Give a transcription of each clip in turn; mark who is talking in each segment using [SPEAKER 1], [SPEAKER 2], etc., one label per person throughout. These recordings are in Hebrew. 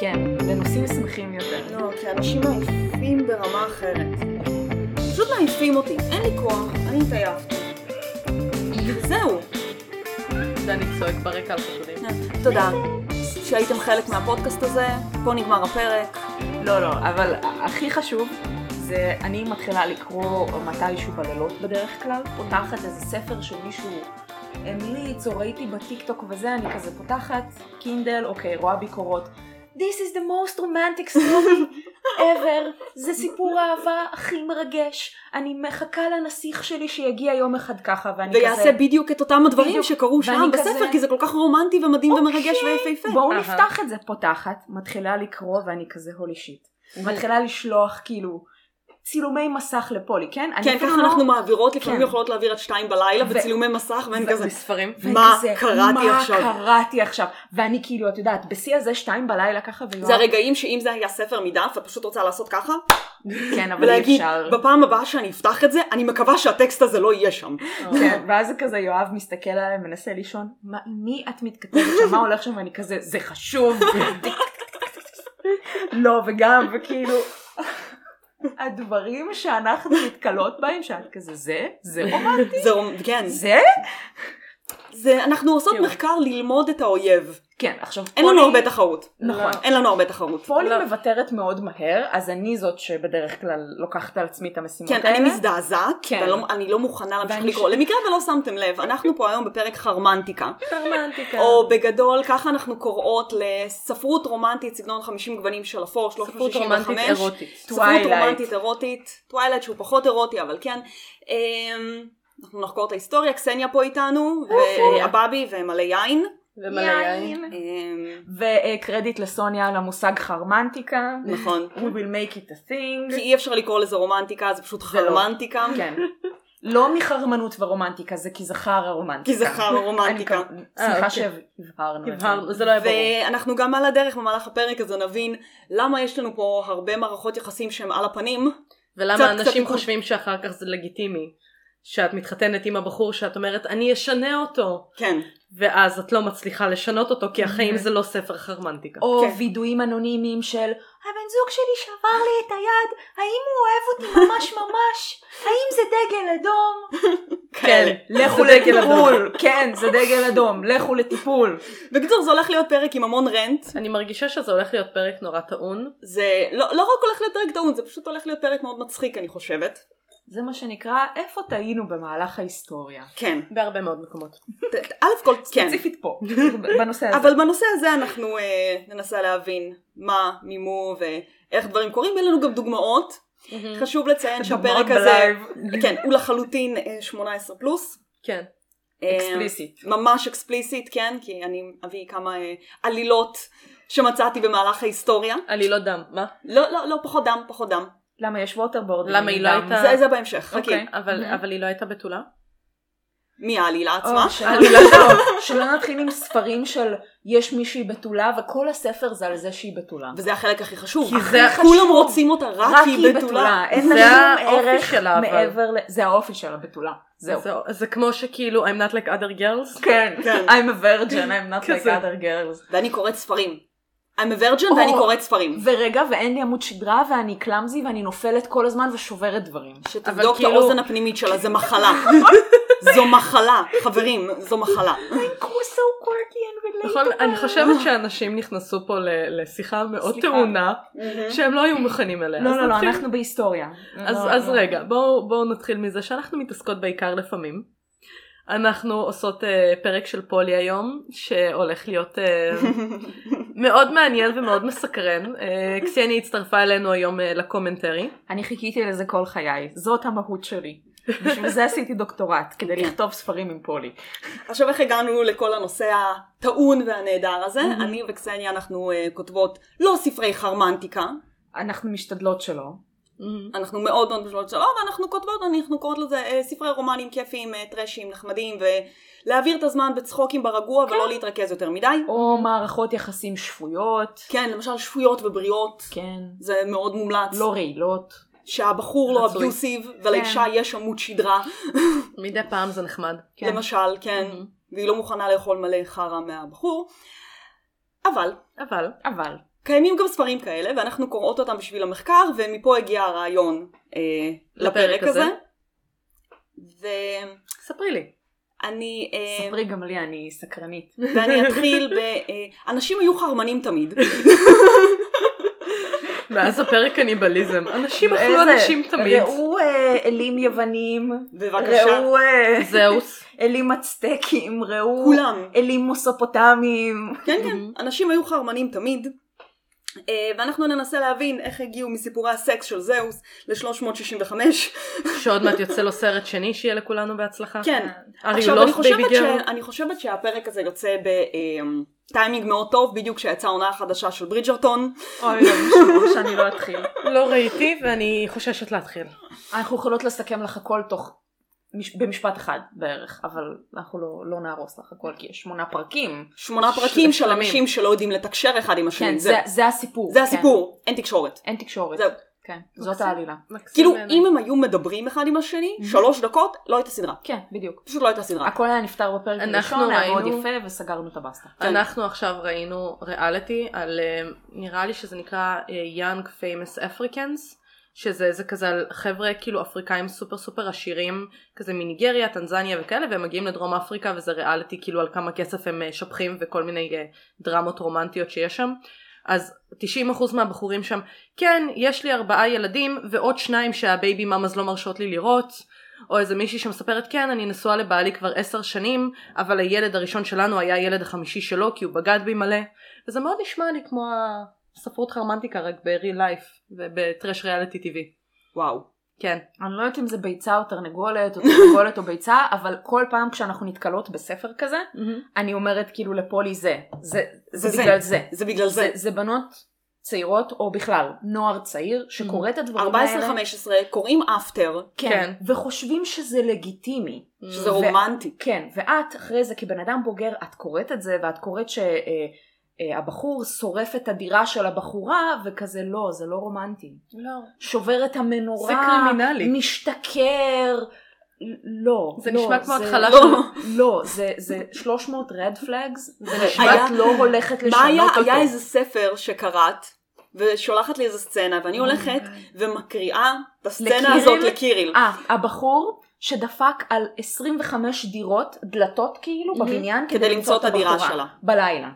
[SPEAKER 1] כן, לנושאים שמחים יותר.
[SPEAKER 2] לא, כי אנשים מעיפים ברמה אחרת. פשוט מעיפים אותי, אין לי כוח, אני התעייפתי. וזהו.
[SPEAKER 1] דני צועק ברקע על חשודים.
[SPEAKER 2] תודה שהייתם חלק מהפודקאסט הזה, פה נגמר הפרק.
[SPEAKER 1] לא, לא, אבל הכי חשוב זה אני מתחילה לקרוא מתישהו בלילות בדרך כלל, פותחת איזה ספר שמישהו המליץ או ראיתי בטיקטוק וזה, אני כזה פותחת קינדל, אוקיי, רואה ביקורות. This is the most romantic story ever, זה סיפור האהבה הכי מרגש, אני מחכה לנסיך שלי שיגיע יום אחד ככה, ואני כזה...
[SPEAKER 2] ויעשה בדיוק את אותם הדברים
[SPEAKER 1] בדיוק.
[SPEAKER 2] שקרו
[SPEAKER 1] ואני
[SPEAKER 2] שם
[SPEAKER 1] כזה- אוקיי.
[SPEAKER 2] בספר, כי זה כל כך רומנטי ומדהים ומרגש ויפהפה.
[SPEAKER 1] בואו
[SPEAKER 3] אהה.
[SPEAKER 1] נפתח את זה. פותחת, מתחילה לקרוא ואני כזה הולי שיט. מתחילה לשלוח כאילו צילומי מסך לפולי, כן? אני
[SPEAKER 2] כן,
[SPEAKER 1] אפילו
[SPEAKER 2] ככה
[SPEAKER 1] לא-
[SPEAKER 2] אנחנו מעבירות, לפעמים
[SPEAKER 1] כן.
[SPEAKER 2] יכולות להעביר עד שתיים בלילה
[SPEAKER 1] ו-
[SPEAKER 2] בצילומי מסך, ואין
[SPEAKER 3] ו-
[SPEAKER 2] כזה...
[SPEAKER 3] מספרים.
[SPEAKER 1] ואני
[SPEAKER 2] מה
[SPEAKER 1] כזה,
[SPEAKER 2] קראתי עכשיו?
[SPEAKER 1] מה קראתי עכשיו? ואני כאילו, את יודעת, בשיא הזה שתיים בלילה ככה ויואב...
[SPEAKER 2] זה הרגעים שאם זה היה ספר מדף, את פשוט רוצה לעשות ככה,
[SPEAKER 1] כן, אבל אי
[SPEAKER 2] ולהגיד,
[SPEAKER 1] אפשר.
[SPEAKER 2] בפעם הבאה שאני אפתח את זה, אני מקווה שהטקסט הזה לא יהיה שם.
[SPEAKER 1] כן, ואז זה כזה יואב מסתכל עליי, מנסה לישון, מה, עם מי את מתכתבת שם? מה הולך שם? ואני כזה, זה חשוב. לא, וגם, וכאילו, הדברים שאנחנו נתקלות בהם, שאת כזה, זה? זה רומנטי?
[SPEAKER 2] זה, רומ- כן,
[SPEAKER 1] זה?
[SPEAKER 2] זה, אנחנו עושות
[SPEAKER 1] תראו.
[SPEAKER 2] מחקר ללמוד את האויב.
[SPEAKER 1] כן, עכשיו,
[SPEAKER 2] אין
[SPEAKER 1] פולי-
[SPEAKER 2] לנו הרבה תחרות.
[SPEAKER 1] נכון.
[SPEAKER 2] אין לנו הרבה תחרות.
[SPEAKER 1] פולי
[SPEAKER 3] לא.
[SPEAKER 1] מוותרת מאוד מהר, אז אני זאת שבדרך כלל לוקחת על עצמי את המשימות
[SPEAKER 2] כן,
[SPEAKER 1] האלה.
[SPEAKER 2] אני מזדעזעת,
[SPEAKER 1] אוקיי. כן.
[SPEAKER 2] ואני לא- אני לא מוכנה להמשיך
[SPEAKER 1] ואני
[SPEAKER 2] לקרוא.
[SPEAKER 1] ש-
[SPEAKER 2] למקרה ולא שמתם לב, אנחנו פה היום בפרק חרמנטיקה.
[SPEAKER 1] כן.
[SPEAKER 3] פרמנטיקה.
[SPEAKER 2] או בגדול, ככה אנחנו קוראות לספרות רומנטית, סגנון 50 גוונים של אפור, 365.
[SPEAKER 3] ספרות רומנטית אה, אירוטית.
[SPEAKER 2] ספרות
[SPEAKER 1] Twilight.
[SPEAKER 2] רומנטית אירוטית, טווילייט שהוא פחות אירוטי, אבל כן. אמ, אנחנו נחקור את ההיסטוריה, קסניה פה איתנו,
[SPEAKER 1] אוקיי.
[SPEAKER 2] והבאבי ומלא יין.
[SPEAKER 3] ומלא יין.
[SPEAKER 2] אמ,
[SPEAKER 1] וקרדיט לסוניה על המושג חרמנטיקה.
[SPEAKER 2] נכון.
[SPEAKER 1] We will make it a thing.
[SPEAKER 2] כי אי אפשר לקרוא לזה רומנטיקה, זה פשוט
[SPEAKER 1] לא.
[SPEAKER 2] חרמנטיקה.
[SPEAKER 1] כן. לא מחרמנות ורומנטיקה, זה כי זכר הרומנטיקה.
[SPEAKER 2] כי זה חרומנטיקה.
[SPEAKER 1] כן. אני כמ-
[SPEAKER 3] אה,
[SPEAKER 1] שמחה
[SPEAKER 3] אוקיי.
[SPEAKER 1] שהבהרנו את זה.
[SPEAKER 3] הבהרנו, זה לא היה ברור.
[SPEAKER 2] ואנחנו גם על הדרך במהלך הפרק הזה נבין למה יש לנו פה הרבה מערכות יחסים שהן על הפנים.
[SPEAKER 3] ולמה
[SPEAKER 2] קצת- קצת
[SPEAKER 3] אנשים
[SPEAKER 2] תיקון.
[SPEAKER 3] חושבים שאחר כך זה לגיטימי. שאת מתחתנת עם הבחור שאת אומרת אני אשנה אותו
[SPEAKER 2] כן.
[SPEAKER 3] ואז את לא מצליחה לשנות אותו כי החיים
[SPEAKER 1] Mhm.
[SPEAKER 3] זה לא ספר חרמנטיקה.
[SPEAKER 1] או
[SPEAKER 2] כן.
[SPEAKER 1] וידויים אנונימיים של הבן זוג שלי שבר לי את היד, האם הוא אוהב אותי ממש ממש? האם זה דגל אדום? כן,
[SPEAKER 2] כאלה.
[SPEAKER 1] לכו
[SPEAKER 3] זה דגל
[SPEAKER 1] לטיפול, כן, זה דגל אדום, לכו לטיפול.
[SPEAKER 2] בקיצור, זה הולך להיות פרק עם המון רנט.
[SPEAKER 3] אוקיי. אני מרגישה שזה הולך להיות פרק נורא טעון.
[SPEAKER 2] זה לא לא רק הולך להיות פרק טעון, זה פשוט הולך להיות פרק מאוד מצחיק, אני חושבת.
[SPEAKER 1] זה מה שנקרא, איפה טעינו במהלך ההיסטוריה?
[SPEAKER 2] כן.
[SPEAKER 3] בהרבה מאוד מקומות.
[SPEAKER 2] ת- א' כל, כן.
[SPEAKER 1] ספציפית פה, בנושא הזה.
[SPEAKER 2] אבל בנושא הזה אנחנו אה, ננסה להבין מה, מימו ואיך דברים קורים. אין לנו גם דוגמאות. חשוב לציין שהפרק
[SPEAKER 1] דוגמאות
[SPEAKER 2] הזה,
[SPEAKER 1] בלייב.
[SPEAKER 2] כן, הוא לחלוטין אה, 18 פלוס.
[SPEAKER 3] כן.
[SPEAKER 2] אה,
[SPEAKER 1] אקספליסיט.
[SPEAKER 2] ממש אקספליסיט, כן, כי אני אביא כמה אה, עלילות שמצאתי במהלך ההיסטוריה.
[SPEAKER 3] עלילות דם. מה?
[SPEAKER 2] לא, לא, לא, פחות דם, פחות דם.
[SPEAKER 1] למה יש ווטרבורד?
[SPEAKER 3] למה היא לא
[SPEAKER 1] גם?
[SPEAKER 3] הייתה-
[SPEAKER 2] זה, זה בהמשך, חכי.
[SPEAKER 1] אוקיי.
[SPEAKER 3] אבל
[SPEAKER 1] Mhm.
[SPEAKER 3] אבל היא לא הייתה בתולה?
[SPEAKER 2] מי העלילה עצמה?
[SPEAKER 1] או, שלא- לא, שלא נתחיל עם ספרים של יש מישהי בתולה וכל הספר זה על זה שהיא בתולה.
[SPEAKER 2] וזה החלק הכי חשוב.
[SPEAKER 3] כי זה
[SPEAKER 2] הכי כולם רוצים אותה רק כי היא בתולה.
[SPEAKER 1] אין
[SPEAKER 3] זה
[SPEAKER 1] לה שום
[SPEAKER 3] האופי
[SPEAKER 1] ערך
[SPEAKER 3] שלה, אבל.
[SPEAKER 1] מעבר ל... זה האופי שלה בתולה. זהו.
[SPEAKER 3] זה- זה כמו שכאילו I'm not like other girls.
[SPEAKER 1] כן.
[SPEAKER 2] כן.
[SPEAKER 1] I'm a virgin, I'm not like
[SPEAKER 3] כזה.
[SPEAKER 1] other girls.
[SPEAKER 2] ואני קוראת ספרים. I'm a virgin
[SPEAKER 1] או.
[SPEAKER 2] ואני קוראת ספרים.
[SPEAKER 1] ורגע, ואין לי עמוד שדרה ואני קלאמזי ואני נופלת כל הזמן ושוברת דברים.
[SPEAKER 2] שתבדוק את
[SPEAKER 3] כאילו-
[SPEAKER 2] האוזן הפנימית שלה, זה מחלה. זו מחלה, חברים, זו מחלה.
[SPEAKER 1] We're so quirky and related.
[SPEAKER 3] נכון? אני חושבת שאנשים נכנסו פה ל- לשיחה מאוד
[SPEAKER 1] סליחה.
[SPEAKER 3] טעונה שהם לא היו מוכנים אליה.
[SPEAKER 1] לא,
[SPEAKER 3] אז
[SPEAKER 1] לא, לא,
[SPEAKER 3] נתחיל-
[SPEAKER 1] אנחנו בהיסטוריה.
[SPEAKER 3] אז,
[SPEAKER 1] לא,
[SPEAKER 3] אז
[SPEAKER 1] לא.
[SPEAKER 3] רגע, בואו בוא נתחיל מזה שאנחנו מתעסקות בעיקר לפעמים. אנחנו עושות uh, פרק של פולי היום, שהולך להיות uh, מאוד מעניין ומאוד מסקרן. Uh, קסניה הצטרפה אלינו היום uh, לקומנטרי.
[SPEAKER 1] אני חיכיתי לזה כל חיי, זאת המהות שלי. בשביל זה עשיתי דוקטורט, כדי לכתוב ספרים עם פולי.
[SPEAKER 2] עכשיו איך הגענו לכל הנושא הטעון והנהדר הזה? אני וקסניה אנחנו אה, כותבות לא ספרי חרמנטיקה,
[SPEAKER 1] אנחנו משתדלות שלא.
[SPEAKER 2] אנחנו מאוד מאוד בשלות שלום, ואנחנו כותבות, אנחנו קוראות לזה אה, ספרי רומנים כיפיים, אה, טרשים, נחמדים, ולהעביר את הזמן בצחוקים ברגוע ולא
[SPEAKER 1] כן.
[SPEAKER 2] להתרכז יותר מדי.
[SPEAKER 1] או מערכות יחסים שפויות,
[SPEAKER 2] כן, למשל שפויות ובריאות,
[SPEAKER 1] כן,
[SPEAKER 2] זה מאוד מומלץ.
[SPEAKER 1] לא רעילות.
[SPEAKER 2] שהבחור לא
[SPEAKER 3] רצוי.
[SPEAKER 2] אביוסיב, ולאישה יש עמוד שדרה,
[SPEAKER 3] מדי פעם זה נחמד.
[SPEAKER 1] כן.
[SPEAKER 2] למשל, כן,
[SPEAKER 3] Mhm.
[SPEAKER 2] והיא לא מוכנה לאכול מלא חרא מהבחור. אבל
[SPEAKER 3] אבל
[SPEAKER 1] אבל,
[SPEAKER 2] קיימים גם ספרים כאלה, ואנחנו קוראות אותם בשביל המחקר, ומפה הגיע הרעיון אה, לפרק
[SPEAKER 3] לפרק הזה.
[SPEAKER 2] הזה.
[SPEAKER 3] ספרי לי.
[SPEAKER 2] ואני... אה,
[SPEAKER 1] ספרי גם לי, אני סקרנית.
[SPEAKER 2] ואני אתחיל ב... אה, אנשים היו חרמנים תמיד.
[SPEAKER 3] מאז הפרק קניבליזם. אנשים אכלו
[SPEAKER 1] איזה-
[SPEAKER 3] אנשים תמיד.
[SPEAKER 1] ראו אה, אלים יוונים,
[SPEAKER 2] בבקשה.
[SPEAKER 1] ראו אה,
[SPEAKER 3] זהוס.
[SPEAKER 1] אלים אצטקים, ראו
[SPEAKER 2] כולם.
[SPEAKER 1] אלים מוסופוטמים.
[SPEAKER 2] כן, כן. אנשים היו חרמנים תמיד. אה, ואנחנו ננסה להבין איך הגיעו מסיפורי הסקס של זהוס ל-365.
[SPEAKER 3] שעוד מעט יוצא לו סרט שני שיהיה לכולנו בהצלחה.
[SPEAKER 2] כן.
[SPEAKER 3] Are you
[SPEAKER 2] עכשיו, אני
[SPEAKER 3] lost, baby
[SPEAKER 2] חושבת,
[SPEAKER 3] girl?
[SPEAKER 2] ש... אני חושבת שהפרק הזה יוצא בטיימינג מאוד טוב, בדיוק כשיצאה העונה החדשה של ברידג'רטון.
[SPEAKER 1] אוי, לא, משמעות שאני לא אתחיל.
[SPEAKER 3] לא ראיתי ואני חוששת להתחיל.
[SPEAKER 1] אנחנו יכולות לסכם לך הכל תוך, מש- במשפט אחד בערך, אבל אנחנו לא, לא נהרוס לך הכל, כי יש שמונה פרקים.
[SPEAKER 2] שמונה פרקים של
[SPEAKER 3] שלמים.
[SPEAKER 2] אנשים שלא יודעים לתקשר אחד עם השני.
[SPEAKER 1] כן,
[SPEAKER 2] זהו.
[SPEAKER 1] זה, זה הסיפור.
[SPEAKER 2] זה
[SPEAKER 1] כן.
[SPEAKER 2] הסיפור, אין תקשורת.
[SPEAKER 1] אין תקשורת.
[SPEAKER 2] זהו.
[SPEAKER 1] כן, זאת
[SPEAKER 3] מקסים.
[SPEAKER 1] העלילה.
[SPEAKER 3] מקסים
[SPEAKER 2] כאילו,
[SPEAKER 3] בעיניי.
[SPEAKER 2] אם הם היו מדברים אחד עם השני, שלוש דקות, לא הייתה סדרה.
[SPEAKER 1] כן, בדיוק.
[SPEAKER 2] פשוט לא הייתה סדרה.
[SPEAKER 1] הכל היה נפתר בפרק
[SPEAKER 3] אנחנו
[SPEAKER 1] הראשון, היה מאוד
[SPEAKER 3] ראינו-
[SPEAKER 1] יפה, וסגרנו את הבסטה.
[SPEAKER 2] כן.
[SPEAKER 3] אנחנו עכשיו ראינו ריאליטי על אה, נראה לי שזה נקרא אה, Young Famous Africans שזה זה כזה על חבר'ה כאילו אפריקאים סופר סופר עשירים כזה מניגריה, טנזניה וכאלה והם מגיעים לדרום אפריקה וזה ריאליטי כאילו על כמה כסף הם אה, שופכים וכל מיני אה, דרמות רומנטיות שיש שם אז 90% מהבחורים שם כן יש לי ארבעה ילדים ועוד שניים שהבייבי ממאז לא מרשות לי לראות או איזה מישהי שמספרת כן אני נשואה לבעלי כבר עשר שנים אבל הילד הראשון שלנו היה הילד החמישי שלו כי הוא בגד בי מלא וזה מאוד נשמע לי כמו הספרות חרמנטיקה רק ב-real life ובטרש ריאליטי TV
[SPEAKER 2] וואו.
[SPEAKER 3] כן
[SPEAKER 1] אני לא יודעת אם זה ביצה או תרנגולת, או תרנגולת או ביצה, אבל כל פעם כשאנחנו נתקלות בספר כזה, אני אומרת כאילו לפולי זה. זה, זה,
[SPEAKER 2] זה זה.
[SPEAKER 1] בגלל זה.
[SPEAKER 2] זה בגלל
[SPEAKER 1] זה,
[SPEAKER 2] זה.
[SPEAKER 1] זה בנות צעירות, או בכלל, נוער צעיר, שקורא את הדברים האלה,
[SPEAKER 2] 14-15, קוראים אפטר,
[SPEAKER 1] כן,
[SPEAKER 3] כן.
[SPEAKER 1] וחושבים שזה לגיטימי.
[SPEAKER 2] שזה
[SPEAKER 1] ו-
[SPEAKER 2] רומנטי.
[SPEAKER 1] כן, ואת אחרי זה כבן אדם בוגר, את קוראת את זה, ואת קוראת שהבחור שורף את הדירה של הבחורה, וכזה לא, זה לא רומנטי.
[SPEAKER 3] לא
[SPEAKER 1] שובר את המנורה,
[SPEAKER 3] זה קרימינלי.
[SPEAKER 1] משתכר, לא.
[SPEAKER 3] זה
[SPEAKER 1] לא,
[SPEAKER 3] נשמע כמו
[SPEAKER 1] זה-
[SPEAKER 3] התחלה
[SPEAKER 1] לא,
[SPEAKER 2] של-
[SPEAKER 1] לא, זה- זה 300 רד פלאגס, זה
[SPEAKER 2] היה-
[SPEAKER 1] נשמע את לא הולכת
[SPEAKER 2] מה היה,
[SPEAKER 1] לשנות אותו.
[SPEAKER 2] היה איזה ספר שקראת, ושולחת לי איזה סצנה, ואני הולכת ומקריאה את הסצנה
[SPEAKER 1] Oh לקיריל?
[SPEAKER 2] הזאת לקיריל.
[SPEAKER 1] אה, הבחור שדפק על 25 דירות, דלתות כאילו, בבניין,
[SPEAKER 2] Mhm. כדי למצוא את הדירה
[SPEAKER 1] הבחורה,
[SPEAKER 2] שלה.
[SPEAKER 1] בלילה.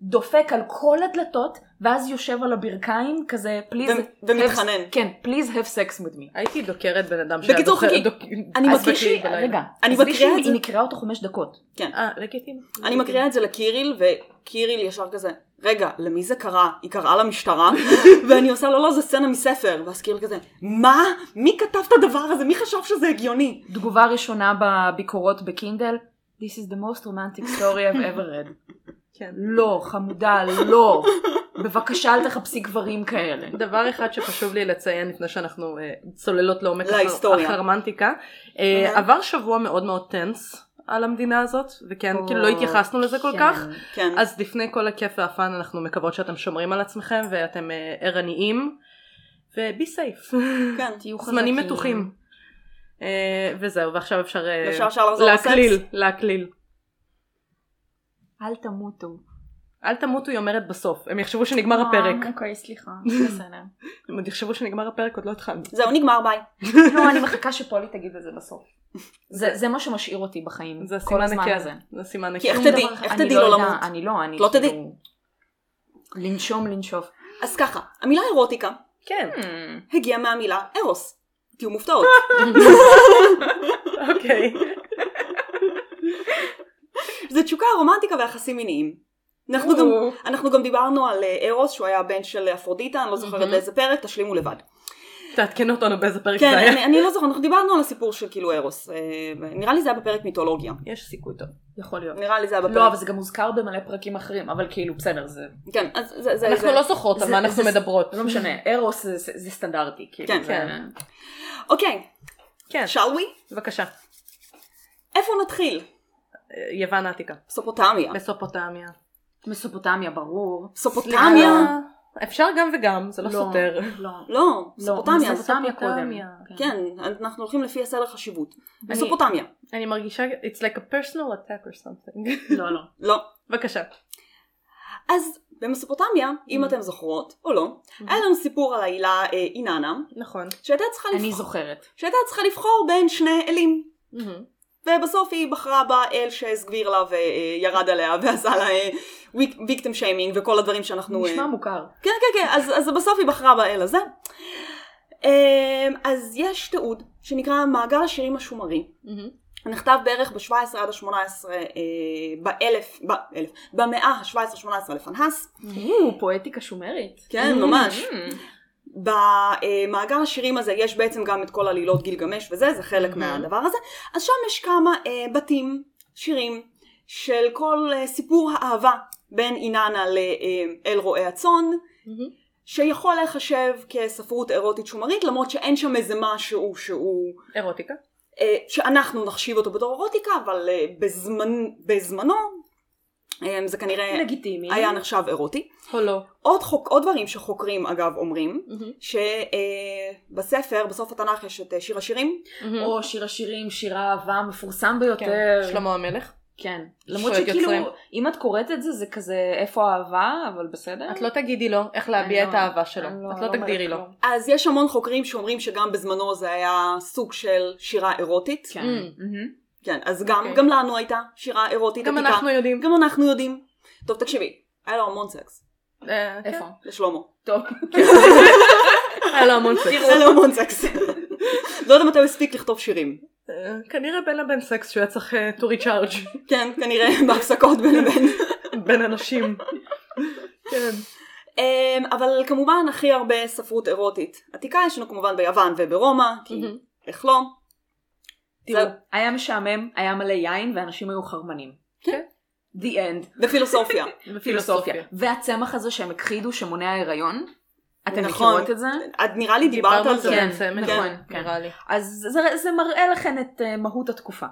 [SPEAKER 1] דופק על כל הדלתות, ואז יושב על הברכיים, כזה, פליז...
[SPEAKER 2] ו- ומתחנן.
[SPEAKER 1] כן, פליז have sex with me.
[SPEAKER 3] הייתי דוקרת בן אדם שהיה
[SPEAKER 2] בקיצור,
[SPEAKER 3] דוקר-
[SPEAKER 2] חכי.
[SPEAKER 3] דוק-
[SPEAKER 2] אני
[SPEAKER 1] אז
[SPEAKER 2] מקריא-
[SPEAKER 1] תשמעי,
[SPEAKER 3] בלילה.
[SPEAKER 1] רגע,
[SPEAKER 2] אני
[SPEAKER 1] אז
[SPEAKER 2] מקריאה
[SPEAKER 1] תשמעי,
[SPEAKER 2] את זה.
[SPEAKER 1] היא מקריאה אותו חמש דקות.
[SPEAKER 3] אה לגיטימי
[SPEAKER 2] אני מקריאה את זה לקיריל, וקיריל ישר כזה, רגע, למי זה קרה? היא קראה למשטרה, ואני עושה לו, לא, זה סצנה מספר. ואז קיריל כזה, מה? מי כתב את הדבר הזה? מי חשב שזה הגיוני?
[SPEAKER 1] תגובה ראשונה בביקורות בקינדל, This is the most romantic story I've ever read.
[SPEAKER 3] כן.
[SPEAKER 1] לא, חמודה, לא. בבקשה אל תחפשי גברים כאלה.
[SPEAKER 3] דבר אחד שחשוב לי לציין לפני שאנחנו אה, צוללות לעומק
[SPEAKER 2] להיסטוריה.
[SPEAKER 3] החרמנטיקה, אה,
[SPEAKER 2] אוקיי.
[SPEAKER 3] עבר שבוע מאוד מאוד טנס על המדינה הזאת, וכן, כאילו לא
[SPEAKER 1] או,
[SPEAKER 3] התייחסנו לזה כל
[SPEAKER 1] כן.
[SPEAKER 3] כך,
[SPEAKER 2] כן.
[SPEAKER 3] אז לפני כל הכיף והפאן אנחנו מקוות שאתם שומרים על עצמכם ואתם אה, ערניים, ובי סייף,
[SPEAKER 2] כן.
[SPEAKER 1] תהיו חזקים.
[SPEAKER 3] זמנים מתוחים. אה, וזהו, ועכשיו אפשר אה,
[SPEAKER 2] ועכשיו אפשר לחזור
[SPEAKER 3] להקליל, להקליל.
[SPEAKER 1] אל תמותו.
[SPEAKER 3] אל תמותו היא אומרת בסוף, הם יחשבו
[SPEAKER 2] אה,
[SPEAKER 3] שנגמר הפרק,
[SPEAKER 1] אוקיי, סליחה. בסדר.
[SPEAKER 2] אוקיי.
[SPEAKER 3] הם עוד יחשבו שנגמר הפרק עוד לא התחלנו.
[SPEAKER 2] זהו, נגמר, ביי.
[SPEAKER 1] לא, אני מחכה שפולי תגיד את זה בסוף. זה זה מה שמשאיר אותי בחיים.
[SPEAKER 3] זה
[SPEAKER 1] כל
[SPEAKER 3] סימן
[SPEAKER 1] הזמן
[SPEAKER 3] נקי
[SPEAKER 1] הזה.
[SPEAKER 3] הזה, זה סימן
[SPEAKER 2] כי
[SPEAKER 3] נקי.
[SPEAKER 2] איך
[SPEAKER 1] שום
[SPEAKER 2] תדעי?
[SPEAKER 1] דבר אחר-
[SPEAKER 2] איך
[SPEAKER 1] אני
[SPEAKER 2] תדעי
[SPEAKER 1] לא
[SPEAKER 2] לא
[SPEAKER 1] יודעת,
[SPEAKER 2] למות?
[SPEAKER 1] אני לא, אני
[SPEAKER 2] לא תדעי.
[SPEAKER 1] כאילו- לנשום, לנשוף.
[SPEAKER 2] אז ככה, המילה אירוטיקה
[SPEAKER 3] כן,
[SPEAKER 1] Hmm,
[SPEAKER 2] הגיעה מהמילה ארוס. תהיו מופתעות.
[SPEAKER 3] אוקיי.
[SPEAKER 2] זה תשוקה, רומנטיקה ויחסים מיניים. אנחנו גם,
[SPEAKER 3] או.
[SPEAKER 2] אנחנו גם דיברנו על אה, ארוס, שהוא היה הבן של אפרודיטה, אני לא זוכרת
[SPEAKER 3] מהמם.
[SPEAKER 2] באיזה פרק, תשלימו לבד.
[SPEAKER 3] תעדכנו אותנו באיזה פרק
[SPEAKER 2] כן,
[SPEAKER 3] זה היה.
[SPEAKER 2] אני, אני לא זוכרת, אנחנו דיברנו על הסיפור של כאילו ארוס. אה, נראה לי זה היה בפרק מיתולוגיה.
[SPEAKER 3] יש סיכוי טוב.
[SPEAKER 1] יכול להיות.
[SPEAKER 2] נראה לי זה היה בפרק...
[SPEAKER 1] לא, אבל זה גם הוזכר במלא פרקים אחרים, אבל כאילו, בסדר, זה...
[SPEAKER 2] כן, אז זה... זה,
[SPEAKER 3] אנחנו
[SPEAKER 2] זה...
[SPEAKER 3] לא זוכרות על
[SPEAKER 1] זה-
[SPEAKER 3] מה
[SPEAKER 1] זה-
[SPEAKER 3] אנחנו
[SPEAKER 1] זה-
[SPEAKER 3] מדברות.
[SPEAKER 1] לא משנה, ארוס זה- זה זה סטנדרטי, כאילו.
[SPEAKER 2] כן,
[SPEAKER 1] זה-
[SPEAKER 3] כן.
[SPEAKER 2] אוקיי,
[SPEAKER 3] כן,
[SPEAKER 2] shall we?
[SPEAKER 3] בבקשה.
[SPEAKER 2] איפה נתחיל?
[SPEAKER 3] אה, יוון העתיקה.
[SPEAKER 2] מסופוטמיה.
[SPEAKER 3] מסופוטמיה.
[SPEAKER 1] מסופוטמיה, ברור.
[SPEAKER 2] מסופוטמיה?
[SPEAKER 3] אפשר גם וגם, זה לא סותר.
[SPEAKER 1] לא.
[SPEAKER 2] לא, מסופוטמיה.
[SPEAKER 1] מסופוטמיה. קודם.
[SPEAKER 2] כן, אנחנו הולכים לפי הסדר חשיבות.
[SPEAKER 3] אני-
[SPEAKER 2] מסופוטמיה.
[SPEAKER 3] אני מרגישה, it's like a personal attack or something.
[SPEAKER 1] לא, לא.
[SPEAKER 2] לא.
[SPEAKER 3] בבקשה.
[SPEAKER 2] אז במסופוטמיה, אם אתן זוכרות או לא, היה לנו סיפור על העילה אה, איננה,
[SPEAKER 3] נכון.
[SPEAKER 2] שהייתה צריכה
[SPEAKER 1] אני
[SPEAKER 2] לבחור-
[SPEAKER 1] זוכרת.
[SPEAKER 2] שהייתה צריכה לבחור בין שני אלים.
[SPEAKER 3] מהמם.
[SPEAKER 2] ובסוף היא בחרה באל שהסגביר לה וירד עליה ועשה לה אה, ויקטם שיימינג וכל הדברים שאנחנו... אה,
[SPEAKER 1] נשמע מוכר.
[SPEAKER 2] כן, כן, כן, אז, אז בסוף היא בחרה באל הזה. אה, אז יש תיעוד שנקרא מעגל השירים השומרי.
[SPEAKER 3] מהמם.
[SPEAKER 2] נכתב בערך ב-17 עד ה-18, אה, באלף, באלף, במאה ה-17-18 לפנהס.
[SPEAKER 1] או, פואטיקה שומרית.
[SPEAKER 2] כן, ממש.
[SPEAKER 1] Mm.
[SPEAKER 2] במעגל השירים הזה יש בעצם גם את כל עלילות גילגמש וזה, זה חלק
[SPEAKER 1] Mhm.
[SPEAKER 2] מהדבר הזה. אז שם יש כמה אה, בתים, שירים, של כל אה, סיפור האהבה בין איננה לאל רועה הצאן,
[SPEAKER 3] מהמם.
[SPEAKER 2] שיכול להיחשב כספרות אירוטית שומרית, למרות שאין שם איזה משהו שהוא...
[SPEAKER 3] אירוטיקה.
[SPEAKER 2] אה, שאנחנו נחשיב אותו בתור אירוטיקה, אבל אה, בזמן, בזמנו אה, זה כנראה
[SPEAKER 1] לגיטימי.
[SPEAKER 2] היה נחשב אירוטי.
[SPEAKER 3] או לא.
[SPEAKER 2] עוד, חוק, עוד דברים שחוקרים אגב אומרים,
[SPEAKER 3] מהמם.
[SPEAKER 2] שבספר, אה, בסוף התנ"ך יש את אה, שיר השירים,
[SPEAKER 3] מהמם.
[SPEAKER 1] או שיר השירים, שיר האהבה המפורסם
[SPEAKER 3] Mm. Mm-hmm. כן,
[SPEAKER 1] ביותר.
[SPEAKER 3] שלמה המלך.
[SPEAKER 1] כן. למרות
[SPEAKER 3] שואג
[SPEAKER 1] שכאילו,
[SPEAKER 3] יוצרים.
[SPEAKER 1] אם את קוראת את זה, זה כזה איפה האהבה, אבל בסדר.
[SPEAKER 3] את לא תגידי לו איך להביע
[SPEAKER 1] אני
[SPEAKER 3] את
[SPEAKER 1] לא-
[SPEAKER 3] האהבה שלו.
[SPEAKER 1] אני
[SPEAKER 3] את
[SPEAKER 1] אני
[SPEAKER 3] לא תגידי
[SPEAKER 1] אומרת
[SPEAKER 3] לו.
[SPEAKER 1] כלום.
[SPEAKER 2] אז יש המון חוקרים שאומרים שגם בזמנו זה היה סוג של שירה אירוטית.
[SPEAKER 1] כן.
[SPEAKER 3] Mm.
[SPEAKER 1] מהמם.
[SPEAKER 2] כן, אז גם,
[SPEAKER 3] אוקיי.
[SPEAKER 2] גם לנו הייתה שירה אירוטית
[SPEAKER 3] גם
[SPEAKER 2] עתיקה.
[SPEAKER 3] אנחנו יודעים.
[SPEAKER 2] גם אנחנו יודעים. טוב, תקשיבי, היה לו המון סקס,
[SPEAKER 3] אה, כן.
[SPEAKER 1] איפה?
[SPEAKER 2] לשלמה.
[SPEAKER 1] טוב.
[SPEAKER 3] היה לו המון סקס.
[SPEAKER 2] היה לו המון סקס. לא יודע מתי הוא הספיק לכתוב שירים.
[SPEAKER 3] אה, כנראה בין לבין סקס שהוא היה צריך אה, to recharge
[SPEAKER 2] כן, כנראה בהפסקות בין לבין.
[SPEAKER 3] בין אנשים. כן.
[SPEAKER 2] אמ, אבל כמובן הכי הרבה ספרות אירוטית עתיקה יש לנו כמובן ביוון וברומא, כי
[SPEAKER 3] מהמם.
[SPEAKER 2] איך לא?
[SPEAKER 1] תראו,
[SPEAKER 2] זה-
[SPEAKER 1] היה משעמם, היה מלא יין, ואנשים היו חרמנים.
[SPEAKER 3] כן.
[SPEAKER 1] The end.
[SPEAKER 2] בפילוסופיה.
[SPEAKER 1] פילוסופיה. והצמח הזה שהם הכחידו שמונע הריון, אתם
[SPEAKER 2] נכון.
[SPEAKER 1] מכירות את זה?
[SPEAKER 2] את נראה לי דיברת על זה.
[SPEAKER 1] כן.
[SPEAKER 3] נכון,
[SPEAKER 1] כן.
[SPEAKER 3] נראה לי.
[SPEAKER 1] אז זה, זה מראה לכן את אה, מהות התקופה.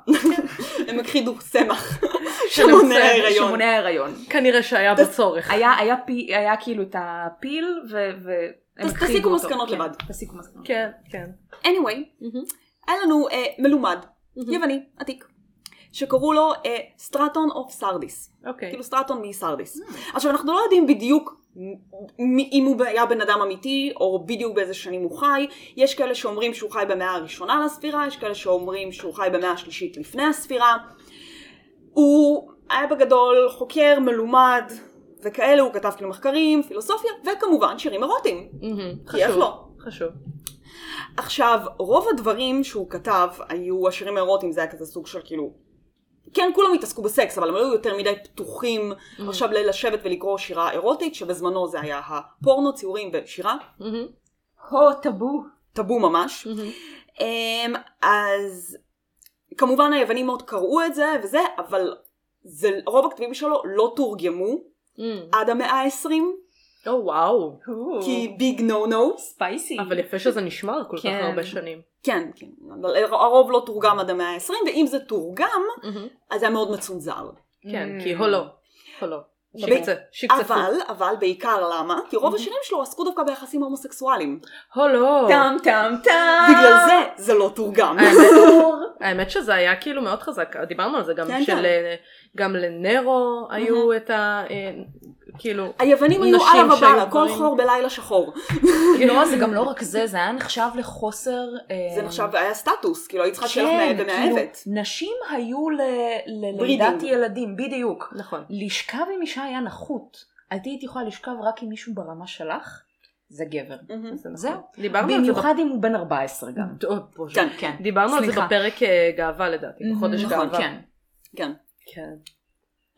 [SPEAKER 2] הם הכחידו צמח
[SPEAKER 3] שמונע
[SPEAKER 2] שמונע הריון.
[SPEAKER 1] שמונע הריון.
[SPEAKER 3] כנראה שהיה בו צורך.
[SPEAKER 1] היה, היה, פי, היה כאילו את הפיל, ו... ו... הם
[SPEAKER 2] תס-
[SPEAKER 1] הכחידו
[SPEAKER 2] תסיקו
[SPEAKER 1] אותו.
[SPEAKER 2] מסקנות
[SPEAKER 1] כן,
[SPEAKER 2] לבד.
[SPEAKER 1] תסיקו מסקנות.
[SPEAKER 3] כן, כן.
[SPEAKER 2] anyway, היה לנו אה, מלומד, יווני, עתיק, שקראו לו אה, סטרטון אוף סרדיס.
[SPEAKER 3] אוקיי. אה.
[SPEAKER 2] כאילו סטרטון מסרדיס. עכשיו אנחנו לא יודעים בדיוק מ- מ- אם הוא היה בן אדם אמיתי או בדיוק באיזה שנים הוא חי. יש כאלה שאומרים שהוא חי במאה הראשונה לספירה, יש כאלה שאומרים שהוא חי במאה השלישית לפני הספירה. הוא היה בגדול חוקר, מלומד וכאלה, הוא כתב כאילו מחקרים, פילוסופיה וכמובן שירים אירוטיים.
[SPEAKER 3] מהמם.
[SPEAKER 2] כי איך
[SPEAKER 3] חשוב.
[SPEAKER 2] לא?
[SPEAKER 3] חשוב.
[SPEAKER 2] עכשיו, רוב הדברים שהוא כתב היו השירים האירוטיים, זה היה כזה סוג של כאילו... כן, כולם התעסקו בסקס, אבל הם היו יותר מדי פתוחים עכשיו לשבת ולקרוא שירה אירוטית, שבזמנו זה היה הפורנו, ציורים ושירה,
[SPEAKER 3] מהמם.
[SPEAKER 1] הו, טאבו.
[SPEAKER 2] טאבו ממש.
[SPEAKER 3] מהמם.
[SPEAKER 2] אמ, אז כמובן היוונים מאוד קראו את זה וזה, אבל זה, רוב הכתבים שלו לא תורגמו
[SPEAKER 3] מהמם.
[SPEAKER 2] עד המאה ה-20,
[SPEAKER 3] או וואו.
[SPEAKER 1] Mm.
[SPEAKER 2] כי ביג נו נו.
[SPEAKER 1] ספייסי.
[SPEAKER 3] Oh, אבל יפה שזה נשמר כל כך
[SPEAKER 1] כן.
[SPEAKER 3] הרבה שנים.
[SPEAKER 2] כן, כן, אבל הרוב לא תורגם עד המאה ה-20, ואם זה תורגם,
[SPEAKER 1] Mm-hmm.
[SPEAKER 2] אז זה היה מאוד מצונזר.
[SPEAKER 3] כן,
[SPEAKER 1] Mm.
[SPEAKER 3] כי הולו. הולו.
[SPEAKER 2] ב-
[SPEAKER 3] שיקצה. שיקצפו.
[SPEAKER 2] אבל, אבל בעיקר למה? כי רוב השירים שלו עסקו דווקא ביחסים הומוסקסואליים.
[SPEAKER 3] הולו.
[SPEAKER 1] טאם טאם טאם.
[SPEAKER 2] בגלל זה זה לא תורגם.
[SPEAKER 3] אה. האמת- האמת שזה היה כאילו מאוד חזק, דיברנו על זה גם
[SPEAKER 2] כן,
[SPEAKER 3] של...
[SPEAKER 2] כן.
[SPEAKER 3] אה, גם
[SPEAKER 1] Mm-hmm.
[SPEAKER 3] לנרו היו את ה... אה, כאילו...
[SPEAKER 2] היוונים היו
[SPEAKER 3] נשים
[SPEAKER 2] עלה
[SPEAKER 3] שהיו
[SPEAKER 2] ובאללה, כל
[SPEAKER 3] גברים.
[SPEAKER 2] חור בלילה שחור.
[SPEAKER 1] לא, זה גם לא רק זה, זה היה נחשב לחוסר... אה,
[SPEAKER 2] זה נחשב, היה סטטוס, כאילו היית צריכה שלך
[SPEAKER 1] כן, כאילו,
[SPEAKER 2] במאהבת.
[SPEAKER 1] נשים היו ל- ללידת
[SPEAKER 2] ברידינג.
[SPEAKER 1] ילדים, בדיוק.
[SPEAKER 3] נכון.
[SPEAKER 1] לשכב עם אישה היה נחות. הייתי הייתי יכולה לשכב רק עם מישהו ברמה שלך, זה גבר.
[SPEAKER 3] נכון.
[SPEAKER 1] זהו.
[SPEAKER 3] דיברנו על זה
[SPEAKER 1] במיוחד אם הוא בן 14 גם.
[SPEAKER 3] ב- אוי, בוז'י.
[SPEAKER 2] כן,
[SPEAKER 1] כן.
[SPEAKER 3] דיברנו על זה
[SPEAKER 1] סליחה.
[SPEAKER 3] בפרק אה, גאווה לדעתי, בחודש
[SPEAKER 1] נכון,
[SPEAKER 3] גאווה.
[SPEAKER 1] כן.
[SPEAKER 2] כן.
[SPEAKER 3] כן.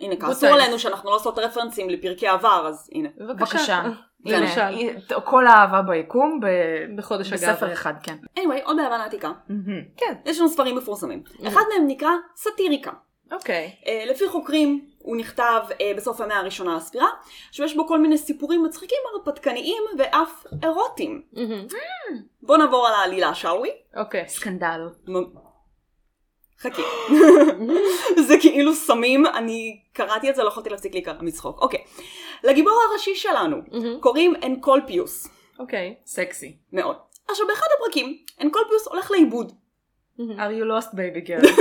[SPEAKER 2] הנה,
[SPEAKER 3] Good
[SPEAKER 2] כעסו
[SPEAKER 3] times.
[SPEAKER 2] עלינו שאנחנו לא עושות רפרנסים לפרקי עבר, אז הנה.
[SPEAKER 1] בבקשה.
[SPEAKER 2] הנה,
[SPEAKER 3] למשל.
[SPEAKER 1] הנה, כל האהבה ביקום
[SPEAKER 3] בחודש
[SPEAKER 1] בספר
[SPEAKER 3] הגאווה.
[SPEAKER 1] אחד, כן.
[SPEAKER 2] anyway, עוד ביוון העתיקה. יש לנו ספרים מפורסמים. אחד מהם נקרא סאטיריקה.
[SPEAKER 3] אוקיי.
[SPEAKER 2] אה, לפי חוקרים, הוא נכתב אה, בסוף המאה הראשונה לספירה, שיש בו כל מיני סיפורים מצחיקים, הרפתקניים ואף אירוטיים. בוא נעבור על העלילה, שאווי?
[SPEAKER 3] אוקיי.
[SPEAKER 1] סקנדל.
[SPEAKER 2] חכי. זה כאילו סמים, אני קראתי את זה, לא יכולתי להפסיק להיקרע מצחוק. אוקיי. לגיבור הראשי שלנו
[SPEAKER 3] מהמם.
[SPEAKER 2] קוראים אנקולפיוס,
[SPEAKER 3] אוקיי.
[SPEAKER 1] סקסי.
[SPEAKER 2] מאוד. עכשיו באחד הפרקים, אנקולפיוס הולך לאיבוד.
[SPEAKER 1] are you lost baby girl.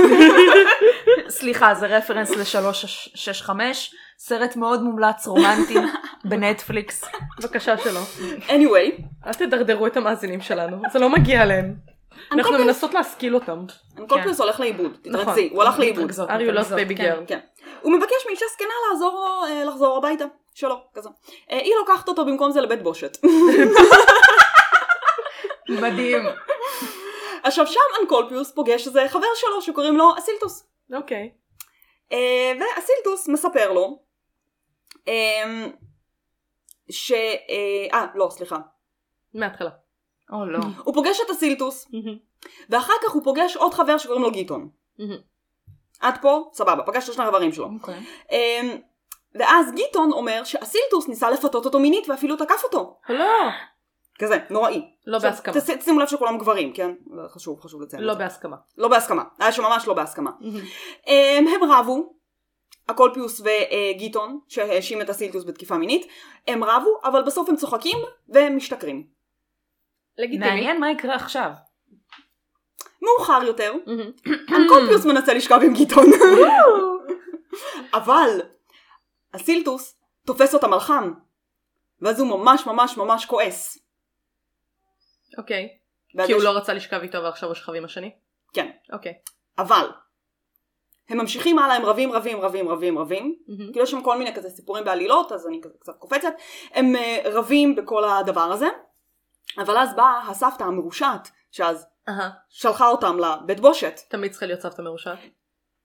[SPEAKER 4] סליחה, זה רפרנס ל-365, סרט מאוד מומלץ רומנטי בנטפליקס.
[SPEAKER 3] בבקשה שלא.
[SPEAKER 2] anyway,
[SPEAKER 3] אל תדרדרו את המאזינים שלנו, זה לא מגיע להם.
[SPEAKER 2] אני
[SPEAKER 3] אנחנו
[SPEAKER 2] כל פעם-
[SPEAKER 3] מנסות להשכיל אותם.
[SPEAKER 2] אנקולפוס הולך לאיבוד, תתרצי,
[SPEAKER 3] נכון.
[SPEAKER 2] הוא הלך לאיבוד.
[SPEAKER 4] מתרכזות,
[SPEAKER 3] Are you lost
[SPEAKER 4] מתרכזות,
[SPEAKER 3] baby
[SPEAKER 4] כן.
[SPEAKER 3] girl?
[SPEAKER 2] כן. הוא מבקש מאישה זקנה לעזור לו אה, לחזור הביתה. שלא, כזה. אה, היא לוקחת אותו במקום זה לבית בושת.
[SPEAKER 4] מדהים.
[SPEAKER 2] עכשיו שם אנקולפיוס פוגש איזה חבר שלו שקוראים לו אסילטוס.
[SPEAKER 3] אוקיי.
[SPEAKER 2] אה, ואסילטוס מספר לו אה, ש... אה, אה, לא, סליחה.
[SPEAKER 3] מההתחלה.
[SPEAKER 4] או לא.
[SPEAKER 2] הוא פוגש את אסילטוס,
[SPEAKER 3] מהמם.
[SPEAKER 2] ואחר כך הוא פוגש עוד חבר שקוראים לו גיטון.
[SPEAKER 3] מהמם.
[SPEAKER 2] עד פה, סבבה, פגש את שני החברים שלו.
[SPEAKER 4] אוקיי.
[SPEAKER 3] Mm-hmm.
[SPEAKER 2] אה, ואז גיטון אומר שאסילטוס ניסה לפתות אותו מינית ואפילו תקף אותו.
[SPEAKER 3] לא.
[SPEAKER 2] כזה, נוראי.
[SPEAKER 3] לא
[SPEAKER 2] עכשיו,
[SPEAKER 3] בהסכמה.
[SPEAKER 2] תש- שימו לב שכולם גברים, כן? חשוב, חשוב לציין.
[SPEAKER 3] לא
[SPEAKER 2] את זה.
[SPEAKER 3] בהסכמה.
[SPEAKER 2] לא בהסכמה. היה שם ממש לא בהסכמה. הם, הם רבו, הקולפיוס וגיטון, שהאשים את הסילטוס בתקיפה מינית, הם רבו, אבל בסוף הם צוחקים והם משתכרים.
[SPEAKER 3] לגיטימי.
[SPEAKER 4] מעניין מה יקרה עכשיו.
[SPEAKER 2] מאוחר יותר,
[SPEAKER 3] מהמם.
[SPEAKER 2] אנקולפיוס מנסה לשכב עם גיטון. אבל הסילטוס תופס אותם על חם, ואז הוא ממש ממש ממש כועס.
[SPEAKER 3] אוקיי.
[SPEAKER 2] ואז
[SPEAKER 3] כי הוא
[SPEAKER 2] יש-
[SPEAKER 3] לא רצה לשכב איתו ועכשיו הוא שכב עם השני?
[SPEAKER 2] כן.
[SPEAKER 3] אוקיי.
[SPEAKER 2] אבל, הם ממשיכים הלאה, הם רבים רבים רבים רבים רבים,
[SPEAKER 3] מהמם.
[SPEAKER 2] כאילו יש שם כל מיני כזה סיפורים בעלילות, אז אני כזה קצת קופצת. הם אה, רבים בכל הדבר הזה, אבל אז באה הסבתא המרושעת, שאז
[SPEAKER 3] אהה.
[SPEAKER 2] שלחה אותם לבית בושת.
[SPEAKER 3] תמיד צריכה להיות סבתא מרושעת.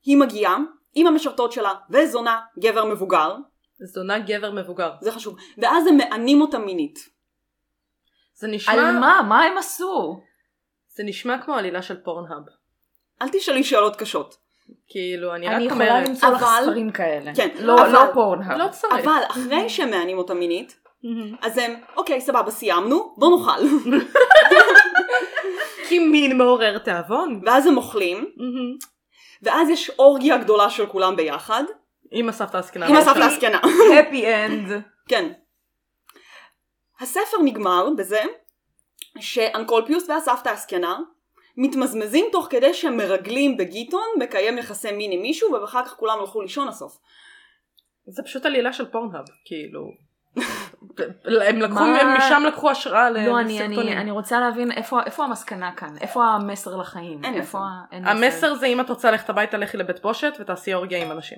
[SPEAKER 2] היא מגיעה, עם המשרתות שלה, וזונה, גבר מבוגר,
[SPEAKER 3] זונה גבר מבוגר.
[SPEAKER 2] זה חשוב. ואז הם מענים אותה מינית.
[SPEAKER 3] זה
[SPEAKER 4] על
[SPEAKER 3] נשמע...
[SPEAKER 4] מה? מה הם עשו?
[SPEAKER 3] זה נשמע כמו עלילה של פורנהאב.
[SPEAKER 2] אל תשאלי שאלות קשות.
[SPEAKER 3] כאילו, אני
[SPEAKER 4] אני
[SPEAKER 3] רק
[SPEAKER 4] יכולה
[SPEAKER 3] אומרת...
[SPEAKER 4] למצוא לך
[SPEAKER 2] אבל-
[SPEAKER 4] ספרים כאלה.
[SPEAKER 2] כן,
[SPEAKER 4] לא
[SPEAKER 2] אבל-
[SPEAKER 4] לא פורנהאב.
[SPEAKER 3] לא Mm-hmm. צריך.
[SPEAKER 2] אבל אחרי שהם מענים אותה מינית,
[SPEAKER 3] מהמם.
[SPEAKER 2] אז הם, אוקיי, סבבה, סיימנו, בוא נאכל.
[SPEAKER 3] כי מין מעורר תיאבון.
[SPEAKER 2] ואז הם אוכלים,
[SPEAKER 3] מהמם.
[SPEAKER 2] ואז יש אורגיה גדולה של כולם ביחד,
[SPEAKER 3] עם הסבתא הזקנה.
[SPEAKER 4] לא
[SPEAKER 2] עם הסבתא
[SPEAKER 3] למשל.
[SPEAKER 2] הזקנה.
[SPEAKER 4] happy end.
[SPEAKER 2] כן. הספר נגמר בזה שאנקולפיוס והסבתא הזקנה מתמזמזים תוך כדי שהם מרגלים בגיטון, מקיים יחסי מין עם מישהו, ואחר כך כולם הלכו לישון לסוף.
[SPEAKER 3] זה פשוט עלילה של פורנהאב, כאילו. הם לקחו,
[SPEAKER 4] מה?
[SPEAKER 3] הם משם לקחו השראה
[SPEAKER 4] לא, אני-
[SPEAKER 3] לסרטונים.
[SPEAKER 4] אני- אני רוצה להבין איפה איפה המסקנה כאן, איפה המסר לחיים,
[SPEAKER 2] אין
[SPEAKER 4] איפה
[SPEAKER 2] מסר.
[SPEAKER 4] ה- אין
[SPEAKER 3] המסר זה אם את רוצה ללכת הביתה, לכי לבית בושת ותעשי אורגיה עם אנשים.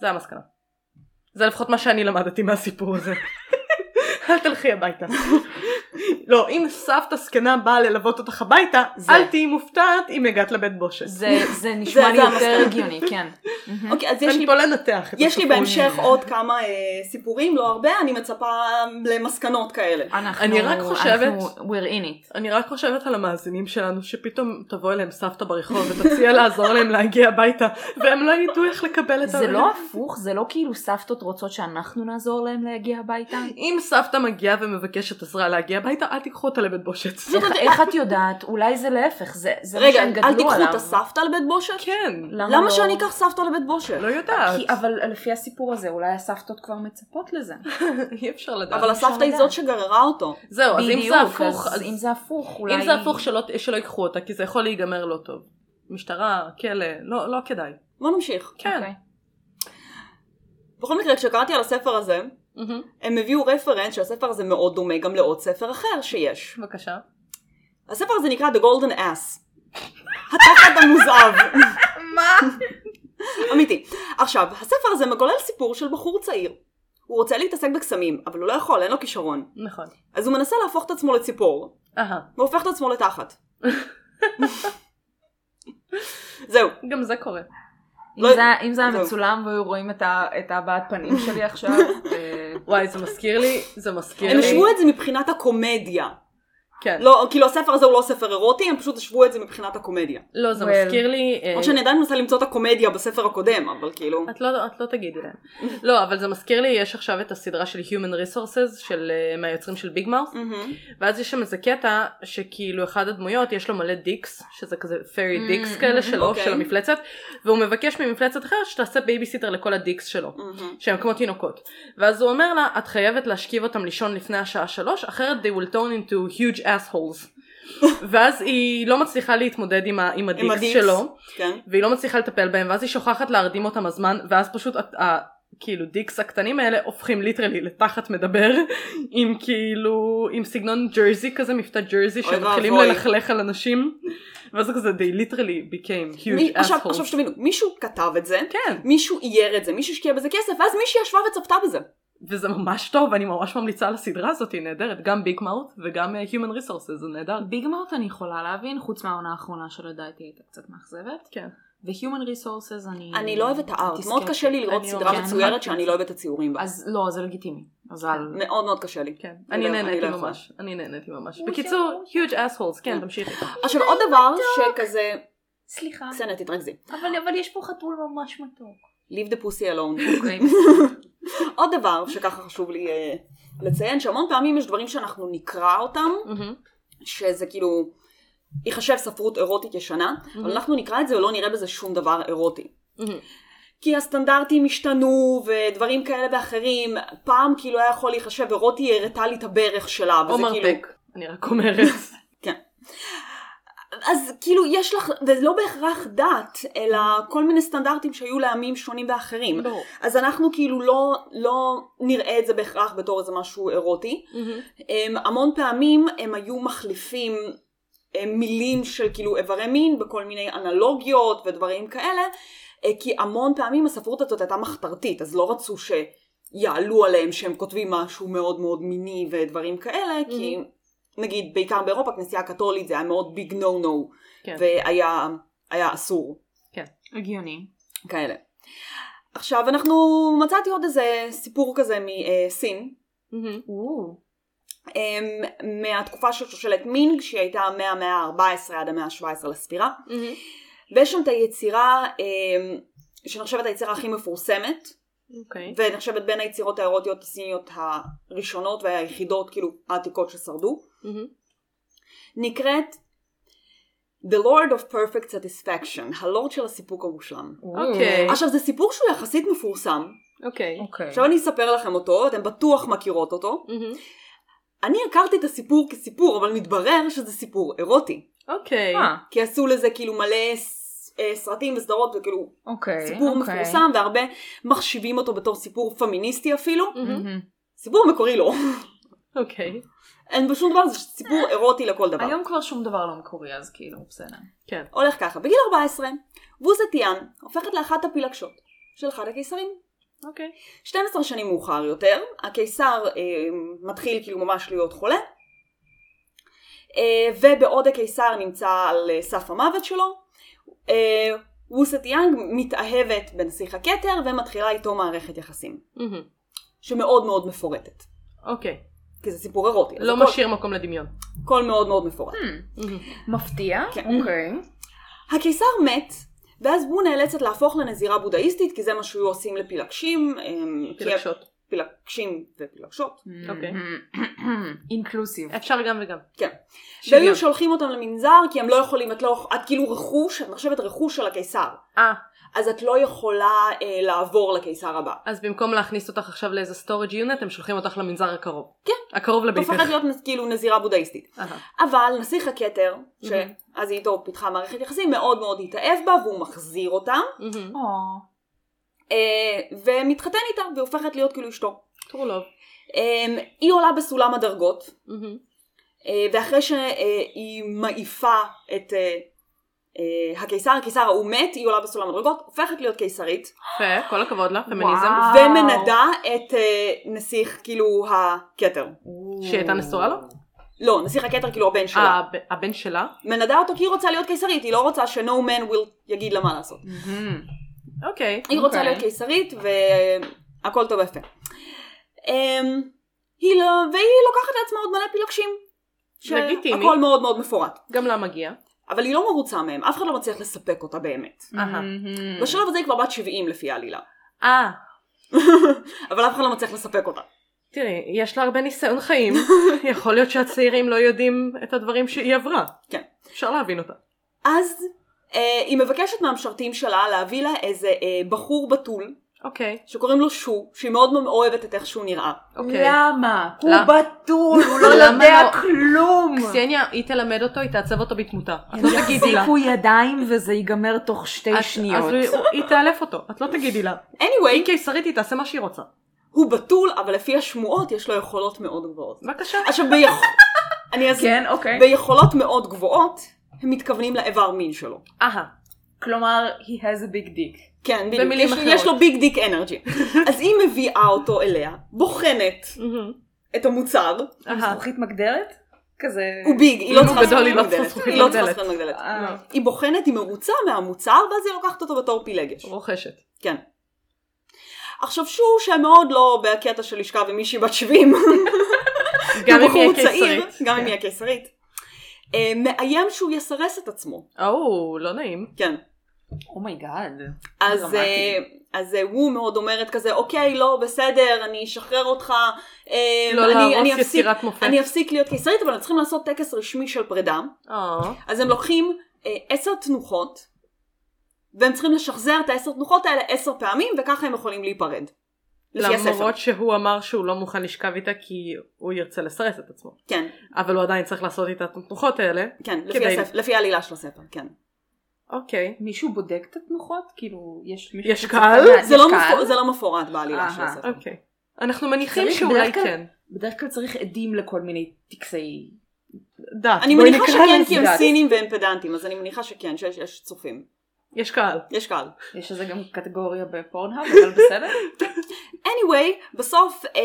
[SPEAKER 3] זה המסקנה. זה לפחות מה שאני למדתי מהסיפור הזה. אל תלכי הביתה. לא, אם סבתא זקנה באה ללוות אותך הביתה,
[SPEAKER 4] זה.
[SPEAKER 3] אל תהיי מופתעת אם הגעת לבית בושת.
[SPEAKER 4] זה זה נשמע
[SPEAKER 2] זה-
[SPEAKER 4] לי
[SPEAKER 2] זה
[SPEAKER 4] יותר
[SPEAKER 2] המסקנה.
[SPEAKER 4] הגיוני, כן. מהמם.
[SPEAKER 2] אוקיי, אז יש לי,
[SPEAKER 3] אני פה לנתח את
[SPEAKER 2] יש לי
[SPEAKER 3] הסיפור.
[SPEAKER 2] בהמשך עוד כמה אה, סיפורים, לא הרבה, אני מצפה למסקנות כאלה.
[SPEAKER 4] אנחנו,
[SPEAKER 3] אני רק חושבת-
[SPEAKER 4] אנחנו, we're in it.
[SPEAKER 3] אני רק חושבת על המאזינים שלנו שפתאום תבוא אליהם סבתא ברחוב ותציע לעזור להם להגיע הביתה והם לא ידעו איך לקבל את
[SPEAKER 4] זה לא הפוך, זה לא כאילו סבתות רוצות שאנחנו נעזור להם להגיע הביתה?
[SPEAKER 3] אם סבתא מגיעה ומבקשת עזרה להגיע הביתה אל תיקחו אותה לבית בושת.
[SPEAKER 4] איך, איך את יודעת? אולי זה להפך, זה, זה מה
[SPEAKER 2] רגע,
[SPEAKER 4] שהם גדלו עליו.
[SPEAKER 2] אל תיקחו את הסבתא לבית בושת?
[SPEAKER 3] כן.
[SPEAKER 2] למה
[SPEAKER 4] לא?
[SPEAKER 2] שאני אקח סבתא לבית בושת?
[SPEAKER 3] לא יודעת.
[SPEAKER 4] כי, אבל לפי הסיפור הזה, אולי הסבתות כבר מצפות לזה.
[SPEAKER 2] לא,
[SPEAKER 3] אי אפשר לדעת.
[SPEAKER 2] אבל
[SPEAKER 4] אפשר
[SPEAKER 2] הסבתא היא
[SPEAKER 4] לדעת.
[SPEAKER 2] זאת שגררה אותו.
[SPEAKER 3] זהו אז אם זה הפוך.
[SPEAKER 4] אז אם זה הפוך, אולי...
[SPEAKER 3] אם זה הפוך שלא שלא ייקחו אותה כי זה יכול להיגמר לא טוב. משטרה, כלא, לא לא כדאי.
[SPEAKER 2] בוא נמשיך.
[SPEAKER 3] כן.
[SPEAKER 4] אוקיי.
[SPEAKER 2] בכל מקרה, כשקראתי על הספר הזה,
[SPEAKER 3] מהמם.
[SPEAKER 2] הם הביאו רפרנס שהספר הזה מאוד דומה גם לעוד ספר אחר שיש.
[SPEAKER 3] בבקשה.
[SPEAKER 2] הספר הזה נקרא The Golden Ass. התחת המוזהב.
[SPEAKER 4] מה?
[SPEAKER 2] אמיתי. עכשיו, הספר הזה מגולל סיפור של בחור צעיר. הוא רוצה להתעסק בקסמים, אבל הוא לא יכול, אין לו כישרון.
[SPEAKER 3] נכון.
[SPEAKER 2] אז הוא מנסה להפוך את עצמו לציפור,
[SPEAKER 3] אהה.
[SPEAKER 2] והופך את עצמו לתחת. זהו.
[SPEAKER 3] גם זה קורה.
[SPEAKER 4] אם,
[SPEAKER 2] לא-
[SPEAKER 4] זה, אם זה היה
[SPEAKER 2] זהו.
[SPEAKER 4] מצולם והיו רואים את, ה, את הבעת פנים שלי עכשיו, אה,
[SPEAKER 3] וואי זה מזכיר לי זה מזכיר לי.
[SPEAKER 2] הם השוו את זה מבחינת הקומדיה.
[SPEAKER 3] כן.
[SPEAKER 2] לא, כאילו הספר הזה הוא לא ספר אירוטי, הם פשוט השוו את זה מבחינת הקומדיה.
[SPEAKER 3] לא, זה
[SPEAKER 4] Well.
[SPEAKER 3] מזכיר לי... אה,
[SPEAKER 2] למרות שאני עדיין מנסה למצוא את הקומדיה בספר הקודם, אבל כאילו...
[SPEAKER 3] את לא, את לא תגידי להם. לא, אבל זה מזכיר לי, יש עכשיו את הסדרה של Human Resources, של, אה, מהיוצרים של ביג מאוס,
[SPEAKER 2] מהמם.
[SPEAKER 3] ואז יש שם איזה קטע שכאילו אחד הדמויות יש לו מלא דיקס, שזה כזה פרי
[SPEAKER 4] Mm,
[SPEAKER 3] דיקס כאלה שלו,
[SPEAKER 2] אוקיי.
[SPEAKER 3] של המפלצת, והוא מבקש ממפלצת אחרת שתעשה בייביסיטר לכל הדיקס שלו.
[SPEAKER 2] מהמם.
[SPEAKER 3] שהם כמו תינוקות. ואז הוא אומר לה, את חייבת להשכיב אותם לישון לפני השעה שלוש, אחרת they will turn into huge assholes. ואז היא לא מצליחה להתמודד עם, ה, עם הדיקס
[SPEAKER 2] הדיקס.
[SPEAKER 3] שלו,
[SPEAKER 2] כן.
[SPEAKER 3] והיא לא מצליחה לטפל בהם, ואז היא שוכחת להרדים אותם הזמן, ואז פשוט ה, ה, כאילו דיקס הקטנים האלה הופכים ליטרלי לתחת מדבר, עם כאילו, עם סגנון ג'רזי כזה, מבטא ג'רזי,
[SPEAKER 2] אוי
[SPEAKER 3] שמתחילים
[SPEAKER 2] ואבוי.
[SPEAKER 3] ללכלך על אנשים, ואז זה כזה, they literally became
[SPEAKER 2] מי-
[SPEAKER 3] huge
[SPEAKER 2] עכשיו,
[SPEAKER 3] assholes.
[SPEAKER 2] עכשיו שתבינו, מישהו כתב את זה,
[SPEAKER 3] כן,
[SPEAKER 2] מישהו אייר את זה, מישהו השקיע בזה כסף, ואז מישהי ישבה וצפתה בזה.
[SPEAKER 3] וזה ממש טוב, אני ממש ממליצה על הסדרה הזאת, היא נהדרת, גם ביג מאוט וגם אה, Human Resources, זה נהדר.
[SPEAKER 4] ביג מאוט אני יכולה להבין, חוץ מהעונה האחרונה שלדעתי לא הייתה קצת מאכזבת.
[SPEAKER 3] כן.
[SPEAKER 4] ו-Human Resources אני...
[SPEAKER 2] אני לא אוהבת את הארט, מאוד
[SPEAKER 4] מתעסקת.
[SPEAKER 2] קשה לי לראות
[SPEAKER 3] אני
[SPEAKER 2] סדרה
[SPEAKER 4] אוהבת-
[SPEAKER 2] מצוירת שאני לא אוהבת את הציורים בה.
[SPEAKER 4] אז לא, זה לגיטימי. אז אל...
[SPEAKER 2] מאוד מאוד קשה לי.
[SPEAKER 3] כן,
[SPEAKER 2] אני
[SPEAKER 3] אני
[SPEAKER 2] לא- אני לא
[SPEAKER 3] נהניתי
[SPEAKER 2] יכולה.
[SPEAKER 3] ממש, אני נהניתי ממש. בקיצור, huge assholes, כן,
[SPEAKER 2] כן.
[SPEAKER 3] תמשיכי.
[SPEAKER 2] עכשיו עוד דבר שכזה,
[SPEAKER 4] סליחה,
[SPEAKER 2] קסניה תתרכזי.
[SPEAKER 4] אבל אבל יש פה חתול ממש מתוק.
[SPEAKER 2] Leave the pussy alone.
[SPEAKER 4] אוקיי.
[SPEAKER 2] עוד דבר שככה חשוב לי אה, לציין, שהמון פעמים יש דברים שאנחנו נקרא אותם, שזה כאילו ייחשב ספרות אירוטית ישנה, אבל אנחנו נקרא את זה ולא נראה בזה שום דבר אירוטי. כי הסטנדרטים השתנו ודברים כאלה ואחרים, פעם כאילו היה יכול להיחשב ורותי הראתה לי את הברך שלה,
[SPEAKER 3] או
[SPEAKER 2] וזה כאילו...
[SPEAKER 3] מרפק, אני רק אומרת.
[SPEAKER 2] אז כאילו יש לך, ולא בהכרח דת, אלא כל מיני סטנדרטים שהיו לעמים שונים ואחרים.
[SPEAKER 3] ברור.
[SPEAKER 2] אז אנחנו כאילו לא, לא נראה את זה בהכרח בתור איזה משהו אירוטי. הם, המון פעמים הם היו מחליפים הם, מילים של כאילו איברי מין בכל מיני אנלוגיות ודברים כאלה, אה, כי המון פעמים הספרות הזאת הייתה מחתרתית, אז לא רצו שיעלו עליהם שהם כותבים משהו מאוד מאוד מיני ודברים כאלה, כי נגיד בעיקר באירופה, הכנסייה הקתולית זה היה מאוד ביג נו נו,
[SPEAKER 3] כן.
[SPEAKER 2] והיה היה אסור.
[SPEAKER 4] הגיוני.
[SPEAKER 2] כאלה. עכשיו אנחנו מצאתי עוד איזה סיפור כזה אה, מסין, אמ, מהתקופה של שושלת מינג שהיא הייתה מהמאה ה-14 עד המאה ה-17 לספירה, ויש שם את היצירה אמ, שנחשבת היצירה הכי מפורסמת,
[SPEAKER 3] אוקיי.
[SPEAKER 2] ונחשבת בין היצירות האירוטיות הסיניות הראשונות והיחידות כאילו העתיקות ששרדו, נקראת The Lord of Perfect Satisfaction, הלורד של הסיפוק המושלם.
[SPEAKER 3] אוקיי.
[SPEAKER 2] עכשיו זה סיפור שהוא יחסית מפורסם,
[SPEAKER 3] אוקיי.
[SPEAKER 4] אוקיי.
[SPEAKER 1] אה,
[SPEAKER 2] עכשיו אני אספר לכם אותו, אתם בטוח מכירות אותו. אני הכרתי את הסיפור כסיפור, אבל מתברר שזה סיפור אירוטי.
[SPEAKER 3] אוקיי.
[SPEAKER 4] אה,
[SPEAKER 2] כי עשו לזה כאילו מלא ס- אה, סרטים וסדרות, זה כאילו
[SPEAKER 4] אוקיי.
[SPEAKER 2] סיפור
[SPEAKER 4] אוקיי.
[SPEAKER 2] מפורסם, והרבה מחשיבים אותו בתור סיפור פמיניסטי אפילו.
[SPEAKER 3] מהמם.
[SPEAKER 4] מהמם.
[SPEAKER 2] סיפור מקורי לא.
[SPEAKER 3] אוקיי.
[SPEAKER 2] אין בו שום דבר, זה סיפור אירוטי לכל דבר.
[SPEAKER 4] היום כבר שום דבר לא מקורי, אז כאילו, בסדר.
[SPEAKER 3] כן.
[SPEAKER 2] הולך ככה, בגיל 14, ווזטיאן הופכת לאחת הפילגשות של אחד הקיסרים.
[SPEAKER 3] אוקיי.
[SPEAKER 2] 12 שנים מאוחר יותר, הקיסר אה, מתחיל כאילו ממש להיות חולה, אה, ובעוד הקיסר נמצא על אה, סף המוות שלו, אה, ווסט יאנג מתאהבת בנסיך הכתר ומתחילה איתו מערכת יחסים,
[SPEAKER 3] מהמם.
[SPEAKER 2] שמאוד מאוד מפורטת,
[SPEAKER 3] אוקיי.
[SPEAKER 2] כי זה סיפור אירוטי, אז
[SPEAKER 3] לא
[SPEAKER 2] הכל-
[SPEAKER 3] משאיר מקום לדמיון.
[SPEAKER 2] הכל מאוד מאוד מפורט.
[SPEAKER 4] מפתיע?
[SPEAKER 2] כן.
[SPEAKER 4] אוקיי.
[SPEAKER 3] Hmm.
[SPEAKER 2] הקיסר מת, ואז הוא נאלצת להפוך לנזירה בודהיסטית, כי זה מה שהיו עושים לפילגשים, אה, כי
[SPEAKER 3] פילגשות.
[SPEAKER 2] פילגשים ופילגשות.
[SPEAKER 3] אוקיי.
[SPEAKER 4] אינקלוסיב.
[SPEAKER 1] אה.
[SPEAKER 3] אפשר גם וגם.
[SPEAKER 2] כן.
[SPEAKER 3] שוויון.
[SPEAKER 2] שהיו שולחים אותם למנזר כי הם לא יכולים, את לא, את כאילו רכוש, את נחשבת רכוש של הקיסר.
[SPEAKER 3] אה,
[SPEAKER 2] אז את לא יכולה אה, לעבור לקיסר הבא.
[SPEAKER 3] אז במקום להכניס אותך עכשיו לאיזה storage unit, הם שולחים אותך למנזר הקרוב.
[SPEAKER 2] כן.
[SPEAKER 3] הקרוב
[SPEAKER 2] את הופכת
[SPEAKER 3] לביתך.
[SPEAKER 2] להיות נז- כאילו נזירה בודהיסטית.
[SPEAKER 3] אהה.
[SPEAKER 2] אבל נסיך הכתר,
[SPEAKER 3] מהמם.
[SPEAKER 2] שאז היא איתו פיתחה מערכת יחסים, מאוד מאוד התאהב בה והוא מחזיר אותה,
[SPEAKER 3] מהמם.
[SPEAKER 4] או,
[SPEAKER 2] אה, ומתחתן איתה והופכת להיות כאילו אשתו.
[SPEAKER 3] true love.
[SPEAKER 2] אה, היא עולה בסולם הדרגות,
[SPEAKER 3] מהמם.
[SPEAKER 2] אה, ואחרי שהיא מעיפה את אה, אה, הקיסר, הקיסר ההוא מת, היא עולה בסולם הדרגות, הופכת להיות קיסרית.
[SPEAKER 3] יפה, כל הכבוד לה, פמיניזם.
[SPEAKER 4] וואו.
[SPEAKER 2] ומנדה את אה, נסיך כאילו הכתר.
[SPEAKER 3] שהיא הייתה נשואה לו?
[SPEAKER 2] לא, נסיך הכתר כאילו הבן שלה.
[SPEAKER 3] אה, הב- הבן שלה?
[SPEAKER 2] מנדה אותו כי היא רוצה להיות קיסרית, היא לא רוצה ש-No man will יגיד לה מה לעשות.
[SPEAKER 4] מהמם.
[SPEAKER 3] אוקיי.
[SPEAKER 2] היא רוצה
[SPEAKER 4] אוקיי.
[SPEAKER 2] להיות קיסרית והכל טוב ויפה. אמ, היא לא, והיא לוקחת לעצמה עוד מלא פילגשים.
[SPEAKER 3] לגיטימי.
[SPEAKER 2] שהכל מאוד מאוד מפורט.
[SPEAKER 3] גם לה מגיע.
[SPEAKER 2] אבל היא לא מרוצה מהם, אף אחד לא מצליח לספק אותה באמת.
[SPEAKER 3] אהה.
[SPEAKER 1] לא
[SPEAKER 4] מהמם.
[SPEAKER 2] בשלב הזה היא כבר בת 70 לפי העלילה.
[SPEAKER 3] אה,
[SPEAKER 2] אבל אף אחד לא מצליח לספק אותה.
[SPEAKER 3] תראי, יש לה הרבה ניסיון חיים. יכול להיות שהצעירים לא יודעים את הדברים שהיא עברה.
[SPEAKER 2] כן.
[SPEAKER 3] אפשר להבין אותה.
[SPEAKER 2] אז אה, היא מבקשת מהמשרתים שלה להביא לה איזה אה, בחור בתול
[SPEAKER 3] אוקיי,
[SPEAKER 2] שקוראים לו שו, שהיא מאוד מאוד אוהבת את איך שהוא נראה.
[SPEAKER 3] אוקיי.
[SPEAKER 1] למה? הוא
[SPEAKER 3] למה?
[SPEAKER 1] בתול, הוא לא כן.
[SPEAKER 3] למה
[SPEAKER 1] יודע
[SPEAKER 3] לא?
[SPEAKER 1] כלום.
[SPEAKER 3] קסניה, היא תלמד אותו, היא תעצב אותו בתמותה. את לא תגידי לה.
[SPEAKER 1] יחזיקו ידיים וזה ייגמר תוך שתי
[SPEAKER 3] את-
[SPEAKER 1] שניות.
[SPEAKER 3] אז הוא- היא תאלף אותו, את לא תגידי לה. היא
[SPEAKER 2] anyway,
[SPEAKER 3] קיסרית, היא תעשה מה שהיא רוצה.
[SPEAKER 2] הוא בתול, אבל לפי השמועות יש לו יכולות מאוד גבוהות.
[SPEAKER 3] בבקשה.
[SPEAKER 2] עכשיו ביכול... אני אסביר.
[SPEAKER 1] כן, אוקיי.
[SPEAKER 2] ביכולות מאוד גבוהות, הם מתכוונים לאיבר מין שלו.
[SPEAKER 3] אהה.
[SPEAKER 1] כלומר, he has a big dick.
[SPEAKER 2] כן, בדיוק.
[SPEAKER 3] במילים
[SPEAKER 2] יש-
[SPEAKER 3] אחרות.
[SPEAKER 2] יש לו ביג דיק אנרגי. אז היא מביאה אותו אליה, בוחנת
[SPEAKER 3] מהמם.
[SPEAKER 2] את המוצר,
[SPEAKER 3] אהה.
[SPEAKER 1] זכוכית מגדרת? כזה...
[SPEAKER 2] הוא ביג, היא לא
[SPEAKER 3] אם כן. הוא
[SPEAKER 2] צריכה
[SPEAKER 3] גדול,
[SPEAKER 2] זכוכית
[SPEAKER 3] היא לא צריכה
[SPEAKER 2] מגדלת.
[SPEAKER 3] זכוכית
[SPEAKER 2] היא לא צריכה
[SPEAKER 3] מגדלת.
[SPEAKER 2] זכוכית מגדלת.
[SPEAKER 1] אה,
[SPEAKER 2] היא בוחנת, היא מרוצה מהמוצר, ואז היא לוקחת אותו בתור פילגש.
[SPEAKER 3] רוכשת.
[SPEAKER 2] כן. עכשיו שור שהם מאוד לא בקטע של לשכב עם מישהי בת 70,
[SPEAKER 3] גם
[SPEAKER 2] הוא
[SPEAKER 3] אם היא
[SPEAKER 2] בחור צעיר,
[SPEAKER 3] קיסרית. כן.
[SPEAKER 2] גם אם היא הקיסרית, אה, מאיים שהוא יסרס את עצמו,
[SPEAKER 3] או, לא נעים.
[SPEAKER 2] כן.
[SPEAKER 1] Oh אומייגאד.
[SPEAKER 2] אז,
[SPEAKER 1] דרמטי.
[SPEAKER 2] אה, אז אה, הוא מאוד אומרת כזה, אוקיי, לא, בסדר, אני אשחרר אותך, אה,
[SPEAKER 3] לא
[SPEAKER 2] אני- אני
[SPEAKER 3] להרוס
[SPEAKER 2] אפסיק-
[SPEAKER 3] יצירת מופת.
[SPEAKER 2] אני אפסיק להיות קיסרית, אבל צריכים לעשות טקס רשמי של פרידה.
[SPEAKER 3] אה.
[SPEAKER 2] אז הם לוקחים אה, עשר תנוחות, והם צריכים לשחזר את העשר תנוחות האלה עשר פעמים, וככה הם יכולים להיפרד. לפי הספר.
[SPEAKER 3] למרות שהוא אמר שהוא לא מוכן לשכב איתה כי הוא ירצה לסרס את עצמו.
[SPEAKER 2] כן,
[SPEAKER 3] אבל הוא עדיין צריך לעשות איתה את התנוחות האלה.
[SPEAKER 2] כן, לפי,
[SPEAKER 3] כדי-
[SPEAKER 2] הספר, לפי העלילה של הספר, כן.
[SPEAKER 3] אוקיי.
[SPEAKER 1] מישהו בודק את התנוחות? כאילו, יש מישהו...
[SPEAKER 3] יש
[SPEAKER 1] שצופה
[SPEAKER 3] קהל?
[SPEAKER 1] מה-
[SPEAKER 2] זה
[SPEAKER 1] יש
[SPEAKER 2] לא,
[SPEAKER 1] קהל?
[SPEAKER 2] מפור... זה לא מפורט בעלילה
[SPEAKER 1] אהה.
[SPEAKER 2] של הספר.
[SPEAKER 3] אוקיי. אנחנו מניחים
[SPEAKER 1] צריך
[SPEAKER 3] שאולי
[SPEAKER 1] בדרך כלל-
[SPEAKER 3] כן.
[SPEAKER 1] בדרך כלל צריך עדים לכל מיני טקסי...
[SPEAKER 3] דת.
[SPEAKER 2] אני
[SPEAKER 1] בואי
[SPEAKER 2] מניחה
[SPEAKER 1] נקרא
[SPEAKER 2] שכן,
[SPEAKER 1] לזה
[SPEAKER 2] כי הם
[SPEAKER 1] דת.
[SPEAKER 2] סינים והם פדנטים, אז אני מניחה שכן, שיש יש צופים.
[SPEAKER 3] יש קהל.
[SPEAKER 2] יש קהל.
[SPEAKER 1] יש לזה גם קטגוריה בפורנהאב, אבל בסדר.
[SPEAKER 2] anyway, בסוף אה,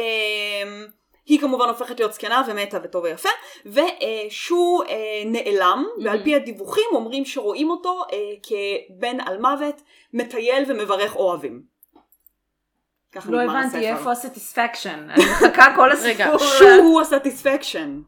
[SPEAKER 2] היא כמובן הופכת להיות זקנה ומתה וטוב ויפה, ושו אה, נעלם,
[SPEAKER 1] Mm-hmm.
[SPEAKER 2] ועל פי הדיווחים אומרים שרואים אותו אה, כבן על מוות, מטייל ומברך אוהבים. ככה
[SPEAKER 1] לא
[SPEAKER 2] נגמר
[SPEAKER 1] הבנתי
[SPEAKER 2] הספר.
[SPEAKER 1] איפה הסטיספקשן. אני מחכה כל הסיפור.
[SPEAKER 3] רגע,
[SPEAKER 2] שו הוא הסטיספקשן.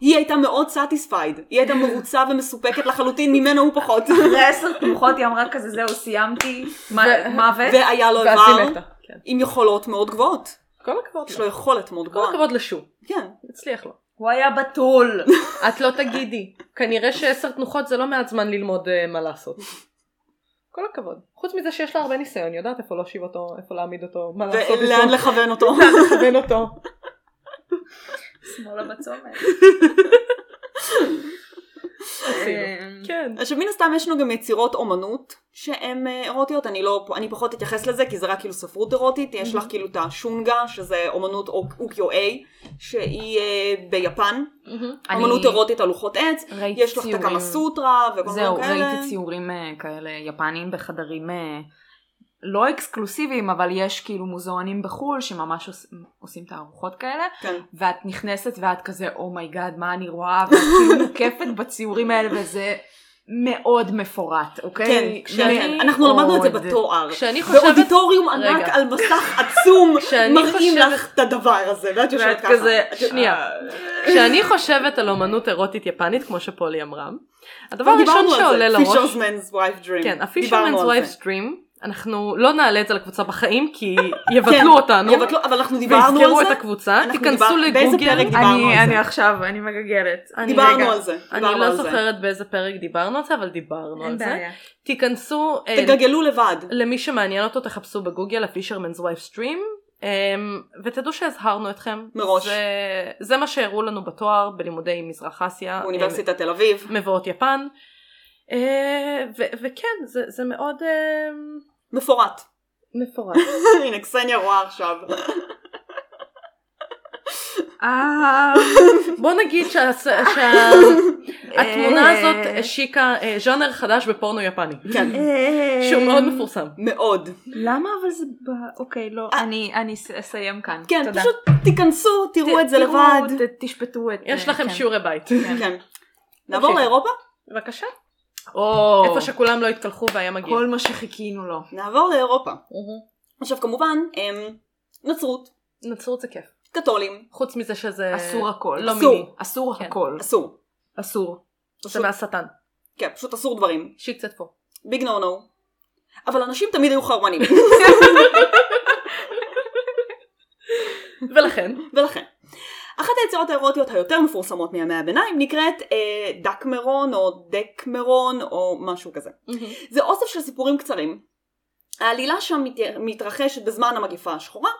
[SPEAKER 2] היא הייתה מאוד סטיספייד, היא הייתה מרוצה ומסופקת לחלוטין, ממנו הוא פחות.
[SPEAKER 1] אחרי עשר תנוחות היא אמרה כזה, זהו, סיימתי.
[SPEAKER 3] ו-
[SPEAKER 1] מ- מוות.
[SPEAKER 2] והיה לו
[SPEAKER 3] ואז היא
[SPEAKER 2] איבר
[SPEAKER 3] מתה. כן.
[SPEAKER 2] עם יכולות מאוד גבוהות.
[SPEAKER 3] כל הכבוד.
[SPEAKER 2] יש
[SPEAKER 3] לו.
[SPEAKER 2] לו יכולת מאוד
[SPEAKER 3] כל
[SPEAKER 2] גבוהה.
[SPEAKER 3] הכבוד לשו.
[SPEAKER 2] כן.
[SPEAKER 3] הצליח לו.
[SPEAKER 1] הוא היה בתול.
[SPEAKER 3] את לא תגידי. כנראה שעשר תנוחות זה לא מעט זמן ללמוד אה, מה לעשות. כל הכבוד. חוץ מזה שיש לה הרבה ניסיון, היא יודעת איפה להושיב אותו, איפה להעמיד אותו, מה לעשות איתו.
[SPEAKER 2] ולאן לכוון אותו.
[SPEAKER 3] לכוון אותו.
[SPEAKER 1] שמאלה בצומת. אמ,
[SPEAKER 3] עשינו. כן.
[SPEAKER 2] עכשיו מן הסתם יש לנו גם יצירות אומנות שהן אה, אירוטיות, אני, לא, אני פחות אתייחס לזה כי זה רק כאילו ספרות אירוטית, יש לך כאילו את השונגה שזה אומנות אוקיו-איי שהיא אה, ביפן, אומנות אירוטית על לוחות עץ,
[SPEAKER 1] ראיתי
[SPEAKER 2] יש לך את הקמה סוטרה וכל מיני
[SPEAKER 1] זהו,
[SPEAKER 2] כאלה.
[SPEAKER 1] ראיתי ציורים אה, כאלה יפניים בחדרים אה, לא אקסקלוסיביים, אבל יש כאילו מוזיאונים בחו"ל שממש עוש- עושים תערוכות כאלה,
[SPEAKER 2] כן.
[SPEAKER 1] ואת נכנסת ואת כזה, אומייגאד, מה אני רואה, ואת כאילו מוקפת בציורים האלה, וזה מאוד מפורט,
[SPEAKER 2] כן,
[SPEAKER 1] אוקיי?
[SPEAKER 2] כן,
[SPEAKER 1] מאוד.
[SPEAKER 2] אנחנו למדנו את זה בתואר.
[SPEAKER 3] כשאני חושבת...
[SPEAKER 2] באודיטוריום ענק
[SPEAKER 3] רגע.
[SPEAKER 2] על מסך עצום
[SPEAKER 3] כשאני
[SPEAKER 2] מראים
[SPEAKER 3] חושבת-
[SPEAKER 2] לך את הדבר הזה, ואת יושבת
[SPEAKER 3] ואת
[SPEAKER 2] ככה.
[SPEAKER 3] כזה, שנייה.
[SPEAKER 2] אה.
[SPEAKER 3] כשאני חושבת על אומנות אירוטית יפנית, כמו שפולי אמרה, הדבר הראשון שעולה
[SPEAKER 2] פישרס
[SPEAKER 3] לראש,
[SPEAKER 2] מנס וייף דרים.
[SPEAKER 3] כן, הפישרמנס וייף סטרים, אנחנו לא נעלה את זה לקבוצה בחיים, כי
[SPEAKER 2] כן,
[SPEAKER 3] יבטלו אותנו,
[SPEAKER 2] יבטלו, אבל אנחנו דיברנו
[SPEAKER 3] ויסגרו
[SPEAKER 2] על
[SPEAKER 3] את
[SPEAKER 2] זה.
[SPEAKER 3] הקבוצה,
[SPEAKER 2] אנחנו
[SPEAKER 3] תיכנסו
[SPEAKER 2] דיבר- באיזה פרק
[SPEAKER 3] לגוגל,
[SPEAKER 2] דיברנו על זה.
[SPEAKER 1] אני, אני עכשיו, אני מגגלת.
[SPEAKER 3] אני
[SPEAKER 2] דיברנו
[SPEAKER 3] רגע-
[SPEAKER 2] על זה.
[SPEAKER 3] אני
[SPEAKER 2] דיברנו
[SPEAKER 3] לא
[SPEAKER 2] על זה.
[SPEAKER 3] זוכרת באיזה פרק דיברנו על זה, אבל דיברנו על זה. תיכנסו, אה,
[SPEAKER 2] תגלגלו לבד.
[SPEAKER 3] למי שמעניין אותו, תחפשו בגוגל, הפישרמנס וייף סטרים, אמ, ותדעו שהזהרנו אתכם.
[SPEAKER 2] מראש.
[SPEAKER 3] זה- זה מה שהראו לנו בתואר בלימודי מזרח אסיה. אה,
[SPEAKER 2] באוניברסיטת תל אביב.
[SPEAKER 3] מבואות יפן. אה, ו- וכן, זה, זה מאוד אה,
[SPEAKER 2] מפורט.
[SPEAKER 3] מפורט.
[SPEAKER 2] הנה קסניה רואה עכשיו.
[SPEAKER 1] אה...
[SPEAKER 3] בוא נגיד שהתמונה
[SPEAKER 1] אה.
[SPEAKER 3] הזאת השיקה אה, ז'אנר חדש בפורנו יפני,
[SPEAKER 2] כן.
[SPEAKER 1] אה.
[SPEAKER 3] שהוא מאוד מפורסם.
[SPEAKER 2] מאוד.
[SPEAKER 1] למה אבל זה... ב- אוקיי, לא. אני אני ס- אסיים כאן.
[SPEAKER 2] כן,
[SPEAKER 1] תודה.
[SPEAKER 2] פשוט תיכנסו, תראו את זה
[SPEAKER 1] תראו,
[SPEAKER 2] לבד.
[SPEAKER 1] ת- תשפטו את...
[SPEAKER 3] יש
[SPEAKER 1] אה,
[SPEAKER 3] לכם
[SPEAKER 1] כן.
[SPEAKER 3] שיעורי בית.
[SPEAKER 2] כן. נעבור לאירופה?
[SPEAKER 3] בבקשה.
[SPEAKER 1] או,
[SPEAKER 3] איפה שכולם לא התקלחו והיה מגיע.
[SPEAKER 1] כל מה שחיכינו
[SPEAKER 4] אה,
[SPEAKER 1] לו.
[SPEAKER 2] נעבור לאירופה. עכשיו כמובן, אמ, נצרות,
[SPEAKER 3] נצרות זה כיף.
[SPEAKER 2] קתולים,
[SPEAKER 3] חוץ מזה שזה...
[SPEAKER 1] אסור הכל.
[SPEAKER 3] לא
[SPEAKER 2] אסור.
[SPEAKER 3] מיני.
[SPEAKER 1] אסור
[SPEAKER 3] כן.
[SPEAKER 1] הכל.
[SPEAKER 2] אסור.
[SPEAKER 1] אסור.
[SPEAKER 3] זה מהשטן.
[SPEAKER 2] כן, פשוט אסור דברים.
[SPEAKER 3] שיט צאת פה.
[SPEAKER 2] ביג נו נו. אבל אנשים תמיד היו חרמנים,
[SPEAKER 3] ולכן,
[SPEAKER 2] ולכן. אחת היצירות האירוטיות היותר מפורסמות מימי הביניים נקראת אה, דקמרון או דקמרון או משהו כזה. זה אוסף של סיפורים קצרים העלילה שם מת- מתרחשת בזמן המגפה השחורה,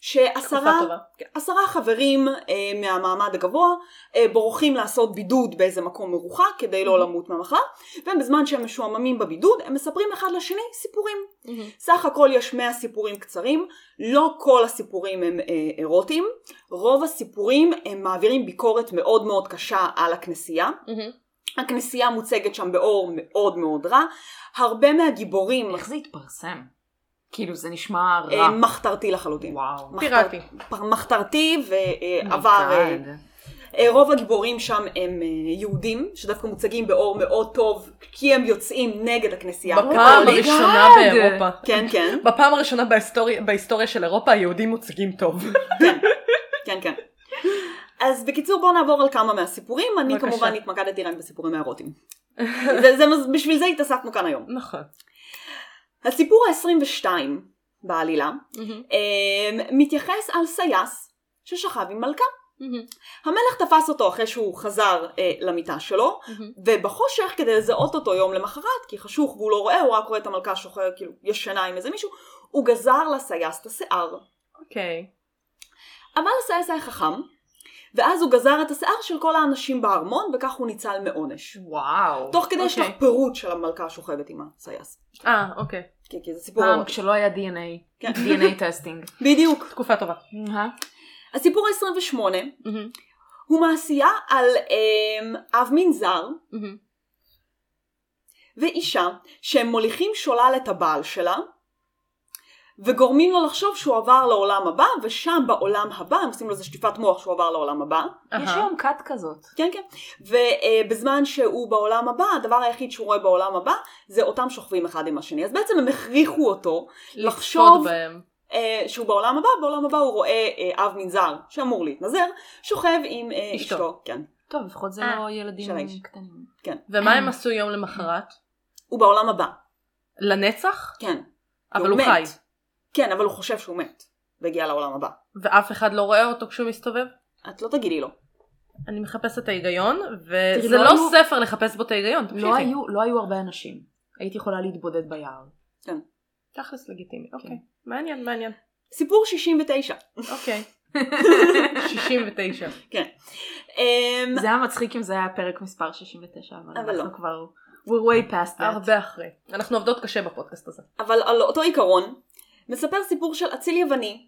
[SPEAKER 2] שעשרה
[SPEAKER 3] תקופה טובה.
[SPEAKER 2] עשרה חברים אה, מהמעמד הגבוה אה, בורחים לעשות בידוד באיזה מקום מרוחק כדי
[SPEAKER 3] Mm-hmm.
[SPEAKER 2] לא למות מהמחלה, ובזמן שהם משועממים בבידוד הם מספרים אחד לשני סיפורים. סך הכל יש 100 סיפורים קצרים, לא כל הסיפורים הם אה, אירוטיים, רוב הסיפורים הם מעבירים ביקורת מאוד מאוד קשה על הכנסייה. הכנסייה מוצגת שם באור מאוד מאוד רע, הרבה מהגיבורים
[SPEAKER 4] איך זה התפרסם? כאילו זה נשמע
[SPEAKER 2] אה,
[SPEAKER 4] רע.
[SPEAKER 2] מחתרתי לחלוטין.
[SPEAKER 4] וואו. Oh
[SPEAKER 2] מחתר-
[SPEAKER 3] פיראטי.
[SPEAKER 2] פ- מחתרתי ועבר... אה,
[SPEAKER 4] God.
[SPEAKER 2] אה, רוב הגיבורים שם הם אה, יהודים, שדווקא מוצגים באור מאוד טוב, כי הם יוצאים נגד הכנסייה
[SPEAKER 3] בפעם
[SPEAKER 1] Oh
[SPEAKER 2] הקתולית.
[SPEAKER 3] הראשונה
[SPEAKER 4] God.
[SPEAKER 3] באירופה.
[SPEAKER 2] כן, כן,
[SPEAKER 3] בפעם הראשונה בהיסטוריה, בהיסטוריה של אירופה היהודים מוצגים טוב.
[SPEAKER 2] כן, כן. אז בקיצור בואו נעבור על כמה מהסיפורים, אני
[SPEAKER 3] בבקשה.
[SPEAKER 2] כמובן התמקדתי רק בסיפורים הארוטיים. זה, זה, בשביל זה התעסקנו כאן היום.
[SPEAKER 3] נכון.
[SPEAKER 2] הסיפור ה-22 בעלילה אה, מתייחס על סייס ששכב עם מלכה. המלך תפס אותו אחרי שהוא חזר אה, למיטה שלו, ובחושך כדי לזהות אותו יום למחרת, כי חשוך והוא לא רואה, הוא רק רואה את המלכה שוכר, כאילו, ישנה עם איזה מישהו, הוא גזר לסייס את השיער.
[SPEAKER 3] אוקיי.
[SPEAKER 2] אבל הסייס היה חכם, ואז הוא גזר את השיער של כל האנשים בארמון, וכך הוא ניצל מעונש.
[SPEAKER 4] וואו.
[SPEAKER 2] תוך כדי יש לך
[SPEAKER 3] אוקיי.
[SPEAKER 2] פירוט של המלכה השוכבת עם הסייס.
[SPEAKER 3] אה, אוקיי.
[SPEAKER 2] כי, כן, כי זה סיפור...
[SPEAKER 4] פעם
[SPEAKER 2] ארוך.
[SPEAKER 4] כשלא היה DNA.
[SPEAKER 2] כן.
[SPEAKER 4] DNA טסטינג.
[SPEAKER 2] בדיוק.
[SPEAKER 3] תקופה טובה.
[SPEAKER 2] הסיפור ה-28 הוא מעשייה על אמ, אב מנזר ואישה שהם מוליכים שולל את הבעל שלה וגורמים לו לחשוב שהוא עבר לעולם הבא ושם בעולם הבא הם עושים לו איזה שטיפת מוח שהוא עבר לעולם הבא
[SPEAKER 4] יש
[SPEAKER 3] אהה.
[SPEAKER 4] היום כת כזאת.
[SPEAKER 2] כן כן ובזמן שהוא בעולם הבא הדבר היחיד שהוא רואה בעולם הבא זה אותם שוכבים אחד עם השני אז בעצם הם הכריחו אותו
[SPEAKER 3] לצפות
[SPEAKER 2] לחשוב
[SPEAKER 3] בהם.
[SPEAKER 2] אה, שהוא בעולם הבא בעולם הבא הוא רואה אה, אב מנזר שאמור להתנזר שוכב עם אה,
[SPEAKER 3] אשתו.
[SPEAKER 2] אשתו כן
[SPEAKER 4] טוב, לפחות זה
[SPEAKER 3] אה,
[SPEAKER 4] לא ילדים
[SPEAKER 2] של האיש.
[SPEAKER 4] קטנים.
[SPEAKER 3] ומה הם עשו יום למחרת?
[SPEAKER 2] הוא בעולם הבא
[SPEAKER 3] לנצח?
[SPEAKER 2] כן
[SPEAKER 3] אבל
[SPEAKER 2] הוא
[SPEAKER 3] הוא
[SPEAKER 2] מת.
[SPEAKER 3] חי.
[SPEAKER 2] כן, אבל הוא חושב שהוא מת, והגיע לעולם הבא.
[SPEAKER 3] ואף אחד לא רואה אותו כשהוא מסתובב?
[SPEAKER 2] את לא תגידי לו.
[SPEAKER 3] אני מחפשת את ההיגיון,
[SPEAKER 4] תראי,
[SPEAKER 3] וזה
[SPEAKER 4] לא
[SPEAKER 3] לא
[SPEAKER 4] היו-
[SPEAKER 3] ספר לחפש בו את ההיגיון.
[SPEAKER 1] אוקיי,
[SPEAKER 4] לא
[SPEAKER 3] תמשיכי.
[SPEAKER 4] היו- לא היו הרבה אנשים. הייתי יכולה להתבודד ביער.
[SPEAKER 3] תכלס לגיטימי. אוקיי. מעניין, מעניין.
[SPEAKER 2] סיפור 69.
[SPEAKER 3] אוקיי. 69.
[SPEAKER 2] אמ,
[SPEAKER 4] זה היה מצחיק אם זה היה פרק מספר 69, אבל
[SPEAKER 2] אבל
[SPEAKER 3] לא.
[SPEAKER 4] אנחנו כבר... We're way past that.
[SPEAKER 3] הרבה אחרי. אנחנו עובדות קשה בפודקאסט הזה.
[SPEAKER 2] אבל על אותו עיקרון, מספר סיפור של אציל יווני,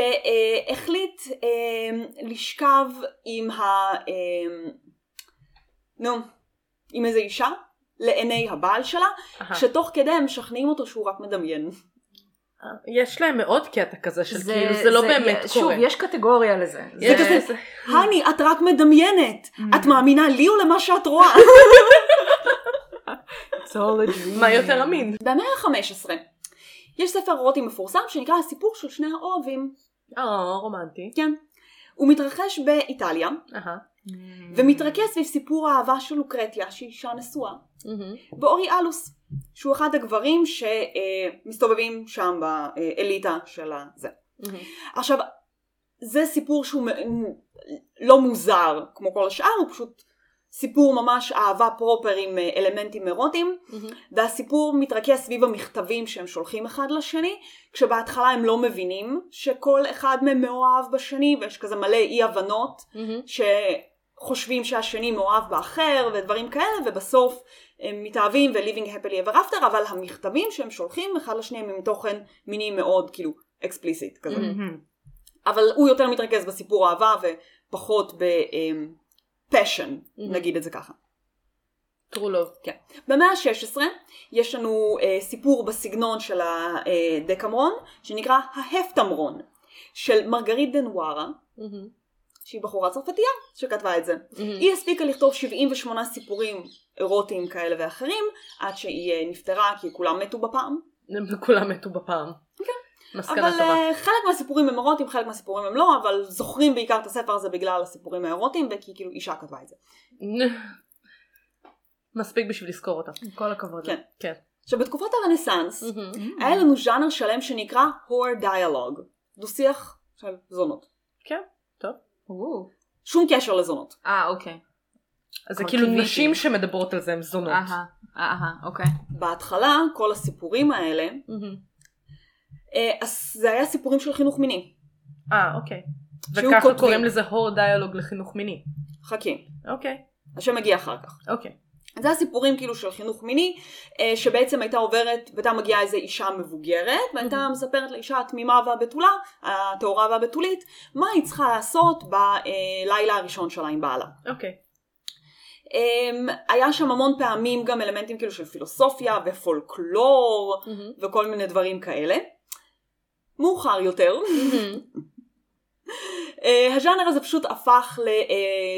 [SPEAKER 2] שהחליט אמ, לשכב עם ה... אמ, נו, עם איזה אישה, לעיני הבעל שלה,
[SPEAKER 3] אהה.
[SPEAKER 2] כשתוך כדי הם משכנעים אותו שהוא רק מדמיין.
[SPEAKER 3] יש להם מאוד קטע כזה של כאילו זה לא באמת
[SPEAKER 4] שוב,
[SPEAKER 3] קורה.
[SPEAKER 4] יש קטגוריה לזה.
[SPEAKER 3] יש
[SPEAKER 4] זה-
[SPEAKER 3] כזה-
[SPEAKER 2] הני, את רק מדמיינת! את מאמינה לי או למה שאת רואה?
[SPEAKER 4] It's all a dream.
[SPEAKER 3] מה יותר אמין?
[SPEAKER 2] במאה ה-15 יש ספר רוטי מפורסם שנקרא הסיפור של שני האוהבים.
[SPEAKER 3] אה, רומנטי.
[SPEAKER 2] כן. הוא מתרחש באיטליה,
[SPEAKER 3] אהה.
[SPEAKER 1] Mm.
[SPEAKER 2] ומתרכז סביב סיפור האהבה של לוקרטיה, שהיא אישה נשואה,
[SPEAKER 3] מהמם.
[SPEAKER 2] באוריאלוס, שהוא אחד הגברים שמסתובבים שם באליטה של הזה.
[SPEAKER 3] מהמם.
[SPEAKER 2] עכשיו, זה סיפור שהוא מ- לא מוזר כמו כל השאר, הוא פשוט סיפור ממש אהבה פרופר עם אה, אלמנטים אירוטיים,
[SPEAKER 3] מהמם.
[SPEAKER 2] והסיפור מתרכז סביב המכתבים שהם שולחים אחד לשני, כשבהתחלה הם לא מבינים שכל אחד מהם מאוהב בשני, ויש כזה מלא אי הבנות,
[SPEAKER 3] מהמם.
[SPEAKER 2] שחושבים שהשני מאוהב באחר ודברים כאלה, ובסוף הם מתאהבים ו-living happily ever after, אבל המכתבים שהם שולחים אחד לשני הם עם תוכן מיני מאוד כאילו אקספליסיט כזה.
[SPEAKER 3] Mhm.
[SPEAKER 1] Mm-hmm.
[SPEAKER 2] אבל הוא יותר מתרכז בסיפור אהבה ופחות בפשן,
[SPEAKER 3] Mhm.
[SPEAKER 2] נגיד את זה ככה. כן.
[SPEAKER 3] True love.
[SPEAKER 2] במאה ה-16 יש לנו אה, סיפור בסגנון של הדקמרון שנקרא ההפטמרון של מרגרית דנוארה
[SPEAKER 3] מהמם.
[SPEAKER 2] שהיא בחורה צרפתייה שכתבה את זה.
[SPEAKER 3] מהמם.
[SPEAKER 2] היא הספיקה לכתוב 78 סיפורים אירוטיים כאלה ואחרים עד שהיא אה, נפטרה כי כולם מתו בפעם.
[SPEAKER 3] הם כולם מתו בפעם. מסקנה
[SPEAKER 2] אבל
[SPEAKER 3] טובה.
[SPEAKER 2] אה, חלק מהסיפורים הם אירוטיים, חלק מהסיפורים הם לא, אבל זוכרים בעיקר את הספר הזה בגלל הסיפורים האירוטיים וכי כאילו אישה כתבה את זה.
[SPEAKER 3] אה, מספיק בשביל לזכור אותה.
[SPEAKER 4] כל הכבוד.
[SPEAKER 2] כן.
[SPEAKER 3] כן.
[SPEAKER 2] עכשיו בתקופת הרנסאנס
[SPEAKER 3] מהמם.
[SPEAKER 2] היה לנו ז'אנר שלם שנקרא whore dialogue, דו שיח של זונות.
[SPEAKER 3] כן.
[SPEAKER 4] או.
[SPEAKER 2] שום קשר לזונות.
[SPEAKER 4] אה, אוקיי.
[SPEAKER 3] אז זה
[SPEAKER 1] כבר
[SPEAKER 3] כאילו
[SPEAKER 1] קיוויתי.
[SPEAKER 3] נשים שמדברות על זה הן זונות.
[SPEAKER 1] אהה, אהה, אוקיי.
[SPEAKER 2] בהתחלה, כל הסיפורים האלה,
[SPEAKER 3] מהמם.
[SPEAKER 2] אה, אז זה היה סיפורים של חינוך מיני.
[SPEAKER 3] אה, אוקיי.
[SPEAKER 2] שהוא
[SPEAKER 3] וככה
[SPEAKER 2] כותבים.
[SPEAKER 3] קוראים לזה הור דיאלוג לחינוך מיני.
[SPEAKER 2] חכי,
[SPEAKER 3] אוקיי,
[SPEAKER 2] השם מגיע אחר כך.
[SPEAKER 3] אוקיי.
[SPEAKER 2] אז זה הסיפורים כאילו של חינוך מיני, אה, שבעצם הייתה עוברת, והייתה מגיעה איזו אישה מבוגרת, והייתה מספרת לאישה התמימה והבתולה, הטהורה והבתולית, מה היא צריכה לעשות בלילה הראשון שלה עם בעלה.
[SPEAKER 3] אוקיי.
[SPEAKER 2] אה, היה שם המון פעמים גם אלמנטים כאילו של פילוסופיה ופולקלור
[SPEAKER 3] מהמם.
[SPEAKER 2] וכל מיני דברים כאלה. מאוחר יותר,
[SPEAKER 3] Mm-hmm.
[SPEAKER 2] אה, הז'אנר הזה פשוט הפך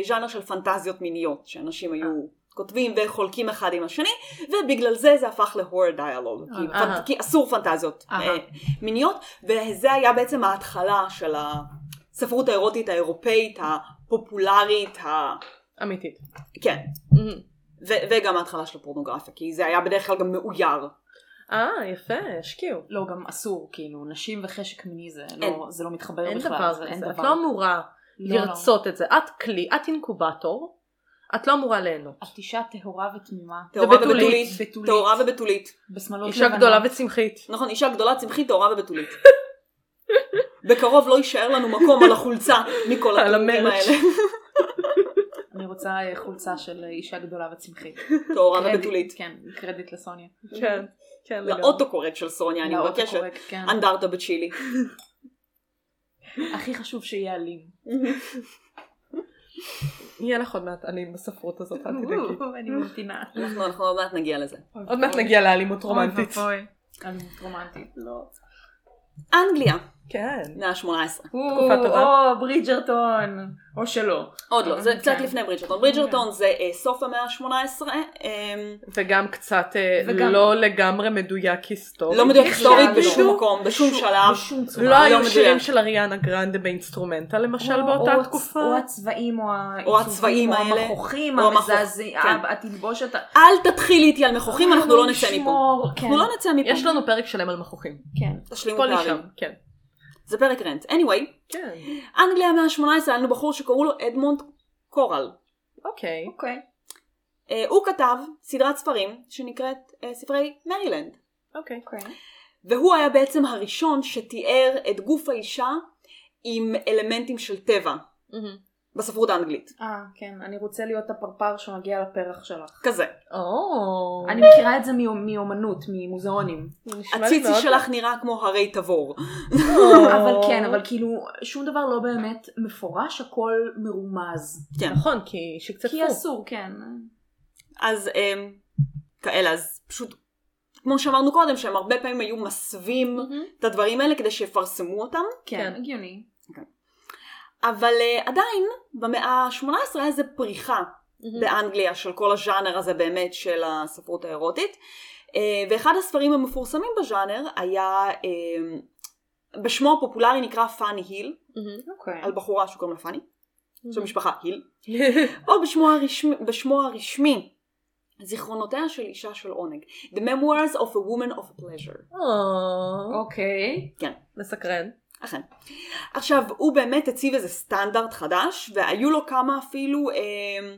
[SPEAKER 2] לז'אנר של פנטזיות מיניות, שאנשים היו כותבים וחולקים אחד עם השני, ובגלל זה זה הפך להור דיאלוג, כי,
[SPEAKER 3] אה, אה.
[SPEAKER 2] פנ... כי אסור פנטזיות
[SPEAKER 1] אה.
[SPEAKER 2] אה, מיניות, וזה היה בעצם ההתחלה של הספרות האירוטית האירופאית הפופולרית, ה...
[SPEAKER 3] אמיתית.
[SPEAKER 2] כן,
[SPEAKER 3] מהמם.
[SPEAKER 2] ו- וגם ההתחלה של הפורנוגרפיה, כי זה היה בדרך כלל גם מאויר.
[SPEAKER 3] אה, יפה, השקיעו.
[SPEAKER 1] לא, גם אסור, כאילו, נשים וחשק מיני זה
[SPEAKER 2] אין.
[SPEAKER 1] לא, זה לא מתחבר
[SPEAKER 3] אין
[SPEAKER 1] בכלל.
[SPEAKER 3] דבר כזה. את לא אמורה
[SPEAKER 1] לא, לא.
[SPEAKER 3] לרצות את זה. את כלי, את אינקובטור, את לא אמורה ליהנות.
[SPEAKER 1] את אישה טהורה ותמימה.
[SPEAKER 2] טהורה
[SPEAKER 3] ובתולית.
[SPEAKER 2] ובתולית,
[SPEAKER 1] בתולית.
[SPEAKER 2] טהורה ובתולית.
[SPEAKER 1] בשמאלות
[SPEAKER 3] אישה גדולה וצמחית.
[SPEAKER 2] נכון, אישה גדולה, צמחית, טהורה ובתולית. בקרוב לא יישאר לנו מקום על החולצה מכל
[SPEAKER 3] על
[SPEAKER 2] הטורים
[SPEAKER 3] המלט.
[SPEAKER 2] האלה.
[SPEAKER 1] אני רוצה אה, חולצה של אישה גדולה וצמחית.
[SPEAKER 2] טהורה
[SPEAKER 1] קרדיט,
[SPEAKER 2] ובתולית.
[SPEAKER 1] כן, קרדיט לסוניה.
[SPEAKER 3] כן, כן, לגמרי.
[SPEAKER 2] לאוטוקורקט של סוניה, אני
[SPEAKER 1] לאוטו
[SPEAKER 2] מבקשת.
[SPEAKER 1] קורקט, כן.
[SPEAKER 2] אנדרטה בצ'ילי.
[SPEAKER 1] הכי חשוב שיהיה אלים.
[SPEAKER 3] יהיה לך עוד מעט אלים בספרות הזאת, אל תדאגי.
[SPEAKER 1] אני ממתינה.
[SPEAKER 2] אנחנו אנחנו עוד מעט נגיע לזה.
[SPEAKER 3] עוד מעט נגיע לאלימות רומנטית.
[SPEAKER 1] אוקיי. אלימות רומנטית. לא.
[SPEAKER 2] אנגליה,
[SPEAKER 3] כן.
[SPEAKER 2] מאה ה-18.
[SPEAKER 3] תקופה טובה.
[SPEAKER 1] או ברידג'רטון. או שלא.
[SPEAKER 2] עוד לא, זה
[SPEAKER 1] כן.
[SPEAKER 2] קצת לפני ברידג'רטון. ברידג'רטון זה אה, סוף המאה ה-18.
[SPEAKER 3] וגם קצת אה,
[SPEAKER 1] וגם-
[SPEAKER 3] לא לגמרי מדויק היסטורית.
[SPEAKER 2] לא מדויק
[SPEAKER 1] בכלל
[SPEAKER 2] היסטורית
[SPEAKER 1] לא.
[SPEAKER 2] בשום מקום, בשום שלב.
[SPEAKER 1] בשום צורה.
[SPEAKER 3] לא היו
[SPEAKER 2] מדויק.
[SPEAKER 3] שירים של אריאנה גרנדה באינסטרומנטה למשל
[SPEAKER 1] או- או
[SPEAKER 3] באותה
[SPEAKER 1] הצ-
[SPEAKER 3] תקופה.
[SPEAKER 1] או הצבעים, או
[SPEAKER 2] או
[SPEAKER 1] העיצובים,
[SPEAKER 2] הצבעים האלה.
[SPEAKER 1] או המכוחים,
[SPEAKER 2] או המכוך,
[SPEAKER 1] המזעזעים,
[SPEAKER 2] כן.
[SPEAKER 1] התלבושת. ה-
[SPEAKER 2] אל תתחיל איתי על מכוחים, אנחנו לא נצא מפה.
[SPEAKER 1] שמור, כן.
[SPEAKER 2] אנחנו לא נצא
[SPEAKER 3] יש
[SPEAKER 2] מפה.
[SPEAKER 3] לנו פרק שלם על מכוחים.
[SPEAKER 1] כן.
[SPEAKER 2] תשלימו
[SPEAKER 3] פה
[SPEAKER 2] פערים.
[SPEAKER 3] לשם, כן.
[SPEAKER 2] זה פרק רנט. anyway,
[SPEAKER 3] כן,
[SPEAKER 2] אנגליה המאה ה-18 היה לנו בחור שקראו לו אדמונד קורל.
[SPEAKER 3] אוקיי.
[SPEAKER 1] אוקיי.
[SPEAKER 2] אה, הוא כתב סדרת ספרים שנקראת אה, ספרי מרילנד.
[SPEAKER 3] אוקיי.
[SPEAKER 2] והוא היה בעצם הראשון שתיאר את גוף האישה עם אלמנטים של טבע
[SPEAKER 3] מהמם.
[SPEAKER 2] בספרות האנגלית.
[SPEAKER 1] אה, כן. אני רוצה להיות הפרפר שמגיע לפרח שלך.
[SPEAKER 2] כזה.
[SPEAKER 3] או.
[SPEAKER 1] אני מכירה את זה מאו- מאומנות, ממוזיאונים.
[SPEAKER 3] זה נשמע לי
[SPEAKER 2] הציצי
[SPEAKER 3] מאוד-
[SPEAKER 2] שלך נראה כמו הרי תבור.
[SPEAKER 3] או.
[SPEAKER 1] אבל כן,
[SPEAKER 3] Oh.
[SPEAKER 1] אבל כאילו, שום דבר לא באמת מפורש, הכל מרומז.
[SPEAKER 2] כן.
[SPEAKER 3] נכון, כי שקצת
[SPEAKER 1] כי אסור, כן.
[SPEAKER 2] אז אה, כאלה, אז פשוט, כמו שאמרנו קודם, שהם הרבה פעמים היו מסווים את הדברים האלה כדי שיפרסמו אותם,
[SPEAKER 1] כן,
[SPEAKER 3] כן.
[SPEAKER 1] הגיוני.
[SPEAKER 2] אבל אה, עדיין, במאה ה-18 היה איזה פריחה באנגליה של כל הז'אנר הזה באמת של הספרות האירוטית. אה, ואחד הספרים המפורסמים בז'אנר היה, אה, בשמו הפופולרי נקרא פאני היל,
[SPEAKER 1] אוקיי.
[SPEAKER 2] על בחורה שקוראים לה פאני, של משפחה היל, או בשמו הרשמי, בשמו הרשמי זיכרונותיה של אישה של עונג, The Memoirs of a Woman of Pleasure.
[SPEAKER 3] או.
[SPEAKER 1] אוקיי.
[SPEAKER 3] Oh. מסקרן.
[SPEAKER 2] אכן. עכשיו, הוא באמת הציב איזה סטנדרט חדש, והיו לו כמה אפילו אה,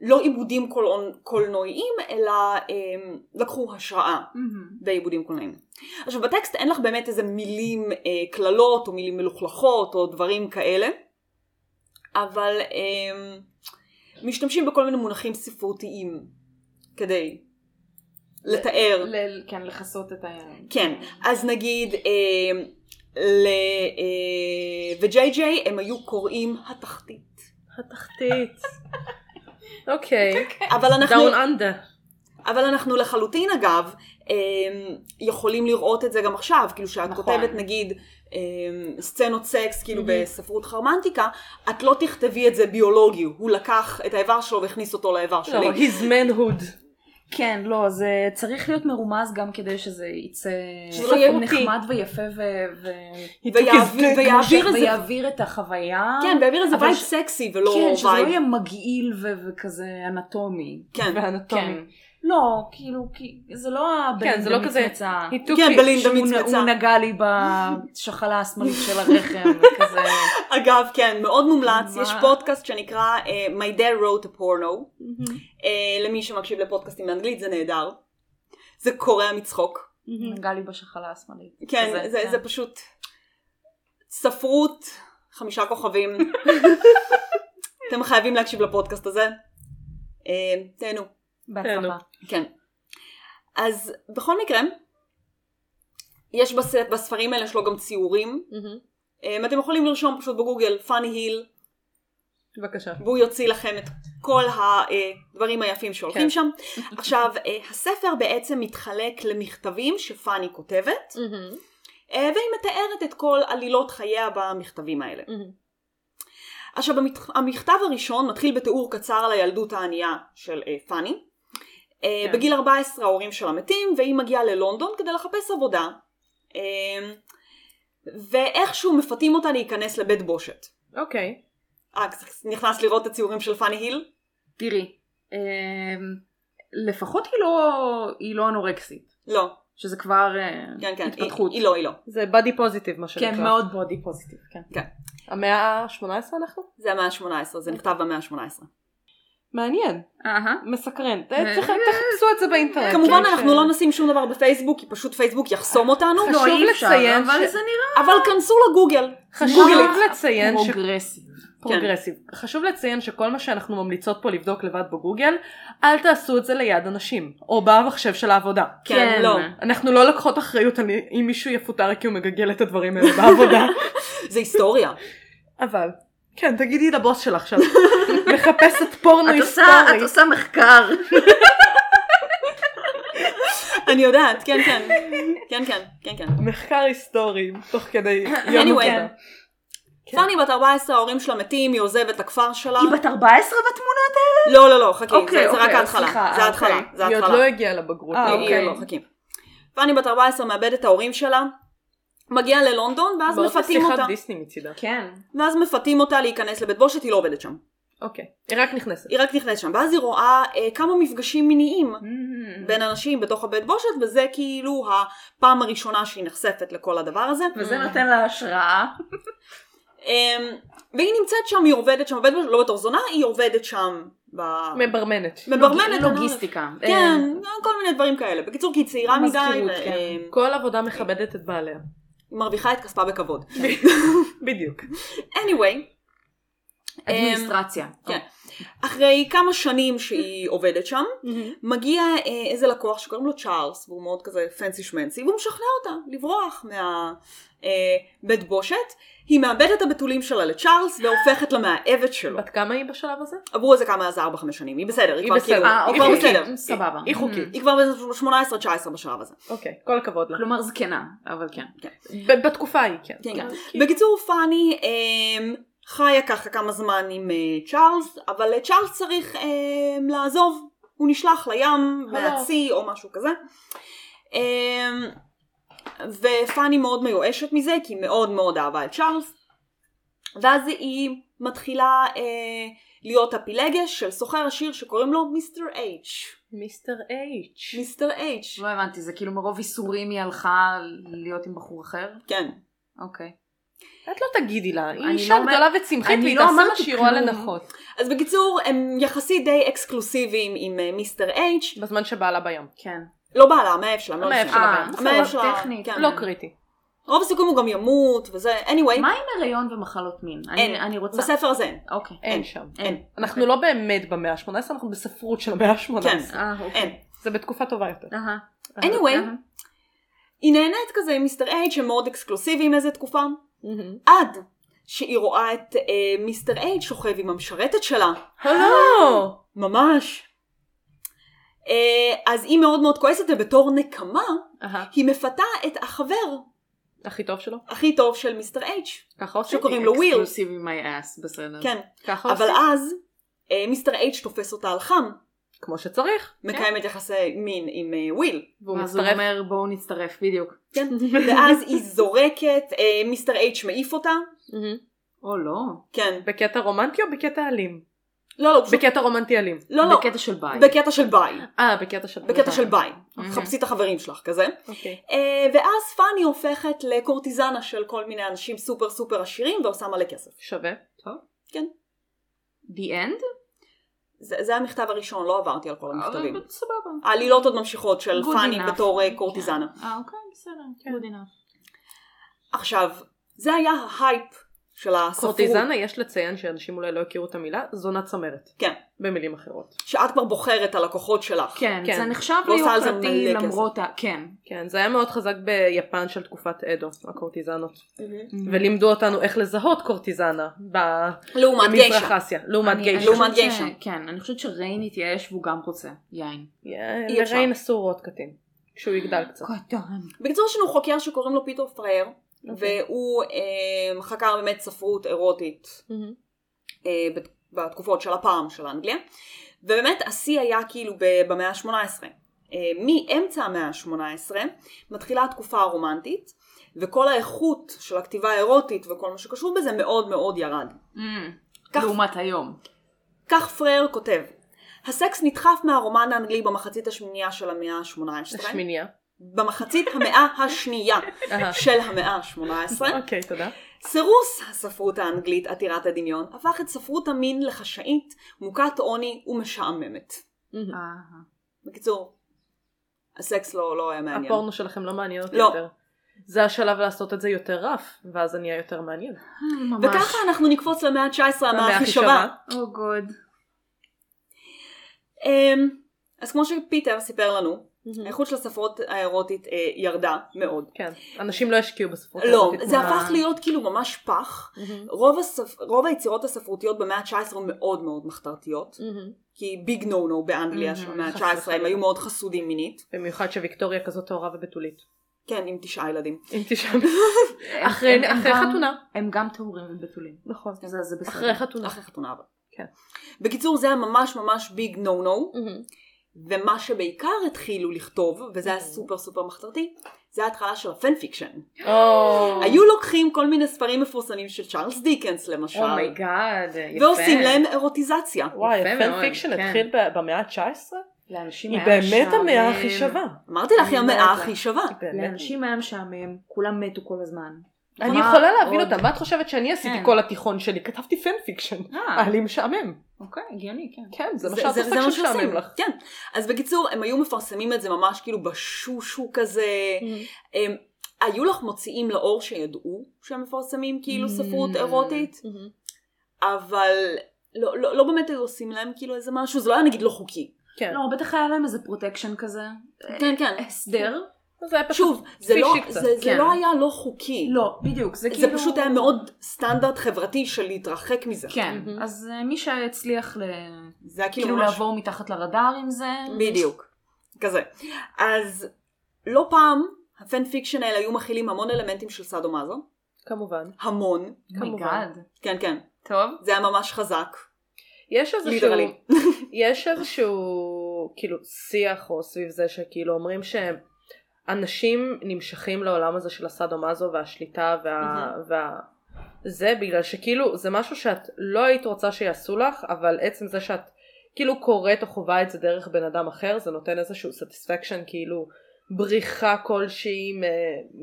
[SPEAKER 2] לא עיבודים קולנוע- קולנועיים, אלא אה, לקחו השראה
[SPEAKER 1] מהמם.
[SPEAKER 2] בעיבודים קולנועיים. עכשיו, בטקסט אין לך באמת איזה מילים אה, קללות, או מילים מלוכלכות, או דברים כאלה, אבל אה, משתמשים בכל מיני מונחים ספרותיים כדי לתאר.
[SPEAKER 1] ל- כן, לכסות את ה...
[SPEAKER 2] כן, אז נגיד אה, ל... אה, וג'יי ג'יי הם היו קוראים התחתית.
[SPEAKER 3] התחתית. אוקיי.
[SPEAKER 1] כן.
[SPEAKER 2] אבל אנחנו,
[SPEAKER 3] דאון אנדה.
[SPEAKER 2] אבל אנחנו לחלוטין אגב אה, יכולים לראות את זה גם עכשיו, כאילו שאת
[SPEAKER 1] נכון. Mm-hmm.
[SPEAKER 2] כותבת נגיד אה, סצנות סקס כאילו
[SPEAKER 3] מהמם.
[SPEAKER 2] בספרות חרמנטיקה, את לא תכתבי את זה ביולוגי, הוא לקח את האיבר שלו והכניס אותו לאיבר
[SPEAKER 3] לא,
[SPEAKER 2] שלי.
[SPEAKER 3] his manhood.
[SPEAKER 1] כן, לא, זה צריך להיות מרומז גם כדי שזה יצא
[SPEAKER 2] שזה לא יהיה
[SPEAKER 1] נחמד ויפה ו- ו-
[SPEAKER 2] ויעביר- ויעביר איזה,
[SPEAKER 1] ויעביר את החוויה.
[SPEAKER 2] כן, ויעביר איזה
[SPEAKER 1] אבל
[SPEAKER 2] וייב
[SPEAKER 1] ש-
[SPEAKER 2] סקסי ולא
[SPEAKER 1] כן, שזה לא
[SPEAKER 2] וייב,
[SPEAKER 1] יהיה מגעיל ו- וכזה אנטומי.
[SPEAKER 2] כן,
[SPEAKER 3] ואנטומי.
[SPEAKER 4] לא, כאילו, כי זה לא הבן
[SPEAKER 3] כן, זה לא כזה-
[SPEAKER 4] במצמצה.
[SPEAKER 3] היא
[SPEAKER 2] כן,
[SPEAKER 3] תוכי.
[SPEAKER 2] בלינדה
[SPEAKER 4] שהוא נ-
[SPEAKER 2] מצמצה.
[SPEAKER 4] הוא נגע לי בשחלה השמאלית של הרחם, כזה.
[SPEAKER 2] אגב, כן, מאוד מומלץ,
[SPEAKER 4] מה?
[SPEAKER 2] יש פודקאסט שנקרא אה, My Dad Wrote a Porno.
[SPEAKER 3] Mhm.
[SPEAKER 2] אה, למי שמקשיב לפודקאסטים באנגלית זה נהדר. זה קורע מצחוק.
[SPEAKER 4] הוא נגע לי בשחלה השמאלית.
[SPEAKER 2] כן,
[SPEAKER 4] כזה,
[SPEAKER 2] זה,
[SPEAKER 4] כן.
[SPEAKER 2] זה פשוט ספרות חמישה כוכבים. אתם חייבים להקשיב לפודקאסט הזה. אה, תהנו.
[SPEAKER 4] בהצלחה.
[SPEAKER 2] כן. אז בכל מקרה, יש בס... בספרים האלה שלו גם ציורים.
[SPEAKER 3] מהמם.
[SPEAKER 2] אה, אתם יכולים לרשום פשוט בגוגל, פאני היל,
[SPEAKER 3] בבקשה.
[SPEAKER 2] והוא יוציא לכם את כל הדברים היפים שהולכים
[SPEAKER 3] כן.
[SPEAKER 2] כן. שם. עכשיו, אה, הספר בעצם מתחלק למכתבים שפאני כותבת,
[SPEAKER 3] מהמם.
[SPEAKER 2] אה, והיא מתארת את כל עלילות חייה במכתבים האלה.
[SPEAKER 3] מהמם.
[SPEAKER 2] עכשיו, המת- המכתב הראשון מתחיל בתיאור קצר על הילדות הענייה של אה, פאני. אה,
[SPEAKER 3] כן.
[SPEAKER 2] בגיל 14 ההורים שלה מתים, והיא מגיעה ללונדון כדי לחפש עבודה. אה, ואיכשהו מפתים אותה להיכנס לבית בושת.
[SPEAKER 3] אוקיי.
[SPEAKER 2] אה, נכנס לראות את הציורים של פאני היל?
[SPEAKER 3] תראי, אמ, לפחות היא לא- היא לא אנורקסית,
[SPEAKER 2] לא.
[SPEAKER 3] שזה כבר אה,
[SPEAKER 2] כן, כן.
[SPEAKER 3] התפתחות.
[SPEAKER 2] היא, היא לא, היא לא.
[SPEAKER 3] זה בדי פוזיטיב מה שנקרא.
[SPEAKER 4] כן, מאוד בודי פוזיטיב, כן.
[SPEAKER 3] המאה ה-18 אנחנו?
[SPEAKER 2] זה המאה ה-18, זה נכתב במאה ה-18.
[SPEAKER 3] מעניין,
[SPEAKER 1] אהה.
[SPEAKER 3] מסקרן. ת-
[SPEAKER 1] אה,
[SPEAKER 3] צריך- תחפשו את זה באינטרנט.
[SPEAKER 2] כמובן
[SPEAKER 3] כן,
[SPEAKER 2] אנחנו
[SPEAKER 3] ש-
[SPEAKER 2] לא נשים שום דבר בפייסבוק, כי פשוט פייסבוק יחסום אותנו,
[SPEAKER 1] לא,
[SPEAKER 3] חשוב
[SPEAKER 1] אי אפשר,
[SPEAKER 3] לציין
[SPEAKER 1] אבל
[SPEAKER 3] ש-
[SPEAKER 1] זה נראה...
[SPEAKER 2] לא. אבל כנסו לגוגל.
[SPEAKER 3] חשוב
[SPEAKER 2] גוגלי.
[SPEAKER 3] לציין ש...
[SPEAKER 4] פרוגרסיב.
[SPEAKER 3] פרוגרסיב.
[SPEAKER 2] כן.
[SPEAKER 3] חשוב לציין שכל מה שאנחנו ממליצות פה לבדוק לבד בגוגל, אל תעשו את זה ליד אנשים, או במחשב של העבודה.
[SPEAKER 2] כן, לא.
[SPEAKER 3] אנחנו לא לקחות אחריות על אם מישהו יפוטר כי הוא מגגל את הדברים האלה בעבודה.
[SPEAKER 2] זה היסטוריה.
[SPEAKER 3] אבל, כן, תגידי לבוס שלך שאת מחפשת פורנו
[SPEAKER 1] את עושה, את
[SPEAKER 3] היסטורי.
[SPEAKER 1] עושה מחקר.
[SPEAKER 2] אני יודעת, כן, כן. כן, כן, כן, כן.
[SPEAKER 3] מחקר היסטורי, תוך כדי יום
[SPEAKER 2] anyway.
[SPEAKER 3] עבודה. כן.
[SPEAKER 2] פאני בת 14, ההורים שלה מתים, היא עוזבת לכפר שלה.
[SPEAKER 1] היא בת 14 בתמונות האלה?
[SPEAKER 2] לא, לא, לא, חכי,
[SPEAKER 1] אוקיי,
[SPEAKER 2] זה- זה רק
[SPEAKER 1] אוקיי,
[SPEAKER 2] ההתחלה.
[SPEAKER 1] סליחה,
[SPEAKER 2] זה
[SPEAKER 1] אה,
[SPEAKER 2] ההתחלה,
[SPEAKER 1] אוקיי.
[SPEAKER 2] זה
[SPEAKER 3] היא עוד
[SPEAKER 2] ההתחלה.
[SPEAKER 3] לא הגיעה לבגרות.
[SPEAKER 2] אה,
[SPEAKER 3] היא-
[SPEAKER 2] אוקיי, לא, חכי. פאני בת 14 מאבדת את ההורים שלה, מגיעה ללונדון, ואז
[SPEAKER 3] מאוד
[SPEAKER 2] מפתים
[SPEAKER 3] שיחת
[SPEAKER 2] אותה.
[SPEAKER 3] דיסני מצידה.
[SPEAKER 4] כן.
[SPEAKER 2] ואז מפתים אותה להיכנס לבית בושת, היא לא עובדת שם.
[SPEAKER 3] אוקיי, היא רק נכנסת.
[SPEAKER 2] היא רק נכנסת שם, ואז היא רואה אה, כמה מפגשים מיניים
[SPEAKER 1] Mm-hmm.
[SPEAKER 4] Mm.
[SPEAKER 2] בין אנשים בתוך הבית בושת, וזה כאילו הפעם הראשונה שהיא נחשפת לכל הדבר הזה.
[SPEAKER 1] וזה נותן לה השראה.
[SPEAKER 2] אמ, והיא נמצאת שם, היא עובדת שם, בבית בושת, לא בתור זונה, היא עובדת שם. ב...
[SPEAKER 3] מברמנת.
[SPEAKER 2] מברמנת.
[SPEAKER 1] לוגיסטיקה. אה,
[SPEAKER 2] כן, כל מיני דברים כאלה. בקיצור, כי היא צעירה מדי,
[SPEAKER 1] מזכירות,
[SPEAKER 2] ו-
[SPEAKER 1] כן.
[SPEAKER 2] אמ,
[SPEAKER 3] כל עבודה מכבדת את בעליה.
[SPEAKER 2] היא מרוויחה את כספה בכבוד.
[SPEAKER 3] בדיוק.
[SPEAKER 2] anyway,
[SPEAKER 1] אה, אדמיניסטרציה.
[SPEAKER 2] אמ, כן. אחרי כמה שנים שהיא עובדת שם, מגיע אה, איזה לקוח שקוראים לו צ'ארלס, והוא מאוד כזה פנסי שמנסי, והוא משכנע אותה לברוח מהבית בושת. היא מאבדת את הבתולים שלה לצ'ארלס והופכת למאהבת שלו.
[SPEAKER 3] בת כמה היא בשלב הזה?
[SPEAKER 2] עברו איזה כמה, איזה ארבע, חמש שנים, היא בסדר, היא
[SPEAKER 3] היא
[SPEAKER 2] כבר
[SPEAKER 3] בסדר.
[SPEAKER 2] כאילו,
[SPEAKER 1] אה,
[SPEAKER 2] היא כבר
[SPEAKER 1] אוקיי,
[SPEAKER 2] בסדר.
[SPEAKER 1] אוקיי, סבבה.
[SPEAKER 3] היא חוקית.
[SPEAKER 2] היא כבר ב-18-19 בשלב הזה.
[SPEAKER 3] אוקיי, כל הכבוד לה.
[SPEAKER 1] Mm. כלומר זקנה, אבל כן.
[SPEAKER 3] ב- בתקופה היא, כן.
[SPEAKER 2] כן, כן.
[SPEAKER 3] כי-
[SPEAKER 2] בקיצור, פאני אמ, חיה ככה כמה זמן עם אה, צ'ארלס, אבל אה, צ'ארלס צריך אמ, לעזוב, הוא נשלח לים,
[SPEAKER 3] הלו.
[SPEAKER 2] מהצי או משהו כזה. אמ, ופאני מאוד מיואשת מזה, כי היא מאוד מאוד אהבה את צ'ארלס. ואז היא מתחילה אה, להיות הפילגש של סוחר עשיר שקוראים לו מיסטר אייץ'.
[SPEAKER 3] מיסטר אייץ'.
[SPEAKER 2] מיסטר אייץ'.
[SPEAKER 1] לא הבנתי, זה כאילו מרוב איסורים היא הלכה להיות עם בחור אחר?
[SPEAKER 2] כן.
[SPEAKER 1] אוקיי.
[SPEAKER 3] את לא תגידי לה, היא
[SPEAKER 1] אני
[SPEAKER 3] אישה
[SPEAKER 1] לא אומר-
[SPEAKER 3] גדולה וצמחית
[SPEAKER 1] אני
[SPEAKER 3] והיא
[SPEAKER 1] לא
[SPEAKER 3] תעשה מה
[SPEAKER 1] אמרתי
[SPEAKER 3] שהיא רואה
[SPEAKER 1] כלום.
[SPEAKER 3] לנכון.
[SPEAKER 2] אז בקיצור, הם יחסית די אקסקלוסיביים עם אה, מיסטר אייץ'.
[SPEAKER 3] בזמן שבעלה בים.
[SPEAKER 1] כן.
[SPEAKER 2] לא בעלה, המאהב שלה, לא
[SPEAKER 3] המאהב
[SPEAKER 2] שלה.
[SPEAKER 3] שלה.
[SPEAKER 1] אה,
[SPEAKER 3] הבן.
[SPEAKER 1] בסדר,
[SPEAKER 2] המאהב שלה,
[SPEAKER 1] טכנית.
[SPEAKER 2] כן.
[SPEAKER 3] לא קריטי.
[SPEAKER 2] רוב הסיכויים הוא גם ימות וזה, anyway,
[SPEAKER 1] מה עם הריון ומחלות מין? אני-
[SPEAKER 2] אין.
[SPEAKER 1] אני רוצה...
[SPEAKER 2] בספר הזה אין.
[SPEAKER 1] אוקיי.
[SPEAKER 3] אין שם.
[SPEAKER 2] אין.
[SPEAKER 3] אנחנו לא באמת במאה ה-18, אנחנו בספרות של המאה ה-18.
[SPEAKER 2] כן.
[SPEAKER 1] אה, אוקיי.
[SPEAKER 2] אין.
[SPEAKER 3] זה בתקופה טובה יותר.
[SPEAKER 1] אהה.
[SPEAKER 2] anyway,
[SPEAKER 1] אהה.
[SPEAKER 2] היא נהנית כזה עם מיסטר אייד שהם מאוד אקסקלוסיביים איזה תקופה,
[SPEAKER 3] מהמם.
[SPEAKER 2] עד שהיא רואה את אה, מיסטר אייד שוכב עם המשרתת שלה,
[SPEAKER 3] הלו!
[SPEAKER 2] ממש. אה, אז היא מאוד מאוד כועסת ובתור נקמה
[SPEAKER 3] אהה.
[SPEAKER 2] היא מפתה את החבר
[SPEAKER 3] הכי טוב שלו.
[SPEAKER 2] הכי טוב של מיסטר אייץ',
[SPEAKER 3] ככה עושים.
[SPEAKER 2] שקוראים לו וויל,
[SPEAKER 1] אקסקלוסיבי אוקיי. my ass, בסדר.
[SPEAKER 2] כן,
[SPEAKER 3] ככה
[SPEAKER 2] אבל
[SPEAKER 3] עושים.
[SPEAKER 2] אז אה, מיסטר אייץ' תופס אותה על חם,
[SPEAKER 3] כמו שצריך.
[SPEAKER 2] מקיימת יחסי מין עם אה, וויל,
[SPEAKER 3] והוא
[SPEAKER 1] ואז הוא
[SPEAKER 3] מצטרף.
[SPEAKER 1] אומר בואו נצטרף, בדיוק.
[SPEAKER 2] כן, ואז היא זורקת, אה,
[SPEAKER 3] Mm-hmm.
[SPEAKER 2] מיסטר אייץ' מעיף אותה,
[SPEAKER 3] מהמם.
[SPEAKER 1] או לא.
[SPEAKER 2] כן,
[SPEAKER 3] בקטע רומנטי או בקטע אלים?
[SPEAKER 2] לא, לא, פשוט...
[SPEAKER 3] בקטע רומנטי אלים.
[SPEAKER 2] לא, לא,
[SPEAKER 1] בקטע של ביי.
[SPEAKER 2] בקטע של ביי.
[SPEAKER 3] אה, בקטע של...
[SPEAKER 2] בקטע של ביי.
[SPEAKER 1] מהמם.
[SPEAKER 2] חפשי את החברים שלך כזה.
[SPEAKER 3] אוקיי.
[SPEAKER 2] אה, ואז פאני הופכת לקורטיזנה של כל מיני אנשים סופר סופר עשירים ועושה מלא כסף.
[SPEAKER 3] שווה.
[SPEAKER 1] The end?
[SPEAKER 2] זה, זה המכתב הראשון, לא עברתי על כל המכתבים.
[SPEAKER 1] אבל סבבה.
[SPEAKER 2] העלילות עוד ממשיכות של
[SPEAKER 1] אה, Good
[SPEAKER 2] פאני
[SPEAKER 1] enough.
[SPEAKER 2] בתור אה, קורטיזנה. כן.
[SPEAKER 1] אה, אוקיי, בסדר. Good enough.
[SPEAKER 2] עכשיו, זה היה ההייפ של הספרות.
[SPEAKER 3] קורטיזנה יש לציין שאנשים אולי לא הכירו את המילה, זונת צמרת.
[SPEAKER 2] כן.
[SPEAKER 3] במילים אחרות.
[SPEAKER 2] שאת כבר בוחרת הלקוחות שלך.
[SPEAKER 1] כן,
[SPEAKER 3] כן.
[SPEAKER 1] זה נחשב
[SPEAKER 2] לא עושה על זה
[SPEAKER 1] ליוקרתי
[SPEAKER 2] מלא כסף.
[SPEAKER 1] למרות ה... כן.
[SPEAKER 3] כן, זה היה מאוד חזק ביפן של תקופת אדו, הקורטיזנות. ולימדו אותנו איך לזהות קורטיזנה ב-
[SPEAKER 2] לעומת
[SPEAKER 3] במזרח
[SPEAKER 2] גיישה.
[SPEAKER 3] אסיה, לעומת
[SPEAKER 1] אני-
[SPEAKER 3] גיישה.
[SPEAKER 1] אני
[SPEAKER 2] לעומת
[SPEAKER 1] חושבת ש-
[SPEAKER 2] גיישה.
[SPEAKER 1] כן, אני חושבת שריין התייאש והוא גם רוצה יין.
[SPEAKER 2] אי אפשר. אוקיי.
[SPEAKER 3] לריין אסור עוד קטין, כשהוא יגדל קצת.
[SPEAKER 1] קטן.
[SPEAKER 2] בקיצור, יש לנו חוקר שקוראים לו פיטר פרייר,
[SPEAKER 3] אוקיי.
[SPEAKER 2] והוא אה, חקר באמת ספרות אירוטית
[SPEAKER 3] מהמם.
[SPEAKER 2] אה, בת- בתקופות של הפעם של אנגליה, ובאמת השיא היה כאילו ב- במאה ה-18. אה, מאמצע המאה ה-18 מתחילה התקופה הרומנטית, וכל האיכות של הכתיבה האירוטית וכל מה שקשור בזה מאוד מאוד ירד. כך-
[SPEAKER 1] Mm. לעומת היום.
[SPEAKER 2] כך פרייר כותב, הסקס נדחף מהרומן האנגלי במחצית השמינייה של המאה ה-18.
[SPEAKER 3] השמיניה.
[SPEAKER 2] אה? במחצית המאה השנייה
[SPEAKER 3] אהה.
[SPEAKER 2] של המאה ה-18,
[SPEAKER 3] אוקיי,
[SPEAKER 2] אה,
[SPEAKER 3] תודה.
[SPEAKER 2] סירוס הספרות האנגלית עתירת הדמיון הפך את ספרות המין לחשאית, מוכת עוני ומשעממת.
[SPEAKER 1] אה,
[SPEAKER 3] מהמם.
[SPEAKER 1] אהה.
[SPEAKER 2] בקיצור, הסקס לא, לא היה מעניין.
[SPEAKER 3] הפורנו שלכם לא מעניין אותי
[SPEAKER 2] לא.
[SPEAKER 3] יותר. זה השלב לעשות את זה יותר רף, ואז זה נהיה יותר מעניין.
[SPEAKER 1] ממש.
[SPEAKER 2] וככה אנחנו נקפוץ למאה ה-19, המאה
[SPEAKER 3] המאה
[SPEAKER 2] הכי
[SPEAKER 3] הכי
[SPEAKER 2] שווה.
[SPEAKER 3] שווה.
[SPEAKER 1] או גוד.
[SPEAKER 2] אמ, אז כמו שפיטר סיפר לנו,
[SPEAKER 3] מהמם.
[SPEAKER 2] האיכות של הספרות האירוטית אה, ירדה מאוד.
[SPEAKER 3] כן, אנשים לא ישקיעו בספרות.
[SPEAKER 2] לא,
[SPEAKER 3] האירופית.
[SPEAKER 2] זה
[SPEAKER 1] מה?
[SPEAKER 2] הפך להיות כאילו ממש פח.
[SPEAKER 3] מהמם.
[SPEAKER 2] רוב, הספ... רוב היצירות הספרותיות במאה ה-19 מאוד מאוד מחתרתיות.
[SPEAKER 3] מהמם.
[SPEAKER 2] כי ביג נו נו באנגליה של
[SPEAKER 1] Mhm,
[SPEAKER 2] המאה
[SPEAKER 3] חס
[SPEAKER 2] ה-19 הם
[SPEAKER 3] וחלילה.
[SPEAKER 2] היו מאוד חסודים מינית.
[SPEAKER 3] במיוחד שוויקטוריה כזאת טהורה ובתולית.
[SPEAKER 2] כן, עם תשעה ילדים.
[SPEAKER 3] אם תשאל. אחרי
[SPEAKER 1] הם- הם
[SPEAKER 3] אחרי
[SPEAKER 1] גם-
[SPEAKER 3] חתונה.
[SPEAKER 1] הם גם טהורים ובתולים.
[SPEAKER 3] נכון.
[SPEAKER 1] אז אז זה בסדר.
[SPEAKER 3] אחרי חתונה.
[SPEAKER 2] אחרי חתונה אבל.
[SPEAKER 3] כן.
[SPEAKER 2] בקיצור זה היה ממש ממש ביג נו נו,
[SPEAKER 3] מהמם.
[SPEAKER 2] ומה שבעיקר התחילו לכתוב, וזה היה סופר סופר מחתרתי, זה ההתחלה של הפן פיקשן.
[SPEAKER 3] Mm-hmm. אה. או,
[SPEAKER 2] היו לוקחים כל מיני ספרים מפורסמים של צ'ארלס דיקנס למשל,
[SPEAKER 1] אומייגאד, Oh יפה.
[SPEAKER 2] ועושים להם אירוטיזציה.
[SPEAKER 3] וואי,
[SPEAKER 1] יפה
[SPEAKER 3] הפן
[SPEAKER 1] מאוד,
[SPEAKER 3] פיקשן
[SPEAKER 1] כן.
[SPEAKER 3] התחיל ב- במאה ה-19?
[SPEAKER 1] לאנשים
[SPEAKER 3] היא
[SPEAKER 1] היה
[SPEAKER 3] באמת
[SPEAKER 1] משעמם.
[SPEAKER 3] המאה הכי שווה.
[SPEAKER 2] אמרתי לך, היא
[SPEAKER 1] אני לא
[SPEAKER 2] המאה
[SPEAKER 1] יודעת.
[SPEAKER 2] הכי שווה.
[SPEAKER 3] היא באמת.
[SPEAKER 1] לאנשים היה משעמם, כולם מתו כל הזמן.
[SPEAKER 3] אני
[SPEAKER 1] מה
[SPEAKER 3] יכולה להבין
[SPEAKER 1] עוד?
[SPEAKER 3] אותה, מה את חושבת שאני עשיתי
[SPEAKER 1] כן.
[SPEAKER 3] כל התיכון שלי? כתבתי פן פיקשן.
[SPEAKER 1] אה,
[SPEAKER 3] היה לי משעמם.
[SPEAKER 1] אוקיי, הגיוני, כן.
[SPEAKER 3] כן, זה מה שאת עושה כשמשעמם לך.
[SPEAKER 2] כן. אז בקיצור, הם היו מפרסמים את זה ממש כאילו בשושו כזה. הם, היו לך מוציאים לאור שידעו שהם מפרסמים כאילו
[SPEAKER 1] Mm.
[SPEAKER 2] ספרות אירוטית, אבל לא, לא, לא באמת היו עושים להם כאילו איזה משהו, זה לא היה נגיד לא חוקי.
[SPEAKER 3] כן.
[SPEAKER 1] לא, בטח היה להם איזה פרוטקשן כזה.
[SPEAKER 2] כן, כן.
[SPEAKER 1] אה, הסדר?
[SPEAKER 3] זה היה פשוט
[SPEAKER 2] שוב, זה, לא,
[SPEAKER 3] פישי
[SPEAKER 2] זה,
[SPEAKER 3] קצת,
[SPEAKER 2] זה
[SPEAKER 1] אה, כן.
[SPEAKER 2] לא היה לא חוקי.
[SPEAKER 1] לא, בדיוק, זה
[SPEAKER 2] זה
[SPEAKER 1] כאילו...
[SPEAKER 2] פשוט היה מאוד סטנדרט חברתי של להתרחק מזה.
[SPEAKER 1] כן,
[SPEAKER 3] מהמם.
[SPEAKER 1] אז אה, מי שהצליח ל...
[SPEAKER 2] זה היה כאילו,
[SPEAKER 1] כאילו
[SPEAKER 2] ממש...
[SPEAKER 1] לעבור מתחת לרדאר עם זה.
[SPEAKER 2] בדיוק. כזה. אז לא פעם הפן פיקשן האלה היו מכילים המון אלמנטים של סאדו מאזו.
[SPEAKER 3] כמובן.
[SPEAKER 2] המון.
[SPEAKER 3] כמובן.
[SPEAKER 1] אומייגאד.
[SPEAKER 2] כן, כן.
[SPEAKER 1] טוב.
[SPEAKER 2] זה היה ממש חזק.
[SPEAKER 3] יש איזשהו,
[SPEAKER 2] ליטרלי.
[SPEAKER 3] יש איזשהו כאילו שיח או סביב זה שכאילו אומרים שאנשים נמשכים לעולם הזה של הסאדו-מאזו והשליטה וה... וה... זה בגלל שכאילו זה משהו שאת לא היית רוצה שיעשו לך אבל עצם זה שאת כאילו קוראת או חווה את זה דרך בן אדם אחר זה נותן איזשהו סטיספקשן כאילו בריחה כלשהי מ-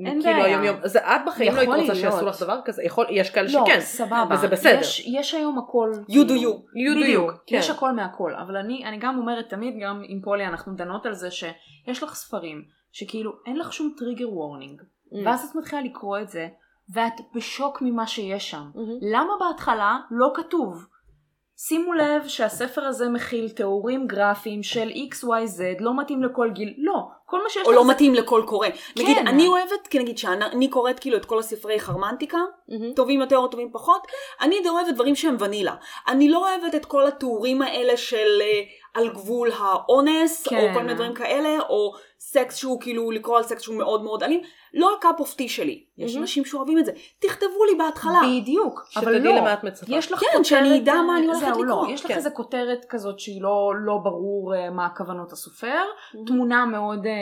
[SPEAKER 1] אין
[SPEAKER 3] מכאילו
[SPEAKER 1] בעיה.
[SPEAKER 3] היום יום זה את בחיים לא היית
[SPEAKER 1] יכול
[SPEAKER 3] רוצה שיעשו
[SPEAKER 1] להיות.
[SPEAKER 3] לך דבר כזה יכול יש כאלה
[SPEAKER 1] לא,
[SPEAKER 3] שכן
[SPEAKER 1] סבבה.
[SPEAKER 3] וזה בסדר.
[SPEAKER 1] יש- יש היום הכל.
[SPEAKER 2] You do
[SPEAKER 1] כאילו.
[SPEAKER 2] you.
[SPEAKER 3] You do
[SPEAKER 1] בדיוק,
[SPEAKER 3] you, כן.
[SPEAKER 1] יש הכל מהכל, אבל אני, אני גם אומרת תמיד, גם עם פולי אנחנו דנות על זה שיש לך ספרים שכאילו אין לך שום טריגר וורנינג,
[SPEAKER 3] Mm.
[SPEAKER 1] ואז את מתחילה לקרוא את זה, ואת בשוק ממה שיש שם.
[SPEAKER 3] מהמם.
[SPEAKER 1] למה בהתחלה לא כתוב? שימו לב שהספר הזה מכיל תיאורים גרפיים של XYZ, לא מתאים לכל גיל, לא, כל מה שיש
[SPEAKER 2] או
[SPEAKER 1] לך
[SPEAKER 2] לא
[SPEAKER 1] זה-
[SPEAKER 2] מתאים לכל קורא. נגיד,
[SPEAKER 1] כן.
[SPEAKER 2] אני אוהבת, כי נגיד שאני קוראת כאילו את כל הספרי חרמנטיקה,
[SPEAKER 3] מהמם.
[SPEAKER 1] Mm-hmm.
[SPEAKER 2] טובים יותר או טובים פחות, אני די אוהבת דברים שהם ונילה. אני לא אוהבת את כל התיאורים האלה של אה, על גבול האונס, או
[SPEAKER 1] כן.
[SPEAKER 2] כל מיני דברים כאלה, או סקס שהוא כאילו, לקרוא על סקס שהוא מאוד מאוד אלים. לא הקאפ אוף טי שלי. יש
[SPEAKER 3] מהמם.
[SPEAKER 2] אנשים שאוהבים את זה. תכתבו לי בהתחלה.
[SPEAKER 1] בדיוק, אבל
[SPEAKER 3] שתדעי
[SPEAKER 1] לא,
[SPEAKER 3] למה את מצפה.
[SPEAKER 1] יש לך
[SPEAKER 2] כן,
[SPEAKER 1] כותרת,
[SPEAKER 2] שאני אדע מה אני הולכת
[SPEAKER 1] זהו,
[SPEAKER 2] לקרוא.
[SPEAKER 1] לא, יש לך
[SPEAKER 3] כן.
[SPEAKER 1] איזה כותרת כזאת שהיא לא, לא ברור אה, מה הכוונות הסופר,
[SPEAKER 3] Mhm.
[SPEAKER 1] תמונה מאוד אה, אה,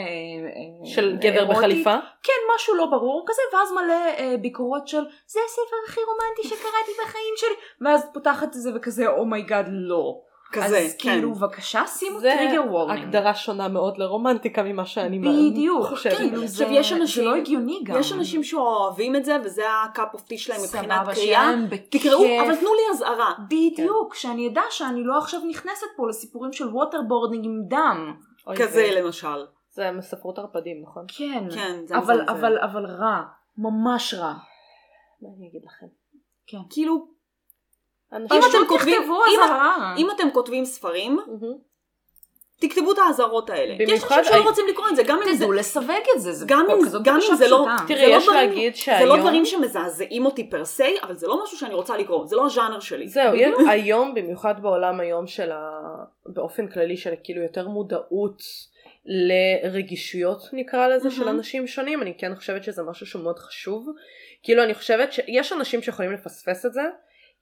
[SPEAKER 3] של
[SPEAKER 1] אה,
[SPEAKER 3] גבר
[SPEAKER 1] אירוטית.
[SPEAKER 3] בחליפה?
[SPEAKER 1] כן, משהו לא ברור כזה, ואז מלא אה, ביקורות של זה הספר הכי רומנטי שקראתי בחיים שלי, ואז פותחת את זה וכזה, אומייגאד, לא.
[SPEAKER 2] כזה,
[SPEAKER 1] אז
[SPEAKER 2] כן.
[SPEAKER 1] כאילו, בבקשה, שימו
[SPEAKER 3] זה
[SPEAKER 1] טריגר וורנינג.
[SPEAKER 3] הגדרה שונה מאוד לרומנטיקה ממה שאני
[SPEAKER 1] בדיוק,
[SPEAKER 3] חושבת.
[SPEAKER 1] כאילו, זה-
[SPEAKER 2] עכשיו, יש
[SPEAKER 1] זה
[SPEAKER 2] אנשים-
[SPEAKER 1] לא הגיוני גם.
[SPEAKER 2] יש אנשים שאוהבים את זה, וזה הקאפ אוף טי שלהם מבחינת
[SPEAKER 1] סבבה,
[SPEAKER 2] קריאה.
[SPEAKER 1] שהם בכיף. כן.
[SPEAKER 2] תקראו, אבל תנו לי אזהרה.
[SPEAKER 1] בדיוק, שאני אדע שאני לא עכשיו נכנסת פה לסיפורים של ווטרבורדינג עם דם.
[SPEAKER 3] אוי,
[SPEAKER 2] כזה
[SPEAKER 3] זה- למשל.
[SPEAKER 2] למשל.
[SPEAKER 3] זה מספרות ערפדים, נכון?
[SPEAKER 1] כן.
[SPEAKER 2] כן, זה
[SPEAKER 1] אבל,
[SPEAKER 2] מזלזל.
[SPEAKER 1] אבל, אבל רע. ממש רע.
[SPEAKER 3] מה אני אגיד לכם?
[SPEAKER 2] כאילו,
[SPEAKER 3] אנשים-
[SPEAKER 2] אם
[SPEAKER 1] פשוט
[SPEAKER 2] אתם כותבים-
[SPEAKER 1] תכתבו
[SPEAKER 2] אם-
[SPEAKER 1] אזהרה.
[SPEAKER 2] אם אתם כותבים ספרים,
[SPEAKER 3] מהמם.
[SPEAKER 2] תכתבו את האזהרות האלה. כי יש
[SPEAKER 3] במיוחד-
[SPEAKER 2] אנשים שלא
[SPEAKER 3] אני-
[SPEAKER 2] רוצים לקרוא את זה, גם אם זה...
[SPEAKER 1] תדעו לסווג את זה, זה
[SPEAKER 2] גם אם-
[SPEAKER 1] כזאת
[SPEAKER 2] גם אם
[SPEAKER 1] בקשה
[SPEAKER 2] זה לא-
[SPEAKER 1] פשוטה.
[SPEAKER 3] תראי,
[SPEAKER 2] לא
[SPEAKER 3] יש
[SPEAKER 2] דברים-
[SPEAKER 3] להגיד
[SPEAKER 2] זה לא
[SPEAKER 3] שהיום...
[SPEAKER 2] דברים שמזעזעים אותי פר סי, אבל זה לא משהו שאני רוצה לקרוא, זה לא הז'אנר שלי.
[SPEAKER 3] זהו, היום, במיוחד בעולם היום של ה... באופן כללי של כאילו יותר מודעות לרגישויות נקרא לזה של
[SPEAKER 2] מהמם.
[SPEAKER 3] אנשים שונים, אני כן חושבת שזה משהו שהוא מאוד חשוב. כאילו אני חושבת שיש אנשים שיכולים לפספס את זה,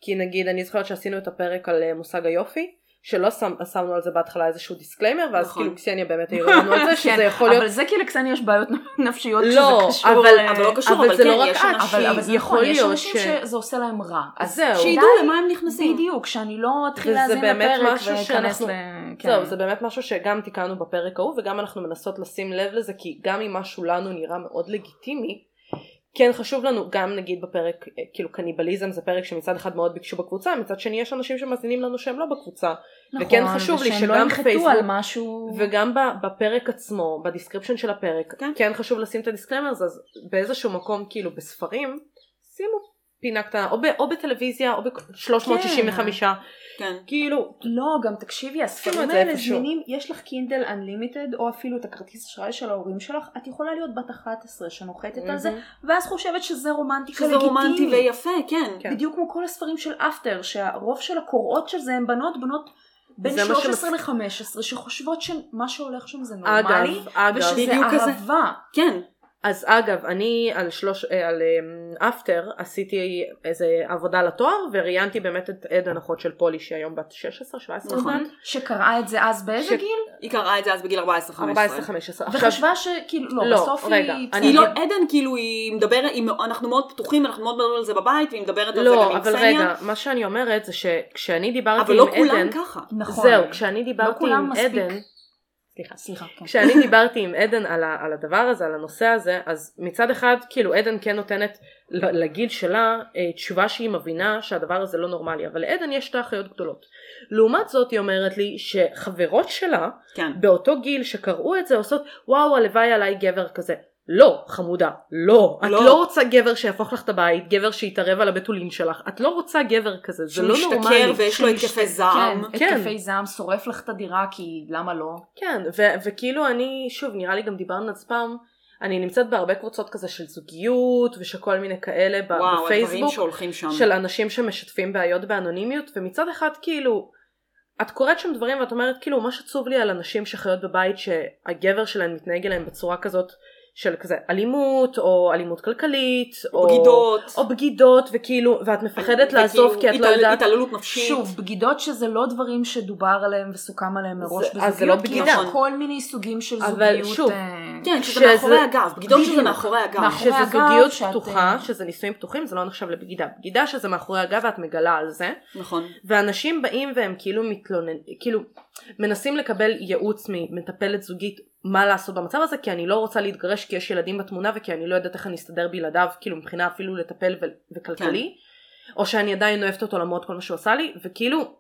[SPEAKER 3] כי נגיד אני זוכרת שעשינו את הפרק על אה, מושג היופי. שלא שם, שמנו על זה בהתחלה איזשהו דיסקליימר ואז
[SPEAKER 2] נכון.
[SPEAKER 3] כאילו קסניה באמת העירה לנו על זה שזה
[SPEAKER 1] כן,
[SPEAKER 3] יכול להיות
[SPEAKER 1] אבל זה כי לקסניה יש בעיות נפשיות
[SPEAKER 3] לא,
[SPEAKER 1] שזה קשור.
[SPEAKER 3] אבל-
[SPEAKER 1] אה,
[SPEAKER 2] אבל לא קשור, אבל
[SPEAKER 3] זה
[SPEAKER 2] כן,
[SPEAKER 3] לא רק
[SPEAKER 2] יש
[SPEAKER 3] את,
[SPEAKER 2] אנשים-
[SPEAKER 1] אבל, אבל זה
[SPEAKER 3] יכול
[SPEAKER 1] יכול נכון, יש
[SPEAKER 3] להיות
[SPEAKER 1] אנשים
[SPEAKER 3] ש-
[SPEAKER 1] שזה עושה להם רע. אז
[SPEAKER 3] זהו.
[SPEAKER 2] שידעו
[SPEAKER 1] די,
[SPEAKER 2] למה הם נכנסים.
[SPEAKER 1] בדיוק, שאני לא אתחיל
[SPEAKER 3] וזה
[SPEAKER 1] להאזין
[SPEAKER 3] באמת
[SPEAKER 1] לפרק
[SPEAKER 3] משהו
[SPEAKER 1] ולהיכנס
[SPEAKER 3] שאנחנו-
[SPEAKER 1] ל...
[SPEAKER 3] כן. זהו, זה באמת משהו שגם תיקנו בפרק ההוא וגם אנחנו מנסות לשים לב לזה כי גם אם משהו לנו נראה מאוד לגיטימי, כן חשוב לנו גם נגיד בפרק, אה, כאילו קניבליזם זה פרק שמצד אחד מאוד ביקשו בקבוצה, מצד שני יש אנשים שמאזינים לנו שהם לא בקבוצה,
[SPEAKER 1] נכון,
[SPEAKER 3] וכן חשוב לי
[SPEAKER 1] ושהם
[SPEAKER 3] שגם
[SPEAKER 1] לא ינחתו
[SPEAKER 3] פייסבוק-
[SPEAKER 1] על משהו...
[SPEAKER 3] וגם ב- בפרק עצמו, בדיסקריפשן של הפרק,
[SPEAKER 2] כן.
[SPEAKER 3] כן, כן חשוב לשים את הדיסקלמר הזה, אז באיזשהו מקום כאילו בספרים, שימו פינה קטנה, או, ב, או בטלוויזיה או ב-365,
[SPEAKER 2] כן.
[SPEAKER 3] כאילו,
[SPEAKER 1] לא, גם תקשיבי,
[SPEAKER 3] שימו את
[SPEAKER 1] הספרים
[SPEAKER 3] זה
[SPEAKER 1] האלה
[SPEAKER 3] איפשהו.
[SPEAKER 1] זמינים, יש לך קינדל אנלימיטד, או אפילו את הכרטיס אשראי של ההורים שלך, את יכולה להיות בת 11 שנוחתת על זה, ואז חושבת שזה רומנטיקה
[SPEAKER 2] שזה
[SPEAKER 1] לגיטימית.
[SPEAKER 2] רומנטי ויפה, כן.
[SPEAKER 3] כן.
[SPEAKER 1] בדיוק כמו כל הספרים של אפטר, שהרוב של הקוראות של זה הן בנות, בנות בין
[SPEAKER 3] זה מה
[SPEAKER 1] 13 ל-15, שחושבות שמה שהולך שם זה נורמלי,
[SPEAKER 3] אגב, אגב,
[SPEAKER 1] ושזה
[SPEAKER 2] בדיוק כזה.
[SPEAKER 1] אהבה.
[SPEAKER 2] כן.
[SPEAKER 3] אז אגב, אני על שלוש... אה, על אמ, אפטר עשיתי איזה עבודה לתואר וראיינתי באמת את עד הנחות של פולי שהיא היום בת 16-17
[SPEAKER 2] נכון.
[SPEAKER 1] שקראה את זה אז באיזה
[SPEAKER 3] ש-
[SPEAKER 1] גיל?
[SPEAKER 2] היא קראה את זה אז בגיל 14-15.
[SPEAKER 3] 14-15. עכשיו,
[SPEAKER 1] וחשבה שכאילו, לא,
[SPEAKER 3] לא,
[SPEAKER 1] בסוף
[SPEAKER 3] רגע,
[SPEAKER 1] היא...
[SPEAKER 3] אני
[SPEAKER 2] היא לא,
[SPEAKER 1] בסדר.
[SPEAKER 2] עדן כאילו היא מדברת, היא מאוד- אנחנו מאוד פתוחים, אנחנו מאוד מדברים על זה בבית, והיא מדברת על זה גם
[SPEAKER 3] לא,
[SPEAKER 2] עם
[SPEAKER 3] אבל
[SPEAKER 2] קסניה,
[SPEAKER 3] רגע, מה שאני אומרת זה שכשאני דיברתי
[SPEAKER 2] אבל
[SPEAKER 3] עם
[SPEAKER 2] לא
[SPEAKER 3] עדן,
[SPEAKER 2] כולם לא ככה.
[SPEAKER 1] נכון.
[SPEAKER 3] זהו, כשאני דיברתי
[SPEAKER 1] כולם
[SPEAKER 3] עם
[SPEAKER 1] מספיק.
[SPEAKER 3] עדן, סליחה,
[SPEAKER 1] סליחה, כן.
[SPEAKER 3] כשאני דיברתי עם עדן על, ה, על הדבר הזה, על הנושא הזה, אז מצד אחד, כאילו עדן כן נותנת ל- לגיל שלה אה, תשובה שהיא מבינה שהדבר הזה לא נורמלי, אבל לעדן יש שתי אחיות גדולות. לעומת זאת היא אומרת לי שחברות שלה
[SPEAKER 2] כן.
[SPEAKER 3] באותו גיל שקראו את זה עושות וואו הלוואי עליי גבר כזה. לא, חמודה, לא. את
[SPEAKER 2] לא.
[SPEAKER 3] לא רוצה גבר שיהפוך לך את הבית, גבר שיתערב על הבתולין שלך. את לא רוצה גבר כזה, זה לא
[SPEAKER 2] שהוא
[SPEAKER 3] נורמלי.
[SPEAKER 2] משתכר ויש לו
[SPEAKER 1] שהוא
[SPEAKER 2] התקפי
[SPEAKER 1] משת-
[SPEAKER 2] זעם.
[SPEAKER 1] כן,
[SPEAKER 3] כן.
[SPEAKER 1] התקפי זעם, שורף לך את הדירה, כי למה לא?
[SPEAKER 3] כן, ו- וכאילו אני, שוב, נראה לי גם דיברנו על זה פעם, אני נמצאת בהרבה קבוצות כזה של זוגיות ושל כל מיני כאלה ב-
[SPEAKER 2] וואו, הדברים
[SPEAKER 3] בפייסבוק,
[SPEAKER 2] שהולכים שם.
[SPEAKER 3] של אנשים שמשתפים בעיות באנונימיות, ומצד אחד כאילו, את קוראת שם דברים ואת אומרת כאילו, ממש עצוב לי על אנשים שחיות בבית שהגבר שלהן מתנהג אליהם בצורה כזאת של כזה אלימות, או אלימות כלכלית, או
[SPEAKER 2] בגידות.
[SPEAKER 3] או בגידות, וכאילו, ואת מפחדת לעזוב כי את
[SPEAKER 2] וכאילו,
[SPEAKER 3] לא
[SPEAKER 2] התעל-
[SPEAKER 3] יודעת
[SPEAKER 2] התעללות נפשית.
[SPEAKER 1] שוב, בגידות שזה לא דברים שדובר עליהם וסוכם עליהם מראש
[SPEAKER 3] זה- אז זה לא
[SPEAKER 1] בזוגיות, כי יש
[SPEAKER 2] בגידה.
[SPEAKER 1] כל מיני סוגים של
[SPEAKER 3] אבל
[SPEAKER 1] זוגיות.
[SPEAKER 3] שוב,
[SPEAKER 1] אה,
[SPEAKER 2] כן, שזה
[SPEAKER 3] שזה- נכון.
[SPEAKER 2] מאחורי הגב, בגידות שזה
[SPEAKER 1] בדיוק.
[SPEAKER 2] מאחורי הגב.
[SPEAKER 1] מאחורי-
[SPEAKER 3] שזה
[SPEAKER 1] הגב,
[SPEAKER 3] זוגיות
[SPEAKER 1] שאת- אה,
[SPEAKER 3] פתוחה, שזה נישואים פתוחים, זה לא נחשב לבגידה. בגידה שזה מאחורי הגב ואת מגלה על זה,
[SPEAKER 2] נכון.
[SPEAKER 3] ואנשים באים והם כאילו מתלונן, כאילו מנסים לקבל ייעוץ ממטפלת זוגית מה לעשות במצב הזה, כי אני לא רוצה להתגרש כי יש ילדים בתמונה וכי אני לא יודעת איך אני אסתדר בלעדיו, כאילו מבחינה אפילו לטפל ו- וכלכלי,
[SPEAKER 1] כן.
[SPEAKER 3] או שאני עדיין אוהבת אותו למרות כל מה שהוא עשה לי, וכאילו...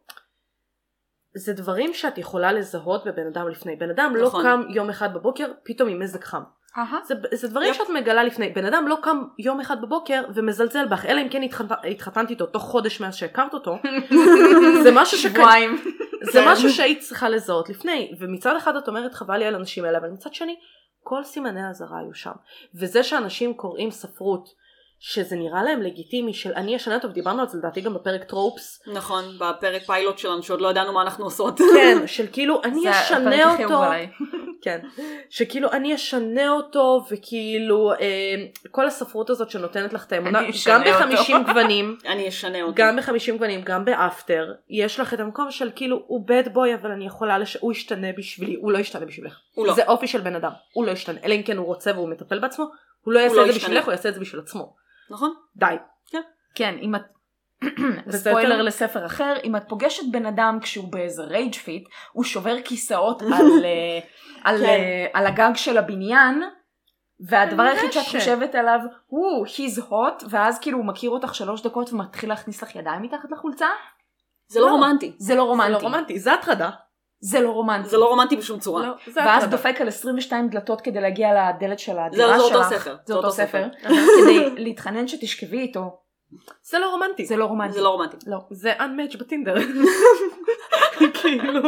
[SPEAKER 3] זה דברים שאת יכולה לזהות בבן אדם לפני. בן אדם לא
[SPEAKER 2] נכון.
[SPEAKER 3] קם יום אחד בבוקר, פתאום עם מזג חם.
[SPEAKER 1] אהה.
[SPEAKER 3] זה, זה דברים
[SPEAKER 2] יפ.
[SPEAKER 3] שאת מגלה לפני. בן אדם לא קם יום אחד בבוקר ומזלזל בך, אלא אם כן התחת- התחתנת איתו תוך חודש מאז שהכרת אותו. זה משהו שכן,
[SPEAKER 1] שבועיים. כן.
[SPEAKER 3] זה משהו שהיית צריכה לזהות לפני. ומצד אחד את אומרת חבל לי על הנשים האלה, אבל מצד שני, כל סימני האזהרה היו שם. וזה שאנשים קוראים ספרות, שזה נראה להם לגיטימי של אני ישנה טוב, דיברנו על זה לדעתי גם בפרק טרופס.
[SPEAKER 2] נכון, בפרק פיילוט שלנו שעוד לא ידענו מה אנחנו עושות.
[SPEAKER 3] כן, של כאילו אני
[SPEAKER 1] זה הפרק
[SPEAKER 3] אשנה
[SPEAKER 1] הכי
[SPEAKER 3] אותו.
[SPEAKER 1] אהוב עליי.
[SPEAKER 3] כן. שכאילו אני אשנה אותו וכאילו אה, כל הספרות הזאת שנותנת לך את האמונה
[SPEAKER 1] אני אשנה
[SPEAKER 3] גם
[SPEAKER 1] אותו.
[SPEAKER 3] בחמישים גוונים.
[SPEAKER 2] אני אשנה אותו.
[SPEAKER 3] גם בחמישים גוונים, גם באפטר, יש לך את המקום של כאילו הוא bad boy אבל אני יכולה, לש... הוא ישתנה בשבילי, הוא לא ישתנה בשבילך.
[SPEAKER 2] הוא לא.
[SPEAKER 3] זה אופי של בן אדם, הוא לא ישתנה, אלא אם כן הוא רוצה והוא מטפל בעצמו, הוא לא יעשה
[SPEAKER 2] לא
[SPEAKER 3] את זה
[SPEAKER 2] ישתנה.
[SPEAKER 3] בשבילך, הוא יעשה את זה בשביל עצמו.
[SPEAKER 2] נכון?
[SPEAKER 3] די.
[SPEAKER 1] כן, אם את...
[SPEAKER 3] וזה
[SPEAKER 1] ספוילר
[SPEAKER 3] יותר-
[SPEAKER 1] לספר אחר, אם את פוגשת בן אדם כשהוא באיזה רייג' פיט, הוא שובר כיסאות על, אה, על,
[SPEAKER 2] כן.
[SPEAKER 1] אה, על הגג של הבניין, והדבר
[SPEAKER 3] כנראה
[SPEAKER 1] היחיד שאת
[SPEAKER 3] ש-
[SPEAKER 1] חושבת עליו הוא he's hot, ואז כאילו הוא מכיר אותך שלוש דקות ומתחיל להכניס לך ידיים מתחת לחולצה,
[SPEAKER 2] זה לא
[SPEAKER 3] לא.
[SPEAKER 2] רומנטי.
[SPEAKER 1] זה לא
[SPEAKER 3] זה לא
[SPEAKER 1] רומנטי.
[SPEAKER 3] רומנטי, זה הטרדה.
[SPEAKER 1] זה לא רומנטי.
[SPEAKER 2] זה לא רומנטי בשום צורה.
[SPEAKER 3] לא, זה
[SPEAKER 1] ואז
[SPEAKER 3] הטרדה.
[SPEAKER 1] דופק על 22 דלתות כדי להגיע לדלת של הדירה
[SPEAKER 2] זה
[SPEAKER 1] שלך.
[SPEAKER 2] אותו ספר.
[SPEAKER 1] זה אותו ספר.
[SPEAKER 3] אהה.
[SPEAKER 1] כדי להתחנן שתשכבי איתו.
[SPEAKER 3] זה לא רומנטי.
[SPEAKER 1] זה לא רומנטי.
[SPEAKER 2] זה לא רומנטי.
[SPEAKER 3] זה unmatch בטינדר. כאילו.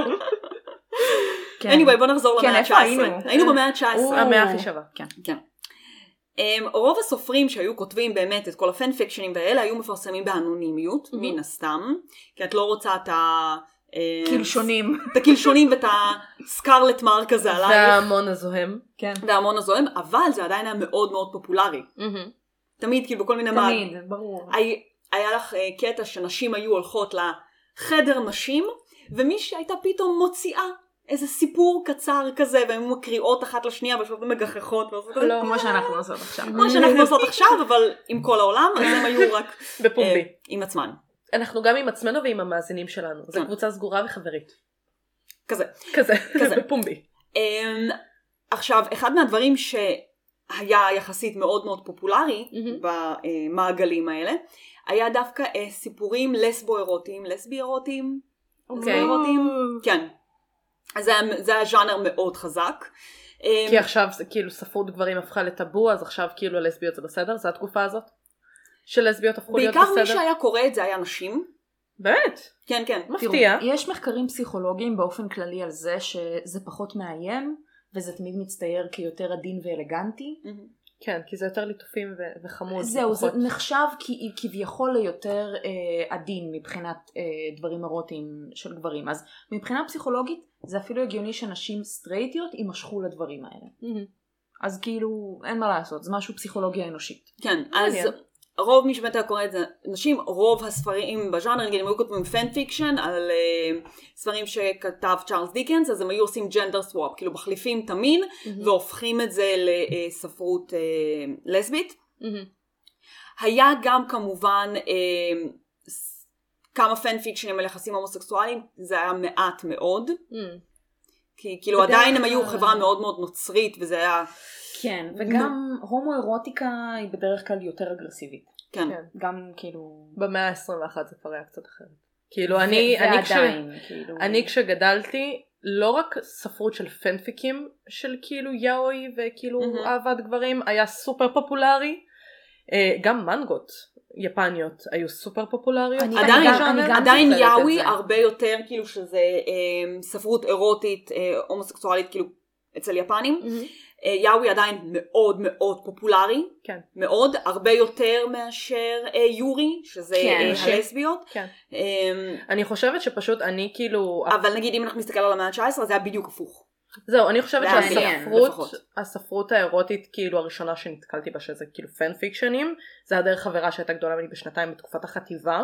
[SPEAKER 1] כן.
[SPEAKER 2] anyway, בוא נחזור
[SPEAKER 1] כן,
[SPEAKER 2] למאה
[SPEAKER 1] איפה
[SPEAKER 2] ה-19.
[SPEAKER 1] היינו?
[SPEAKER 2] היינו במאה ה-19.
[SPEAKER 1] או.
[SPEAKER 3] המאה הכי שווה.
[SPEAKER 1] כן.
[SPEAKER 2] אמ, רוב הסופרים שהיו כותבים באמת את כל הפנפיקשנים והאלה היו מפרסמים באנונימיות,
[SPEAKER 3] Mhm.
[SPEAKER 2] מן הסתם, כי את לא רוצה את ה... אמ,
[SPEAKER 1] כאילו קלשונים.
[SPEAKER 2] את הקלשונים ואת הסקרלט מרק הזה עלייך,
[SPEAKER 3] וההמון הזוהם.
[SPEAKER 1] כן.
[SPEAKER 2] והמון הזוהם, אבל זה עדיין היה מאוד מאוד פופולרי. תמיד, כאילו, בכל מיני... מה-
[SPEAKER 1] תמיד, ברור.
[SPEAKER 2] הי- היה לך אה, קטע שנשים היו הולכות לחדר נשים, ומישהי הייתה פתאום מוציאה איזה סיפור קצר כזה, והן מקריאות אחת לשנייה, ובסוף הן מגחכות, ועושות כזה,
[SPEAKER 1] לא, כמו שאנחנו עושות עכשיו.
[SPEAKER 2] כמו שאנחנו עושות עכשיו, אבל עם כל העולם, אז הם היו רק אה,
[SPEAKER 3] בפומבי.
[SPEAKER 2] עם עצמן.
[SPEAKER 3] אה, אנחנו גם עם עצמנו ועם המאזינים שלנו. זו
[SPEAKER 2] כן.
[SPEAKER 3] קבוצה סגורה וחברית.
[SPEAKER 2] כזה.
[SPEAKER 3] כזה.
[SPEAKER 2] כזה.
[SPEAKER 3] בפומבי.
[SPEAKER 2] אמ, עכשיו, אחד מהדברים שהיה יחסית מאוד מאוד פופולרי
[SPEAKER 3] מהמם.
[SPEAKER 2] במעגלים האלה, היה דווקא אה, סיפורים לסבו-אירוטיים, לסבי-אירוטיים,
[SPEAKER 3] אוקיי.
[SPEAKER 1] לא
[SPEAKER 2] לסבו-אירוטיים, כן. אז זה היה- זה היה ז'אנר מאוד חזק. אמ,
[SPEAKER 3] כי עכשיו זה כאילו ספרות גברים הפכה לטאבו, אז עכשיו כאילו הלסביות זה בסדר? זו התקופה הזאת? שלסביות הפכו להיות
[SPEAKER 2] בעיקר מי
[SPEAKER 3] בסדר?
[SPEAKER 2] שהיה קורא את זה היה נשים.
[SPEAKER 3] באמת?
[SPEAKER 2] כן, כן.
[SPEAKER 3] מפתיע.
[SPEAKER 1] תראו, יש מחקרים פסיכולוגיים באופן כללי על זה שזה פחות מאיים, וזה תמיד מצטייר כיותר עדין ואלגנטי.
[SPEAKER 3] כן, כי זה יותר ליטופים ו- וחמוד.
[SPEAKER 1] זהו, זה
[SPEAKER 3] ופחות-
[SPEAKER 1] נחשב כי- כביכול ליותר אה, עדין מבחינת אה, דברים אירוטיים של גברים. אז מבחינה פסיכולוגית זה אפילו הגיוני שנשים סטרייטיות יימשכו לדברים האלה.
[SPEAKER 3] מהמם.
[SPEAKER 1] אז כאילו, אין מה לעשות, זה משהו פסיכולוגיה אנושית.
[SPEAKER 2] כן, אז
[SPEAKER 3] מעניין.
[SPEAKER 2] רוב מי שבאמת היה קורא את זה נשים, רוב הספרים בז'אנר, נגיד הם היו כותבים פן פיקשן על אה, ספרים שכתב צ'ארלס דיקנס, אז הם היו עושים ג'נדר סוואפ, כאילו מחליפים את המין
[SPEAKER 3] מהמם.
[SPEAKER 2] והופכים את זה לספרות אה, לסבית.
[SPEAKER 3] מהמם.
[SPEAKER 2] היה גם כמובן אה, ס- כמה פן פיקשנים על יחסים הומוסקסואליים, זה היה מעט מאוד.
[SPEAKER 3] מהמם.
[SPEAKER 2] כי כאילו
[SPEAKER 1] בדרך
[SPEAKER 2] עדיין הם היו
[SPEAKER 3] אה,
[SPEAKER 1] כלל-
[SPEAKER 2] חברה מאוד מאוד נוצרית וזה היה,
[SPEAKER 1] כן, וגם הומואירוטיקה היא בדרך כלל יותר אגרסיבית.
[SPEAKER 2] כן.
[SPEAKER 3] כן.
[SPEAKER 1] גם כאילו...
[SPEAKER 3] במאה ה-21 זה כבר היה קצת אחרת. כאילו אני,
[SPEAKER 1] ו-
[SPEAKER 3] אני, כש,
[SPEAKER 1] ועדיין, כאילו...
[SPEAKER 3] אני כשגדלתי, לא רק ספרות של פנפיקים של כאילו יאוי וכאילו
[SPEAKER 2] מהמם.
[SPEAKER 3] אהבת גברים היה סופר פופולרי, אה, גם מנגות יפניות היו סופר פופולריות.
[SPEAKER 1] אני-
[SPEAKER 3] בתוך
[SPEAKER 2] עדיין,
[SPEAKER 3] הז'אנר.
[SPEAKER 1] אני גם
[SPEAKER 2] עדיין
[SPEAKER 1] זוכרת את
[SPEAKER 2] יאווי
[SPEAKER 1] זה.
[SPEAKER 2] הרבה יותר כאילו שזה אה, ספרות אירוטית אה, הומוסקסואלית כאילו אצל יפנים.
[SPEAKER 3] מהמם.
[SPEAKER 2] אה, יאווי עדיין מאוד מאוד פופולרי,
[SPEAKER 3] כן.
[SPEAKER 2] מאוד, הרבה יותר מאשר אה, יורי, שזה
[SPEAKER 1] כן,
[SPEAKER 2] אה,
[SPEAKER 3] ש-
[SPEAKER 2] הלסביות.
[SPEAKER 3] כן.
[SPEAKER 2] אה,
[SPEAKER 3] אני חושבת שפסות אני כאילו,
[SPEAKER 2] אבל נגיד אם אנחנו נסתכל על המאה ה-19 זה היה בדיוק הפוך.
[SPEAKER 3] זהו, אני חושבת
[SPEAKER 2] מעניין,
[SPEAKER 3] שהספרות,
[SPEAKER 2] לפחות.
[SPEAKER 3] הספרות האירוטית כאילו הראשונה שנתקלתי בה שזה כאילו פן פיקשנים, זה היה דרך חברה שהייתה גדולה ממני בשנתיים בתקופת החטיבה,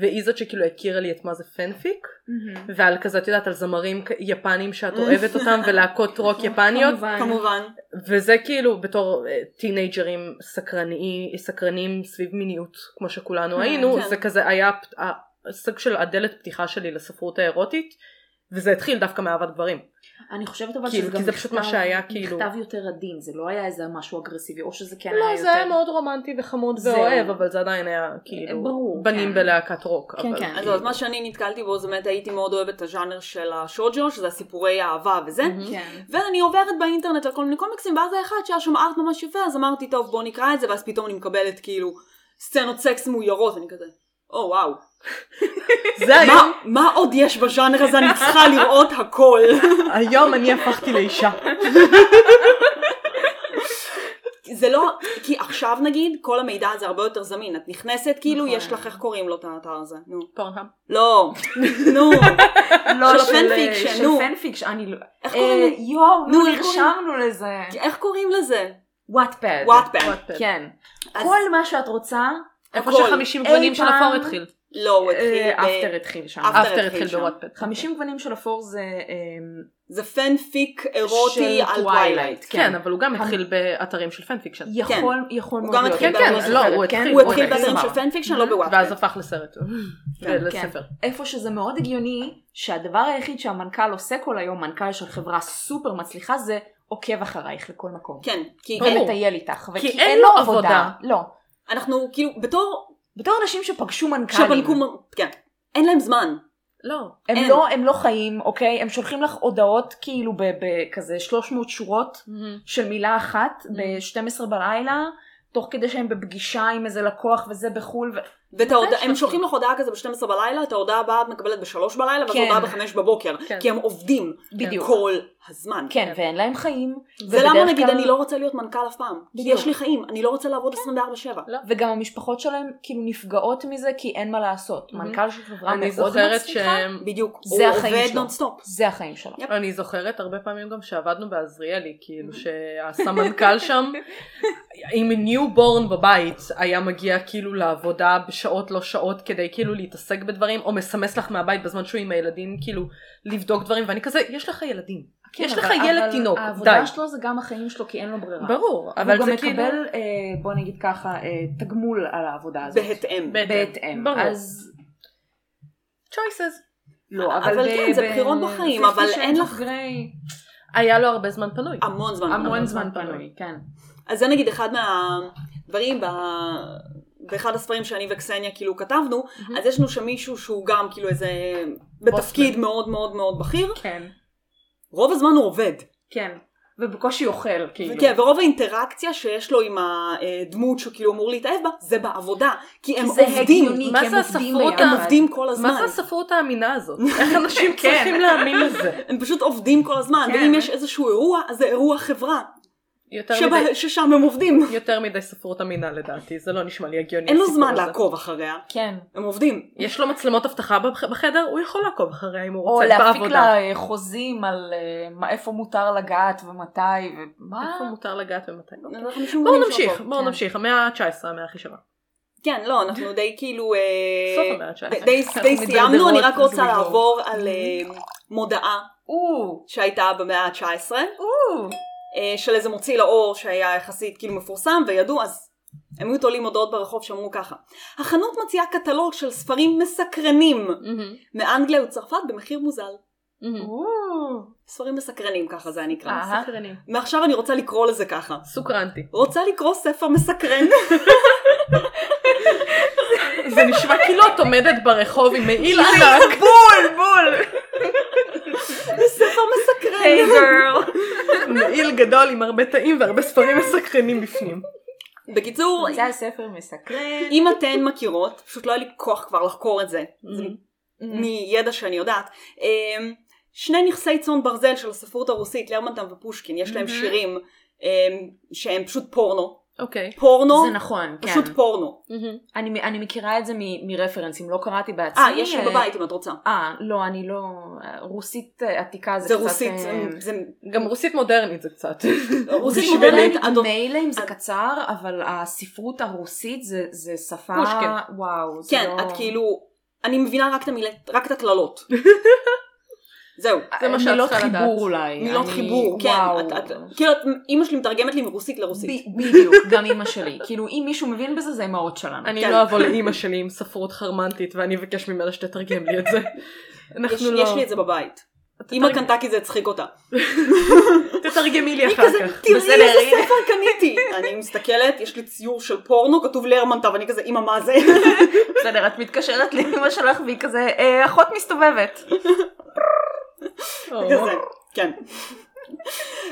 [SPEAKER 3] והיא זאת שכאילו הכירה לי את מה זה פנפיק,
[SPEAKER 1] מהמם.
[SPEAKER 3] ועל כזה, את יודעת, על זמרים כ- יפנים שאת אוהבת אותם, ולהקות רוק יפניות,
[SPEAKER 1] אה. כמובן.
[SPEAKER 2] כמובן.
[SPEAKER 3] וזה כאילו בתור אה, טינג'רים סקרני, סקרנים סביב מיניות, כמו שכולנו
[SPEAKER 1] כן,
[SPEAKER 3] היינו,
[SPEAKER 2] כן.
[SPEAKER 3] זה כזה היה פ- ה- הסוג של הדלת פתיחה שלי לספרות האירוטית, וזה התחיל דווקא מאהבת גברים.
[SPEAKER 1] אני חושבת אבל
[SPEAKER 3] כאילו,
[SPEAKER 1] שזה
[SPEAKER 3] כי
[SPEAKER 1] גם
[SPEAKER 3] זה פשוט מה שהיה, כאילו.
[SPEAKER 1] נכתב יותר עדין, זה לא היה איזה משהו אגרסיבי, או שזה כן היה
[SPEAKER 3] לא,
[SPEAKER 1] יותר...
[SPEAKER 3] זה היה מאוד רומנטי וחמוד
[SPEAKER 1] זהו. אה,
[SPEAKER 3] ואוהב, אבל זה עדיין היה כאילו
[SPEAKER 1] ברור,
[SPEAKER 3] בנים
[SPEAKER 1] כן.
[SPEAKER 3] בלהקת רוק.
[SPEAKER 1] כן,
[SPEAKER 3] אבל-
[SPEAKER 1] כן.
[SPEAKER 2] אז אז מה שאני נתקלתי בו זה באמת הייתי מאוד אוהבת את הז'אנר של השוג'ו, שזה הסיפורי אהבה וזה.
[SPEAKER 1] כן.
[SPEAKER 2] ואני עוברת באינטרנט על כל מיני קומיקסים, ואז היה אחד שהיה שם ארט ממש יפה, אז אמרתי, טוב, בוא נקרא את זה, ואז פתאום אני מקבלת כאילו סצנות סקס מאוירות, אני כזה, או וואו.
[SPEAKER 3] זה
[SPEAKER 1] אה,
[SPEAKER 3] היום,
[SPEAKER 2] מה, מה עוד יש בז'אנר הזה? אני צריכה לראות הכל.
[SPEAKER 3] היום אני הפכתי לאישה.
[SPEAKER 2] זה לא, כי עכשיו נגיד, כל המידע הזה הרבה יותר זמין. את נכנסת, כאילו,
[SPEAKER 1] נכון.
[SPEAKER 2] יש לך, איך קוראים לו את האתר הזה? נו.
[SPEAKER 3] פורנהאב.
[SPEAKER 2] לא, נו,
[SPEAKER 1] לא,
[SPEAKER 2] של הפנפיקשן,
[SPEAKER 1] של
[SPEAKER 2] נו.
[SPEAKER 1] פנפיקשן, אני לא...
[SPEAKER 2] איך
[SPEAKER 1] אה,
[SPEAKER 2] קוראים
[SPEAKER 1] יואו,
[SPEAKER 2] נו,
[SPEAKER 1] נו,
[SPEAKER 2] איך קוראים?
[SPEAKER 1] נרשמנו לזה.
[SPEAKER 2] איך קוראים לזה?
[SPEAKER 1] וואטפד.
[SPEAKER 2] וואטפן.
[SPEAKER 3] וואטפד.
[SPEAKER 1] כן. אה,
[SPEAKER 2] אז-
[SPEAKER 1] כל מה שאת רוצה,
[SPEAKER 3] איפה
[SPEAKER 2] הכל.
[SPEAKER 3] שחמישים גוונים
[SPEAKER 1] אי
[SPEAKER 3] של אפור
[SPEAKER 1] פעם-
[SPEAKER 3] התחיל.
[SPEAKER 2] לא, הוא התחיל
[SPEAKER 1] אה,
[SPEAKER 2] ב...
[SPEAKER 1] אפטר התחיל שם.
[SPEAKER 2] אפטר
[SPEAKER 3] אפטר
[SPEAKER 2] התחיל
[SPEAKER 3] התחיל
[SPEAKER 2] שם.
[SPEAKER 3] בוואטפד.
[SPEAKER 1] 50 גוונים של אפור זה אמ,
[SPEAKER 2] זה פנפיק אירוטי
[SPEAKER 1] של
[SPEAKER 2] על טווילייט.
[SPEAKER 1] טווילייט.
[SPEAKER 3] כן,
[SPEAKER 1] כן.
[SPEAKER 3] אבל הוא גם התחיל באתרים של פנפיקשן.
[SPEAKER 1] יכול יכול
[SPEAKER 2] כן. הוא
[SPEAKER 1] מאוד
[SPEAKER 2] גם
[SPEAKER 1] להיות.
[SPEAKER 2] התחיל
[SPEAKER 3] כן,
[SPEAKER 2] באתרים
[SPEAKER 3] לא, הוא התחיל,
[SPEAKER 2] הוא התחיל
[SPEAKER 3] אוקיי,
[SPEAKER 2] באתרים
[SPEAKER 3] סבבה.
[SPEAKER 2] של פנפיקשן,
[SPEAKER 1] Mhm.
[SPEAKER 2] לא
[SPEAKER 3] ואז
[SPEAKER 2] בוואטפן.
[SPEAKER 3] הפך לסרט.
[SPEAKER 2] כן,
[SPEAKER 3] ולספר.
[SPEAKER 1] איפה שזה מאוד הגיוני, שהדבר היחיד שהמנכ"ל עושה כל היום, מנכ"ל של חברה סופר מצליחה, זה עוקב אחרייך לכל מקום.
[SPEAKER 2] כן, כי
[SPEAKER 3] ברור.
[SPEAKER 1] ומטייל איתך.
[SPEAKER 3] כי אין לו עבודה.
[SPEAKER 1] לא.
[SPEAKER 2] אנחנו כאילו, בתור,
[SPEAKER 1] בתור אנשים שפגשו מנכ"לים,
[SPEAKER 2] כשבנקו, מ- כן, אין להם זמן.
[SPEAKER 3] לא.
[SPEAKER 1] הם,
[SPEAKER 2] אין.
[SPEAKER 1] לא, הם לא חיים, אוקיי? הם שולחים לך הודעות כאילו בכזה 300 שורות של מילה
[SPEAKER 2] Mm.
[SPEAKER 1] אחת ב-12 בלילה, תוך כדי שהם בפגישה עם איזה לקוח וזה בחו"ל. ו...
[SPEAKER 2] ואת ההודעה- הם
[SPEAKER 3] שלושים.
[SPEAKER 2] שולחים לך הודעה כזה ב-12 בלילה, את ההודעה הבאה את מקבלת ב-3 בלילה, ואז
[SPEAKER 1] כן.
[SPEAKER 2] הודעה ב-5 בבוקר.
[SPEAKER 3] כן.
[SPEAKER 2] כי הם עובדים
[SPEAKER 1] בדיוק.
[SPEAKER 2] כל הזמן.
[SPEAKER 1] כן, ואין להם חיים.
[SPEAKER 2] זה
[SPEAKER 1] ובדרך
[SPEAKER 2] למה נגיד
[SPEAKER 1] כלל-
[SPEAKER 2] אני לא רוצה להיות מנכ"ל אף פעם. כי
[SPEAKER 1] בדיוק. כן.
[SPEAKER 2] יש לי חיים, אני לא רוצה לעבוד 24/7.
[SPEAKER 1] וגם המשפחות שלהם כאילו נפגעות מזה כי אין מה לעשות.
[SPEAKER 3] מהמם.
[SPEAKER 1] מנכ"ל של חברה
[SPEAKER 3] אני
[SPEAKER 1] מאוד
[SPEAKER 3] זוכרת
[SPEAKER 1] מצליחה,
[SPEAKER 3] שהם...
[SPEAKER 2] בדיוק.
[SPEAKER 1] זה החיים
[SPEAKER 2] הוא עובד
[SPEAKER 1] שלו.
[SPEAKER 2] נונסטופ.
[SPEAKER 1] זה החיים שלו.
[SPEAKER 2] יפ.
[SPEAKER 3] אני זוכרת הרבה פעמים גם שעבדנו בעזריאלי, כאילו שהסמנכ"ל שם עם ניובורן בבית היה מגיע כאילו לעבודה בשעות לא שעות כדי כאילו להתעסק בדברים, או מסמס לך מהבית בזמן שהוא עם הילדים כאילו לבדוק דברים, ואני כזה, יש לך ילדים.
[SPEAKER 1] כן,
[SPEAKER 3] יש
[SPEAKER 1] אבל-
[SPEAKER 3] לך ילד
[SPEAKER 1] אבל
[SPEAKER 3] תינוק, די.
[SPEAKER 1] העבודה שלו זה גם החיים שלו כי אין לו ברירה.
[SPEAKER 3] ברור,
[SPEAKER 1] אבל
[SPEAKER 3] אבל
[SPEAKER 1] הוא
[SPEAKER 3] זה
[SPEAKER 1] גם
[SPEAKER 3] כאילו...
[SPEAKER 1] מקבל, אה, בוא נגיד ככה, אה, תגמול על העבודה הזאת.
[SPEAKER 2] בהתאם.
[SPEAKER 1] בהתאם.
[SPEAKER 3] ברור.
[SPEAKER 1] אז
[SPEAKER 3] choices.
[SPEAKER 1] לא, אבל...
[SPEAKER 2] אבל
[SPEAKER 1] ב-
[SPEAKER 2] כן, זה
[SPEAKER 1] ב-
[SPEAKER 2] בחירות בחיים,
[SPEAKER 1] Fifty
[SPEAKER 2] אבל אין
[SPEAKER 1] Shades of
[SPEAKER 2] לך-
[SPEAKER 1] Grey,
[SPEAKER 3] היה לו הרבה זמן פנוי.
[SPEAKER 2] המון זמן.
[SPEAKER 1] המון
[SPEAKER 3] המון
[SPEAKER 1] זמן
[SPEAKER 3] זמן
[SPEAKER 1] פנוי, כן.
[SPEAKER 2] אז זה נגיד אחד מהדברים ב... באחד הספרים שאני וקסניה כאילו כתבנו, אז יש לנו שם מישהו שהוא גם כאילו איזה... בתפקיד מאוד מאוד מאוד בכיר,
[SPEAKER 1] כן.
[SPEAKER 2] רוב הזמן הוא עובד.
[SPEAKER 1] כן. ובקושי אוכל, כאילו.
[SPEAKER 2] כן, ורוב האינטראקציה שיש לו עם הדמות שהוא כאילו אמור להתאהב בה, זה בעבודה. כי הם
[SPEAKER 1] זה
[SPEAKER 2] עובדים,
[SPEAKER 1] הגיוני,
[SPEAKER 3] מה
[SPEAKER 1] כי הם
[SPEAKER 3] זה
[SPEAKER 1] עובדים
[SPEAKER 3] הספרות
[SPEAKER 1] ביחד.
[SPEAKER 2] הם עובדים כל
[SPEAKER 3] מה זה
[SPEAKER 2] הזמן. כן.
[SPEAKER 3] הספרות האמינה הזאת? איך אנשים צריכים להאמין לזה?
[SPEAKER 2] הם פשוט עובדים כל הזמן,
[SPEAKER 1] כן.
[SPEAKER 2] ואם יש איזשהו אירוע, אז זה אירוע חברה,
[SPEAKER 3] יותר
[SPEAKER 2] שבה-
[SPEAKER 3] מדי-
[SPEAKER 2] ששם הם עובדים.
[SPEAKER 3] יותר מדי ספרות אמינה לדעתי, זה לא נשמע לי הגיוני.
[SPEAKER 2] אין לו
[SPEAKER 3] הסיפור
[SPEAKER 2] זמן
[SPEAKER 3] הזה.
[SPEAKER 2] לעקוב אחריה,
[SPEAKER 1] כן.
[SPEAKER 2] הם עובדים.
[SPEAKER 3] יש לו מצלמות אבטחה בח- בחדר, הוא יכול לעקוב אחריה אם הוא
[SPEAKER 1] או
[SPEAKER 3] רוצה
[SPEAKER 1] להפיק
[SPEAKER 3] בעבודה.
[SPEAKER 1] לה אה, חוזים על אה, מה- איפה מותר לגעת ומתי ומה.
[SPEAKER 2] אה.
[SPEAKER 3] איפה מותר לגעת ומתי לא.
[SPEAKER 2] אין לך שום
[SPEAKER 3] בואו
[SPEAKER 2] מישהו
[SPEAKER 3] נמשיך,
[SPEAKER 2] לעקוב.
[SPEAKER 3] בואו
[SPEAKER 1] כן.
[SPEAKER 3] נמשיך, המאה ה-19, המאה הכי שווה.
[SPEAKER 2] כן, לא, אנחנו די כאילו... אה,
[SPEAKER 3] סוף המאה ה-19.
[SPEAKER 2] די די
[SPEAKER 3] אנחנו
[SPEAKER 2] סיימנו, אני
[SPEAKER 3] מידרדרות
[SPEAKER 2] רק רוצה
[SPEAKER 3] לגמרי.
[SPEAKER 2] לעבור על אה, מודעה
[SPEAKER 1] או,
[SPEAKER 2] שהייתה במאה ה-19, אה,
[SPEAKER 1] או.
[SPEAKER 2] של איזה מוציא לאור שהיה יחסית כאילו מפורסם וידוע, אז הם היו תולים מודעות ברחוב שאמרו ככה: החנות מציעה קטלוג של ספרים מסקרנים מאנגליה וצרפת במחיר מוזל.
[SPEAKER 1] או.
[SPEAKER 2] ספרים מסקרנים ככה זה היה נקרא.
[SPEAKER 1] אה.
[SPEAKER 3] סקרנים.
[SPEAKER 2] מעכשיו אני רוצה לקרוא לזה ככה.
[SPEAKER 3] סוקרנטי.
[SPEAKER 2] רוצה לקרוא ספר מסקרן.
[SPEAKER 3] זה נשמע כאילו את עומדת ברחוב עם מעיל ענק.
[SPEAKER 1] בול, בול.
[SPEAKER 2] ספר
[SPEAKER 1] היי
[SPEAKER 2] מסקרן.
[SPEAKER 1] גרל.
[SPEAKER 3] מעיל גדול עם הרבה תאים והרבה ספרים מסקרנים בפנים.
[SPEAKER 2] בקיצור,
[SPEAKER 1] זה הספר מסקרן.
[SPEAKER 2] אם אתן מכירות, פשוט לא היה לי כוח כבר לחקור את זה,
[SPEAKER 1] Mm-hmm.
[SPEAKER 2] זה מידע שאני יודעת. אמ, שני נכסי צאן ברזל של הספרות הרוסית, לרמנטם ופושקין, יש להם שירים אמ, שהם פשוט פורנו.
[SPEAKER 3] אוקיי.
[SPEAKER 2] פורנו,
[SPEAKER 1] זה נכון, כן.
[SPEAKER 2] לא- פשוט פורנו.
[SPEAKER 1] אני, אני מכירה את זה מ- מרפרנסים, לא קראתי בעצמי.
[SPEAKER 2] אה, יש לי בבית אם את רוצה.
[SPEAKER 1] אה, לא, אני לא... רוסית אה, עתיקה זה,
[SPEAKER 2] זה
[SPEAKER 1] קצת...
[SPEAKER 2] רוסית,
[SPEAKER 1] אה,
[SPEAKER 2] זה
[SPEAKER 3] גם רוסית מודרנית זה קצת.
[SPEAKER 2] רוסית
[SPEAKER 1] בשבילי
[SPEAKER 2] מודרנית,
[SPEAKER 1] אני
[SPEAKER 2] אדון-
[SPEAKER 1] מילא אם זה
[SPEAKER 2] אד-
[SPEAKER 1] קצר, אבל הספרות הרוסית זה, זה שפה...
[SPEAKER 3] פושקין.
[SPEAKER 1] וואו, זה
[SPEAKER 2] כן,
[SPEAKER 1] לא...
[SPEAKER 2] את כאילו, אני מבינה רק את המילה, רק את הקללות. זהו.
[SPEAKER 3] זה מה שאת
[SPEAKER 1] אה, מילות
[SPEAKER 3] צריכה לדעת.
[SPEAKER 1] חיבור אולי.
[SPEAKER 2] מילות
[SPEAKER 1] אני-
[SPEAKER 2] חיבור, כן,
[SPEAKER 1] וואו.
[SPEAKER 2] את- את- כאילו את- אימא שלי מתרגמת לי מרוסית לרוסית.
[SPEAKER 1] ב- בדיוק, גם אימא שלי. כאילו, אם מישהו מבין בזה, זה אמהות שלנו.
[SPEAKER 3] אני
[SPEAKER 2] כן.
[SPEAKER 3] לא אבוא לאימא שלי עם ספרות חרמנטית ואני אבקש ממנה שתתרגם לי את זה.
[SPEAKER 2] יש
[SPEAKER 3] אנחנו לא...
[SPEAKER 2] יש לי את זה בבית. אימא קנתה כי זה הצחיק אותה.
[SPEAKER 3] תתרגמי לי
[SPEAKER 2] היא
[SPEAKER 3] אחר
[SPEAKER 2] כזה,
[SPEAKER 3] כך.
[SPEAKER 2] תראי
[SPEAKER 3] בסדר,
[SPEAKER 2] איזה
[SPEAKER 3] הנה.
[SPEAKER 2] ספר קניתי. אני מסתכלת, יש לי ציור של פורנו, כתוב לרמנטה, ואני כזה, אימא מה זה?
[SPEAKER 1] בסדר, את מתקשרת לאמא שלך והיא כזה, "אה, אחות מסתובבת.
[SPEAKER 3] או.
[SPEAKER 2] כזה, כן.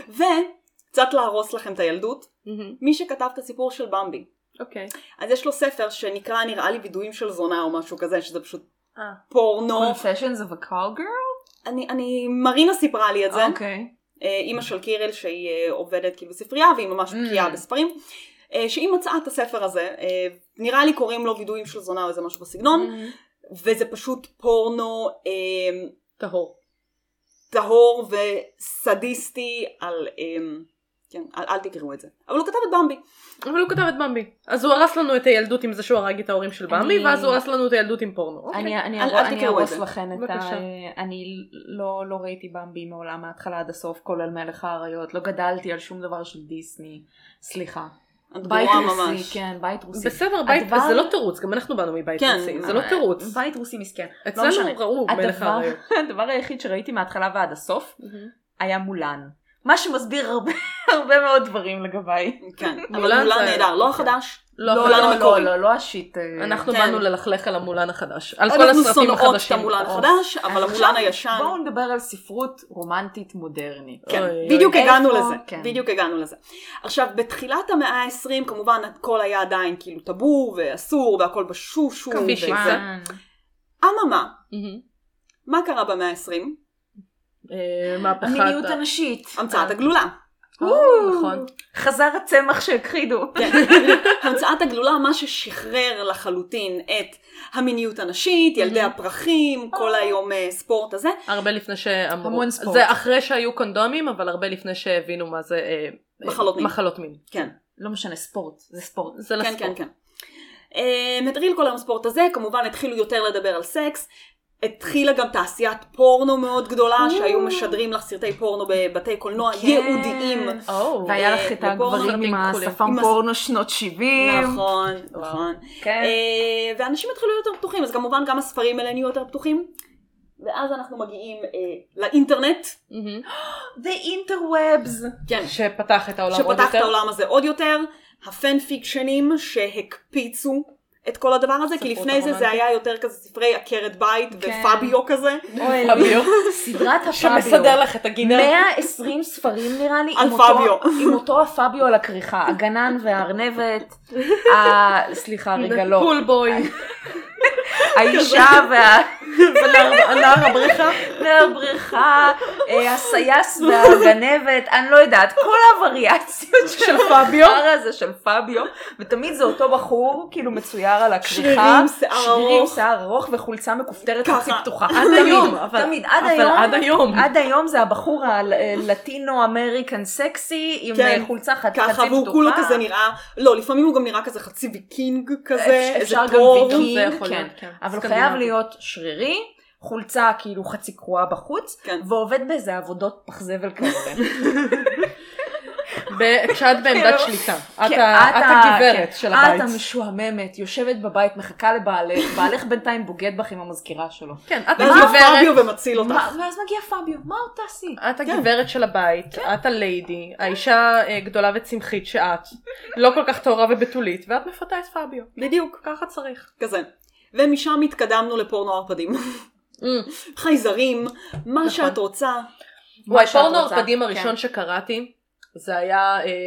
[SPEAKER 2] וקצת להרוס לכם את הילדות,
[SPEAKER 3] מהמם.
[SPEAKER 2] מי שכתב את הסיפור של במבי.
[SPEAKER 3] אוקיי.
[SPEAKER 2] אז יש לו ספר שנקרא נראה לי וידויים של זונה או משהו כזה, שזה פשוט
[SPEAKER 3] אה.
[SPEAKER 2] פורנו.
[SPEAKER 1] Confessions Oh. of a call girl?
[SPEAKER 2] אני, אני, מרינה סיפרה לי את זה.
[SPEAKER 1] אוקיי.
[SPEAKER 2] אה, אימא של קיריל שהיא אה, עובדת כאילו בספרייה והיא
[SPEAKER 3] Mm.
[SPEAKER 2] ממש בקיאה בספרים, אה, שהיא מצאה את הספר הזה, אה, נראה לי קוראים לו וידויים של זונה או איזה משהו
[SPEAKER 3] Mm.
[SPEAKER 2] בסגנון, וזה פשוט פורנו אה,
[SPEAKER 3] טהור.
[SPEAKER 2] טהור וסדיסטי על... אה, כן, אל, אל תקראו את זה. אבל הוא כתב את במבי.
[SPEAKER 3] אבל הוא כתב את במבי. אז הוא הרס לנו את הילדות עם זה שהוא הרג את ההורים של במבי,
[SPEAKER 1] אני-
[SPEAKER 3] ואז הוא הרס לנו את הילדות עם פורנו. אוקיי.
[SPEAKER 1] אני אני
[SPEAKER 2] אל-
[SPEAKER 1] ארוא-
[SPEAKER 2] אל
[SPEAKER 1] אני
[SPEAKER 2] תקראו את
[SPEAKER 1] ארוס
[SPEAKER 2] זה.
[SPEAKER 1] לכן את ה...
[SPEAKER 3] בבקשה.
[SPEAKER 1] אני לא- לא ראיתי במבי מעולם מההתחלה עד הסוף, כולל מלך האריות, לא גדלתי על שום דבר של דיסני. סליחה.
[SPEAKER 2] את
[SPEAKER 1] בית
[SPEAKER 2] גרועה ממש.
[SPEAKER 1] רוסי, כן, בית רוסי.
[SPEAKER 3] בסדר, בית,
[SPEAKER 1] הדבר-
[SPEAKER 3] זה לא תירוץ, גם אנחנו באנו מבית
[SPEAKER 2] כן,
[SPEAKER 3] רוסי, זה לא
[SPEAKER 2] אה,
[SPEAKER 3] תירוץ.
[SPEAKER 1] בית רוסי מסכן. לא משנה.
[SPEAKER 3] אצלנו ראו מלך
[SPEAKER 1] הדבר-
[SPEAKER 3] האריות.
[SPEAKER 1] הדבר היחיד שראיתי מההתחלה ועד הסוף היה מולן. מה שמסביר הרבה- הרבה מאוד דברים לגביי.
[SPEAKER 2] כן, אבל
[SPEAKER 3] מולן
[SPEAKER 2] מולן
[SPEAKER 3] זה-
[SPEAKER 2] נהדר, לא החדש.
[SPEAKER 3] לא,
[SPEAKER 2] לא,
[SPEAKER 3] אבל
[SPEAKER 2] לא, המקורי.
[SPEAKER 1] לא, לא השיט. אה,
[SPEAKER 3] אנחנו
[SPEAKER 2] כן.
[SPEAKER 3] באנו ללכלך על המולן החדש. על כל
[SPEAKER 2] אנחנו
[SPEAKER 3] הסרטים
[SPEAKER 2] שונאות את
[SPEAKER 3] החדשים.
[SPEAKER 2] המולן
[SPEAKER 3] או.
[SPEAKER 2] החדש, אבל
[SPEAKER 1] אז
[SPEAKER 2] המולן
[SPEAKER 1] עכשיו
[SPEAKER 2] הישן.
[SPEAKER 1] בואו נדבר על ספרות רומנטית מודרנית.
[SPEAKER 2] כן,
[SPEAKER 3] אוי, אוי.
[SPEAKER 2] בדיוק
[SPEAKER 1] איפה?
[SPEAKER 2] הגענו לזה,
[SPEAKER 1] כן.
[SPEAKER 2] בדיוק הגענו לזה. עכשיו, בתחילת המאה ה-20 כמובן הכל היה עדיין כאילו טאבו ואסור והכל בשושו.
[SPEAKER 3] כפי
[SPEAKER 2] וזה.
[SPEAKER 3] שזה.
[SPEAKER 2] אממה,
[SPEAKER 3] מהמם.
[SPEAKER 2] מה קרה במאה ה-20?
[SPEAKER 3] אה, מהפכת...
[SPEAKER 1] המיניות
[SPEAKER 3] ה-
[SPEAKER 1] הנשית.
[SPEAKER 3] אה.
[SPEAKER 2] המצאת הגלולה.
[SPEAKER 3] או, נכון.
[SPEAKER 1] חזר הצמח שהכחידו.
[SPEAKER 2] כן. המצאת הגלולה, מה ששחרר לחלוטין את המיניות הנשית, ילדי הפרחים, כל היום אה, ספורט הזה.
[SPEAKER 3] הרבה לפני שאמרו.
[SPEAKER 1] המון ספורט.
[SPEAKER 3] זה אחרי שהיו קונדומים, אבל הרבה לפני שהבינו מה זה... אה,
[SPEAKER 2] מחלות מין.
[SPEAKER 3] מחלות מין.
[SPEAKER 2] כן,
[SPEAKER 1] לא משנה, ספורט. זה ספורט.
[SPEAKER 3] זה
[SPEAKER 2] כן,
[SPEAKER 3] לספורט.
[SPEAKER 2] כן, כן. אה, מטריל כל היום הספורט הזה, כמובן התחילו יותר לדבר על סקס. התחילה גם תעשיית פורנו מאוד גדולה, שהיו משדרים לך סרטי פורנו בבתי קולנוע ייעודיים.
[SPEAKER 3] או.
[SPEAKER 1] כן. והיה
[SPEAKER 2] אה,
[SPEAKER 1] לך את
[SPEAKER 2] לפורנו
[SPEAKER 1] הגברים
[SPEAKER 3] סרטים
[SPEAKER 1] עם
[SPEAKER 3] כחולים.
[SPEAKER 1] השפם
[SPEAKER 2] עם הס-
[SPEAKER 1] פורנו שנות 70.
[SPEAKER 2] נכון, נכון.
[SPEAKER 1] כן.
[SPEAKER 2] אה, ואנשים התחילו להיות יותר פתוחים, אז כמובן גם הספרים האלה נהיו יותר פתוחים. ואז אנחנו מגיעים אה, לאינטרנט,
[SPEAKER 3] מהמם.
[SPEAKER 1] The interwebs.
[SPEAKER 2] כן,
[SPEAKER 3] שפתח את העולם עוד
[SPEAKER 2] שפתח את
[SPEAKER 3] יותר.
[SPEAKER 2] העולם הזה עוד יותר, הפן פיקשנים שהקפיצו את כל הדבר הזה, כי
[SPEAKER 3] הספרות
[SPEAKER 2] לפני זה זה
[SPEAKER 3] הרומנטית.
[SPEAKER 2] היה יותר כזה ספרי עקרת בית
[SPEAKER 1] כן.
[SPEAKER 2] ופביו כזה.
[SPEAKER 1] אוי,
[SPEAKER 3] פביו.
[SPEAKER 1] סדרת הפביו.
[SPEAKER 3] שמסדר לך את הגינה.
[SPEAKER 1] 120 ספרים נראה לי,
[SPEAKER 2] על
[SPEAKER 1] עם אותו-
[SPEAKER 2] פביו.
[SPEAKER 1] עם אותו הפביו על הכריכה, הגנן והארנבת, ה- סליחה רגע לא,
[SPEAKER 3] פול בוי.
[SPEAKER 1] האישה וה...
[SPEAKER 3] הנער הבריכה.
[SPEAKER 1] הבריכה, אה, הסייס
[SPEAKER 2] לא.
[SPEAKER 1] והגנבת, אני לא יודעת, כל הווריאציות של
[SPEAKER 3] פביו.
[SPEAKER 1] הדבר הזה של פביו, ותמיד זה אותו בחור, כאילו מצויר על הכריכה,
[SPEAKER 2] שרירים, שיער
[SPEAKER 1] שרירים,
[SPEAKER 2] ארוך.
[SPEAKER 1] שיער ארוך וחולצה מכופתרת
[SPEAKER 2] ככה.
[SPEAKER 1] חצי פתוחה,
[SPEAKER 3] עד
[SPEAKER 1] תמיד,
[SPEAKER 3] היום, אבל-
[SPEAKER 1] תמיד, עד
[SPEAKER 3] אבל
[SPEAKER 1] היום,
[SPEAKER 3] עד היום.
[SPEAKER 1] עד היום זה הבחור הלטינו אמריקן סקסי, עם
[SPEAKER 2] כן.
[SPEAKER 1] אה, חולצה ח- חצי פתוחה,
[SPEAKER 2] ככה, והוא כולו כזה נראה, לא, לפעמים הוא גם נראה כזה חצי ויקינג כזה, איזה
[SPEAKER 1] אפשר גם
[SPEAKER 2] תור.
[SPEAKER 1] ויקינג.
[SPEAKER 3] זה יכול
[SPEAKER 1] כן.
[SPEAKER 3] להיות, כן.
[SPEAKER 1] אבל
[SPEAKER 3] סקנדינבי.
[SPEAKER 1] חייב להיות שרירי, חולצה כאילו חצי קרועה בחוץ,
[SPEAKER 2] כן.
[SPEAKER 1] ועובד באיזה עבודות פח זבל כאלה.
[SPEAKER 3] ב- כשאת בעמדת
[SPEAKER 1] כאילו,
[SPEAKER 3] שליטה. את
[SPEAKER 1] כן,
[SPEAKER 3] ה- את הגברת
[SPEAKER 1] כן,
[SPEAKER 3] של הבית.
[SPEAKER 1] את המשועממת, יושבת בבית, מחכה לבעלך, בעלך בינתיים בוגד בך עם המזכירה שלו.
[SPEAKER 3] כן, את
[SPEAKER 2] ואז בא
[SPEAKER 3] הגברת.
[SPEAKER 2] פביו ומציל כאילו אותך.
[SPEAKER 1] מה- ואז מגיע פביו, מה עוד תעשי?
[SPEAKER 3] את הגברת של הבית,
[SPEAKER 1] כן.
[SPEAKER 3] את הליידי, האישה אה, גדולה וצמחית שאת, לא כל כך טהורה ובתולית, ואת מפתה את פביו.
[SPEAKER 2] בדיוק,
[SPEAKER 3] ככה צריך.
[SPEAKER 2] כזה. ומשם התקדמנו לפורנו ערפדים.
[SPEAKER 1] Mm.
[SPEAKER 2] חייזרים,
[SPEAKER 3] נכון.
[SPEAKER 2] מה שאת רוצה.
[SPEAKER 3] וואי,
[SPEAKER 1] שאת
[SPEAKER 3] פורנו
[SPEAKER 1] רוצה.
[SPEAKER 3] ערפדים
[SPEAKER 1] כן.
[SPEAKER 3] הראשון שקראתי, זה היה אה,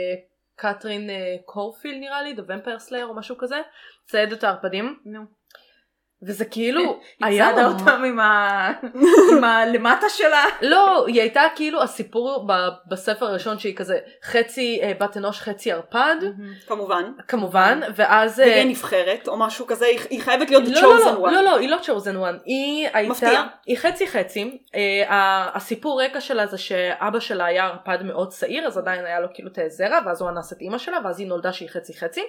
[SPEAKER 3] קתרין אה, קורפיל נראה לי, The Vampire Slayer או משהו כזה, ציידת הערפדים,
[SPEAKER 1] נו.
[SPEAKER 3] וזה
[SPEAKER 1] לא,
[SPEAKER 3] כאילו, היה
[SPEAKER 1] הצעדה
[SPEAKER 3] ממש-
[SPEAKER 1] אה, אותם עם ה... עם הלמטה שלה.
[SPEAKER 3] לא, היא הייתה כאילו הסיפור ב- בספר הראשון שהיא כזה חצי אה, בת אנוש חצי ערפד,
[SPEAKER 2] כמובן.
[SPEAKER 3] כמובן,
[SPEAKER 1] Mm.
[SPEAKER 3] ואז... אה,
[SPEAKER 2] תהיה נבחרת או משהו כזה, היא- היא חייבת להיות the
[SPEAKER 3] לא, לא,
[SPEAKER 2] chosen
[SPEAKER 3] לא,
[SPEAKER 2] one.
[SPEAKER 3] לא, לא, היא לא chosen one, היא הייתה,
[SPEAKER 2] מפתיע.
[SPEAKER 3] היא חצי חצי, אה, ה- הסיפור רקע שלה זה שאבא שלה היה ערפד מאוד צעיר, אז עדיין היה לו כאילו תאי זרע, ואז הוא אנס את אימא שלה, ואז היא נולדה שהיא חצי חצי,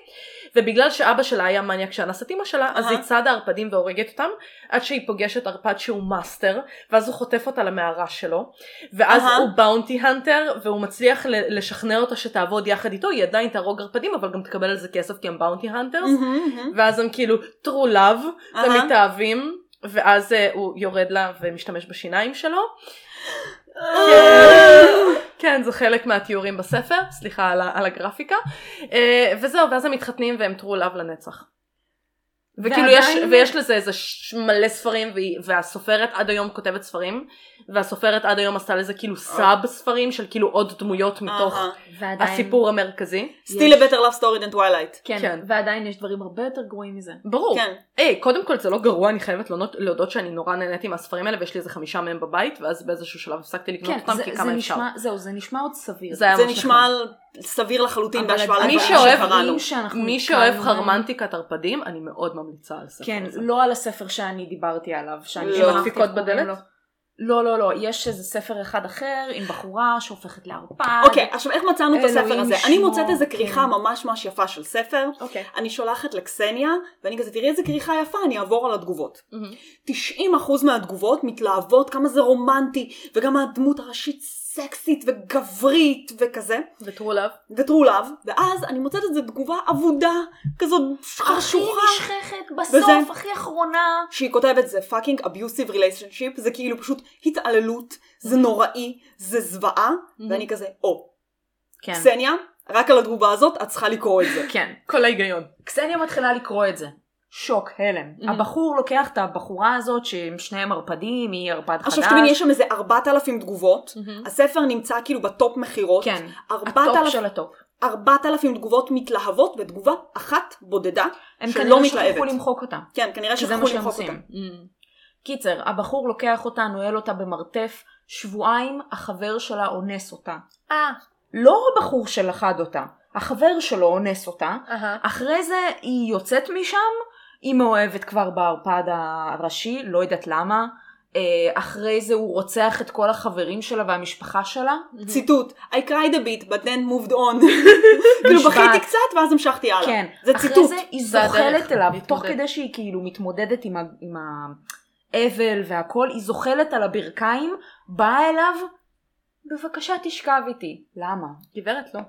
[SPEAKER 3] ובגלל שאבא שלה היה מניאק שאנס את אימא שלה, אז
[SPEAKER 2] אהה.
[SPEAKER 3] היא צדה ערפדים והורגת אותם, עד שהיא פוגשת ערפד שהוא מאסטר, ואז הוא חוטף אותה למערה שלו, ואז
[SPEAKER 2] אהה.
[SPEAKER 3] הוא באונטי הנטר, והוא מצליח ל- לשכנע אותה שתעבוד יחד איתו, היא עדיין תהרוג ערפדים, אבל גם תקבל על זה כסף כי הם באונטי הנטרס,
[SPEAKER 2] מהמם, מהמם.
[SPEAKER 3] ואז הם כאילו true love,
[SPEAKER 2] אהה.
[SPEAKER 3] הם מתאהבים, ואז אה, הוא יורד לה ומשתמש בשיניים שלו. כן, זה חלק מהתיאורים בספר, סליחה על, ה- על הגרפיקה. אה, וזהו, ואז הם מתחתנים והם true love לנצח. וכאילו יש,
[SPEAKER 1] ועדיין-
[SPEAKER 3] ויש לזה איזה ש- מלא ספרים והיא- והסופרת עד היום כותבת ספרים והסופרת עד היום עשתה לזה כאילו סאב ספרים של כאילו עוד דמויות מתוך
[SPEAKER 2] אה. אהה.
[SPEAKER 1] ועדיין...
[SPEAKER 3] הסיפור המרכזי.
[SPEAKER 2] Still a better love story than twilight.
[SPEAKER 1] כן,
[SPEAKER 3] כן.
[SPEAKER 1] ועדיין יש דברים הרבה יותר גרועים מזה.
[SPEAKER 3] ברור.
[SPEAKER 2] כן.
[SPEAKER 3] היי, קודם כל זה לא גרוע, אני חייבת להודות- להודות שאני נורא נהניתי מהספרים האלה ויש לי איזה חמישה מהם בבית ואז באיזשהו שלב הפסקתי לקנות
[SPEAKER 1] כן,
[SPEAKER 3] אותם
[SPEAKER 1] זה,
[SPEAKER 3] לא כי
[SPEAKER 1] זה
[SPEAKER 3] כמה אפשר.
[SPEAKER 1] נשמע, זהו, זה נשמע עוד סביר.
[SPEAKER 3] זה היה
[SPEAKER 2] זה
[SPEAKER 3] ממש נכון.
[SPEAKER 2] נשמע סביר לחלוטין
[SPEAKER 1] אבל
[SPEAKER 2] בהשוואה
[SPEAKER 3] מי
[SPEAKER 2] לדברים
[SPEAKER 3] שאוהב-
[SPEAKER 2] שקראנו.
[SPEAKER 1] הדברים שאנחנו
[SPEAKER 3] מי שאוהב
[SPEAKER 1] נתקלנו בהם-
[SPEAKER 3] חרמנטיקת ערפדים, אני מאוד ממליצה על ספר
[SPEAKER 1] כן,
[SPEAKER 3] הזה.
[SPEAKER 1] לא על הספר שאני דיברתי עליו, שאני
[SPEAKER 2] לא.
[SPEAKER 1] שכחתי
[SPEAKER 3] שמדפיקות
[SPEAKER 1] איך קוראים
[SPEAKER 3] בדלת?
[SPEAKER 1] לו. לא, לא, לא, יש איזה ספר אחד אחר עם בחורה שהופכת לערפד.
[SPEAKER 2] אוקיי, עכשיו איך מצאנו את הספר
[SPEAKER 1] אלוהים
[SPEAKER 2] הזה?
[SPEAKER 1] ישמור,
[SPEAKER 2] אני מוצאת איזה כריכה
[SPEAKER 1] כן.
[SPEAKER 2] ממש ממש יפה של ספר.
[SPEAKER 1] אוקיי.
[SPEAKER 2] אני שולחת לקסניה, ואני כזה, תראי איזה כריכה יפה, אני אעבור על התגובות.
[SPEAKER 3] מהמם.
[SPEAKER 2] 90% מהתגובות מתלהבות כמה זה רומנטי, וגם הדמות הראשית סקסית וגברית וכזה,
[SPEAKER 3] וטרו לאב.
[SPEAKER 2] וטרו לאב, ואז אני מוצאת איזה תגובה אבודה, כזאת
[SPEAKER 3] אה,
[SPEAKER 1] הכי
[SPEAKER 2] חשוכה,
[SPEAKER 1] נשכחת
[SPEAKER 2] וזה-
[SPEAKER 1] בסוף, הכי אחרונה.
[SPEAKER 2] שהיא כותבת זה fucking abusive relationship, זה כאילו פשוט התעללות,
[SPEAKER 1] Mm-hmm.
[SPEAKER 2] זה נוראי, זה זוועה, ואני כזה, או,
[SPEAKER 1] כן,
[SPEAKER 2] קסניה, רק על התגובה הזאת את צריכה לקרוא את זה.
[SPEAKER 1] כן.
[SPEAKER 3] כל ההיגיון.
[SPEAKER 1] קסניה מתחילה לקרוא את זה. שוק, הלם.
[SPEAKER 3] Mm-hmm.
[SPEAKER 1] הבחור לוקח את הבחורה הזאת שהם שניהם ערפדים, היא ערפד חדש.
[SPEAKER 2] עכשיו שתבין, יש שם איזה 4,000 תגובות,
[SPEAKER 3] מהמם.
[SPEAKER 2] הספר נמצא כאילו בטופ מכירות,
[SPEAKER 1] Mm-hmm. כן, הטופ
[SPEAKER 2] 4,000
[SPEAKER 1] של הטופ.
[SPEAKER 2] 4,000 תגובות מתלהבות ותגובה אחת בודדה
[SPEAKER 1] הם
[SPEAKER 2] שלא
[SPEAKER 1] כנראה שכחו
[SPEAKER 2] מתלהבת.
[SPEAKER 1] למחוק אותה.
[SPEAKER 2] כן, כנראה
[SPEAKER 1] שזה
[SPEAKER 2] שכחו
[SPEAKER 1] מה שהם
[SPEAKER 2] למחוק
[SPEAKER 1] עושים.
[SPEAKER 2] אותם.
[SPEAKER 1] קיצר, הבחור לוקח אותה, נועל אותה במרתף, שבועיים החבר שלה אונס אותה.
[SPEAKER 3] אה.
[SPEAKER 1] לא הבחור שלחד אותה, החבר שלו אונס אותה, אחרי זה היא יוצאת משם, היא מאוהבת כבר בערפד הראשי, לא יודעת למה. אה, אחרי זה הוא רוצח את כל החברים שלה והמשפחה שלה.
[SPEAKER 2] Mhm. ציטוט, I cried a bit but then moved on. כאילו
[SPEAKER 1] משפט.
[SPEAKER 2] בכיתי קצת ואז המשכתי הלאה.
[SPEAKER 1] כן.
[SPEAKER 2] זה
[SPEAKER 1] אחרי
[SPEAKER 2] ציטוט.
[SPEAKER 1] זה היא
[SPEAKER 3] זה הדרך
[SPEAKER 1] זוחלת אליו,
[SPEAKER 3] להתמודד.
[SPEAKER 1] תוך כדי שהיא כאילו מתמודדת עם, ה, עם האבל והכל, היא זוחלת על הברכיים, באה אליו, בבקשה תשכב איתי. למה?
[SPEAKER 3] גברת לא.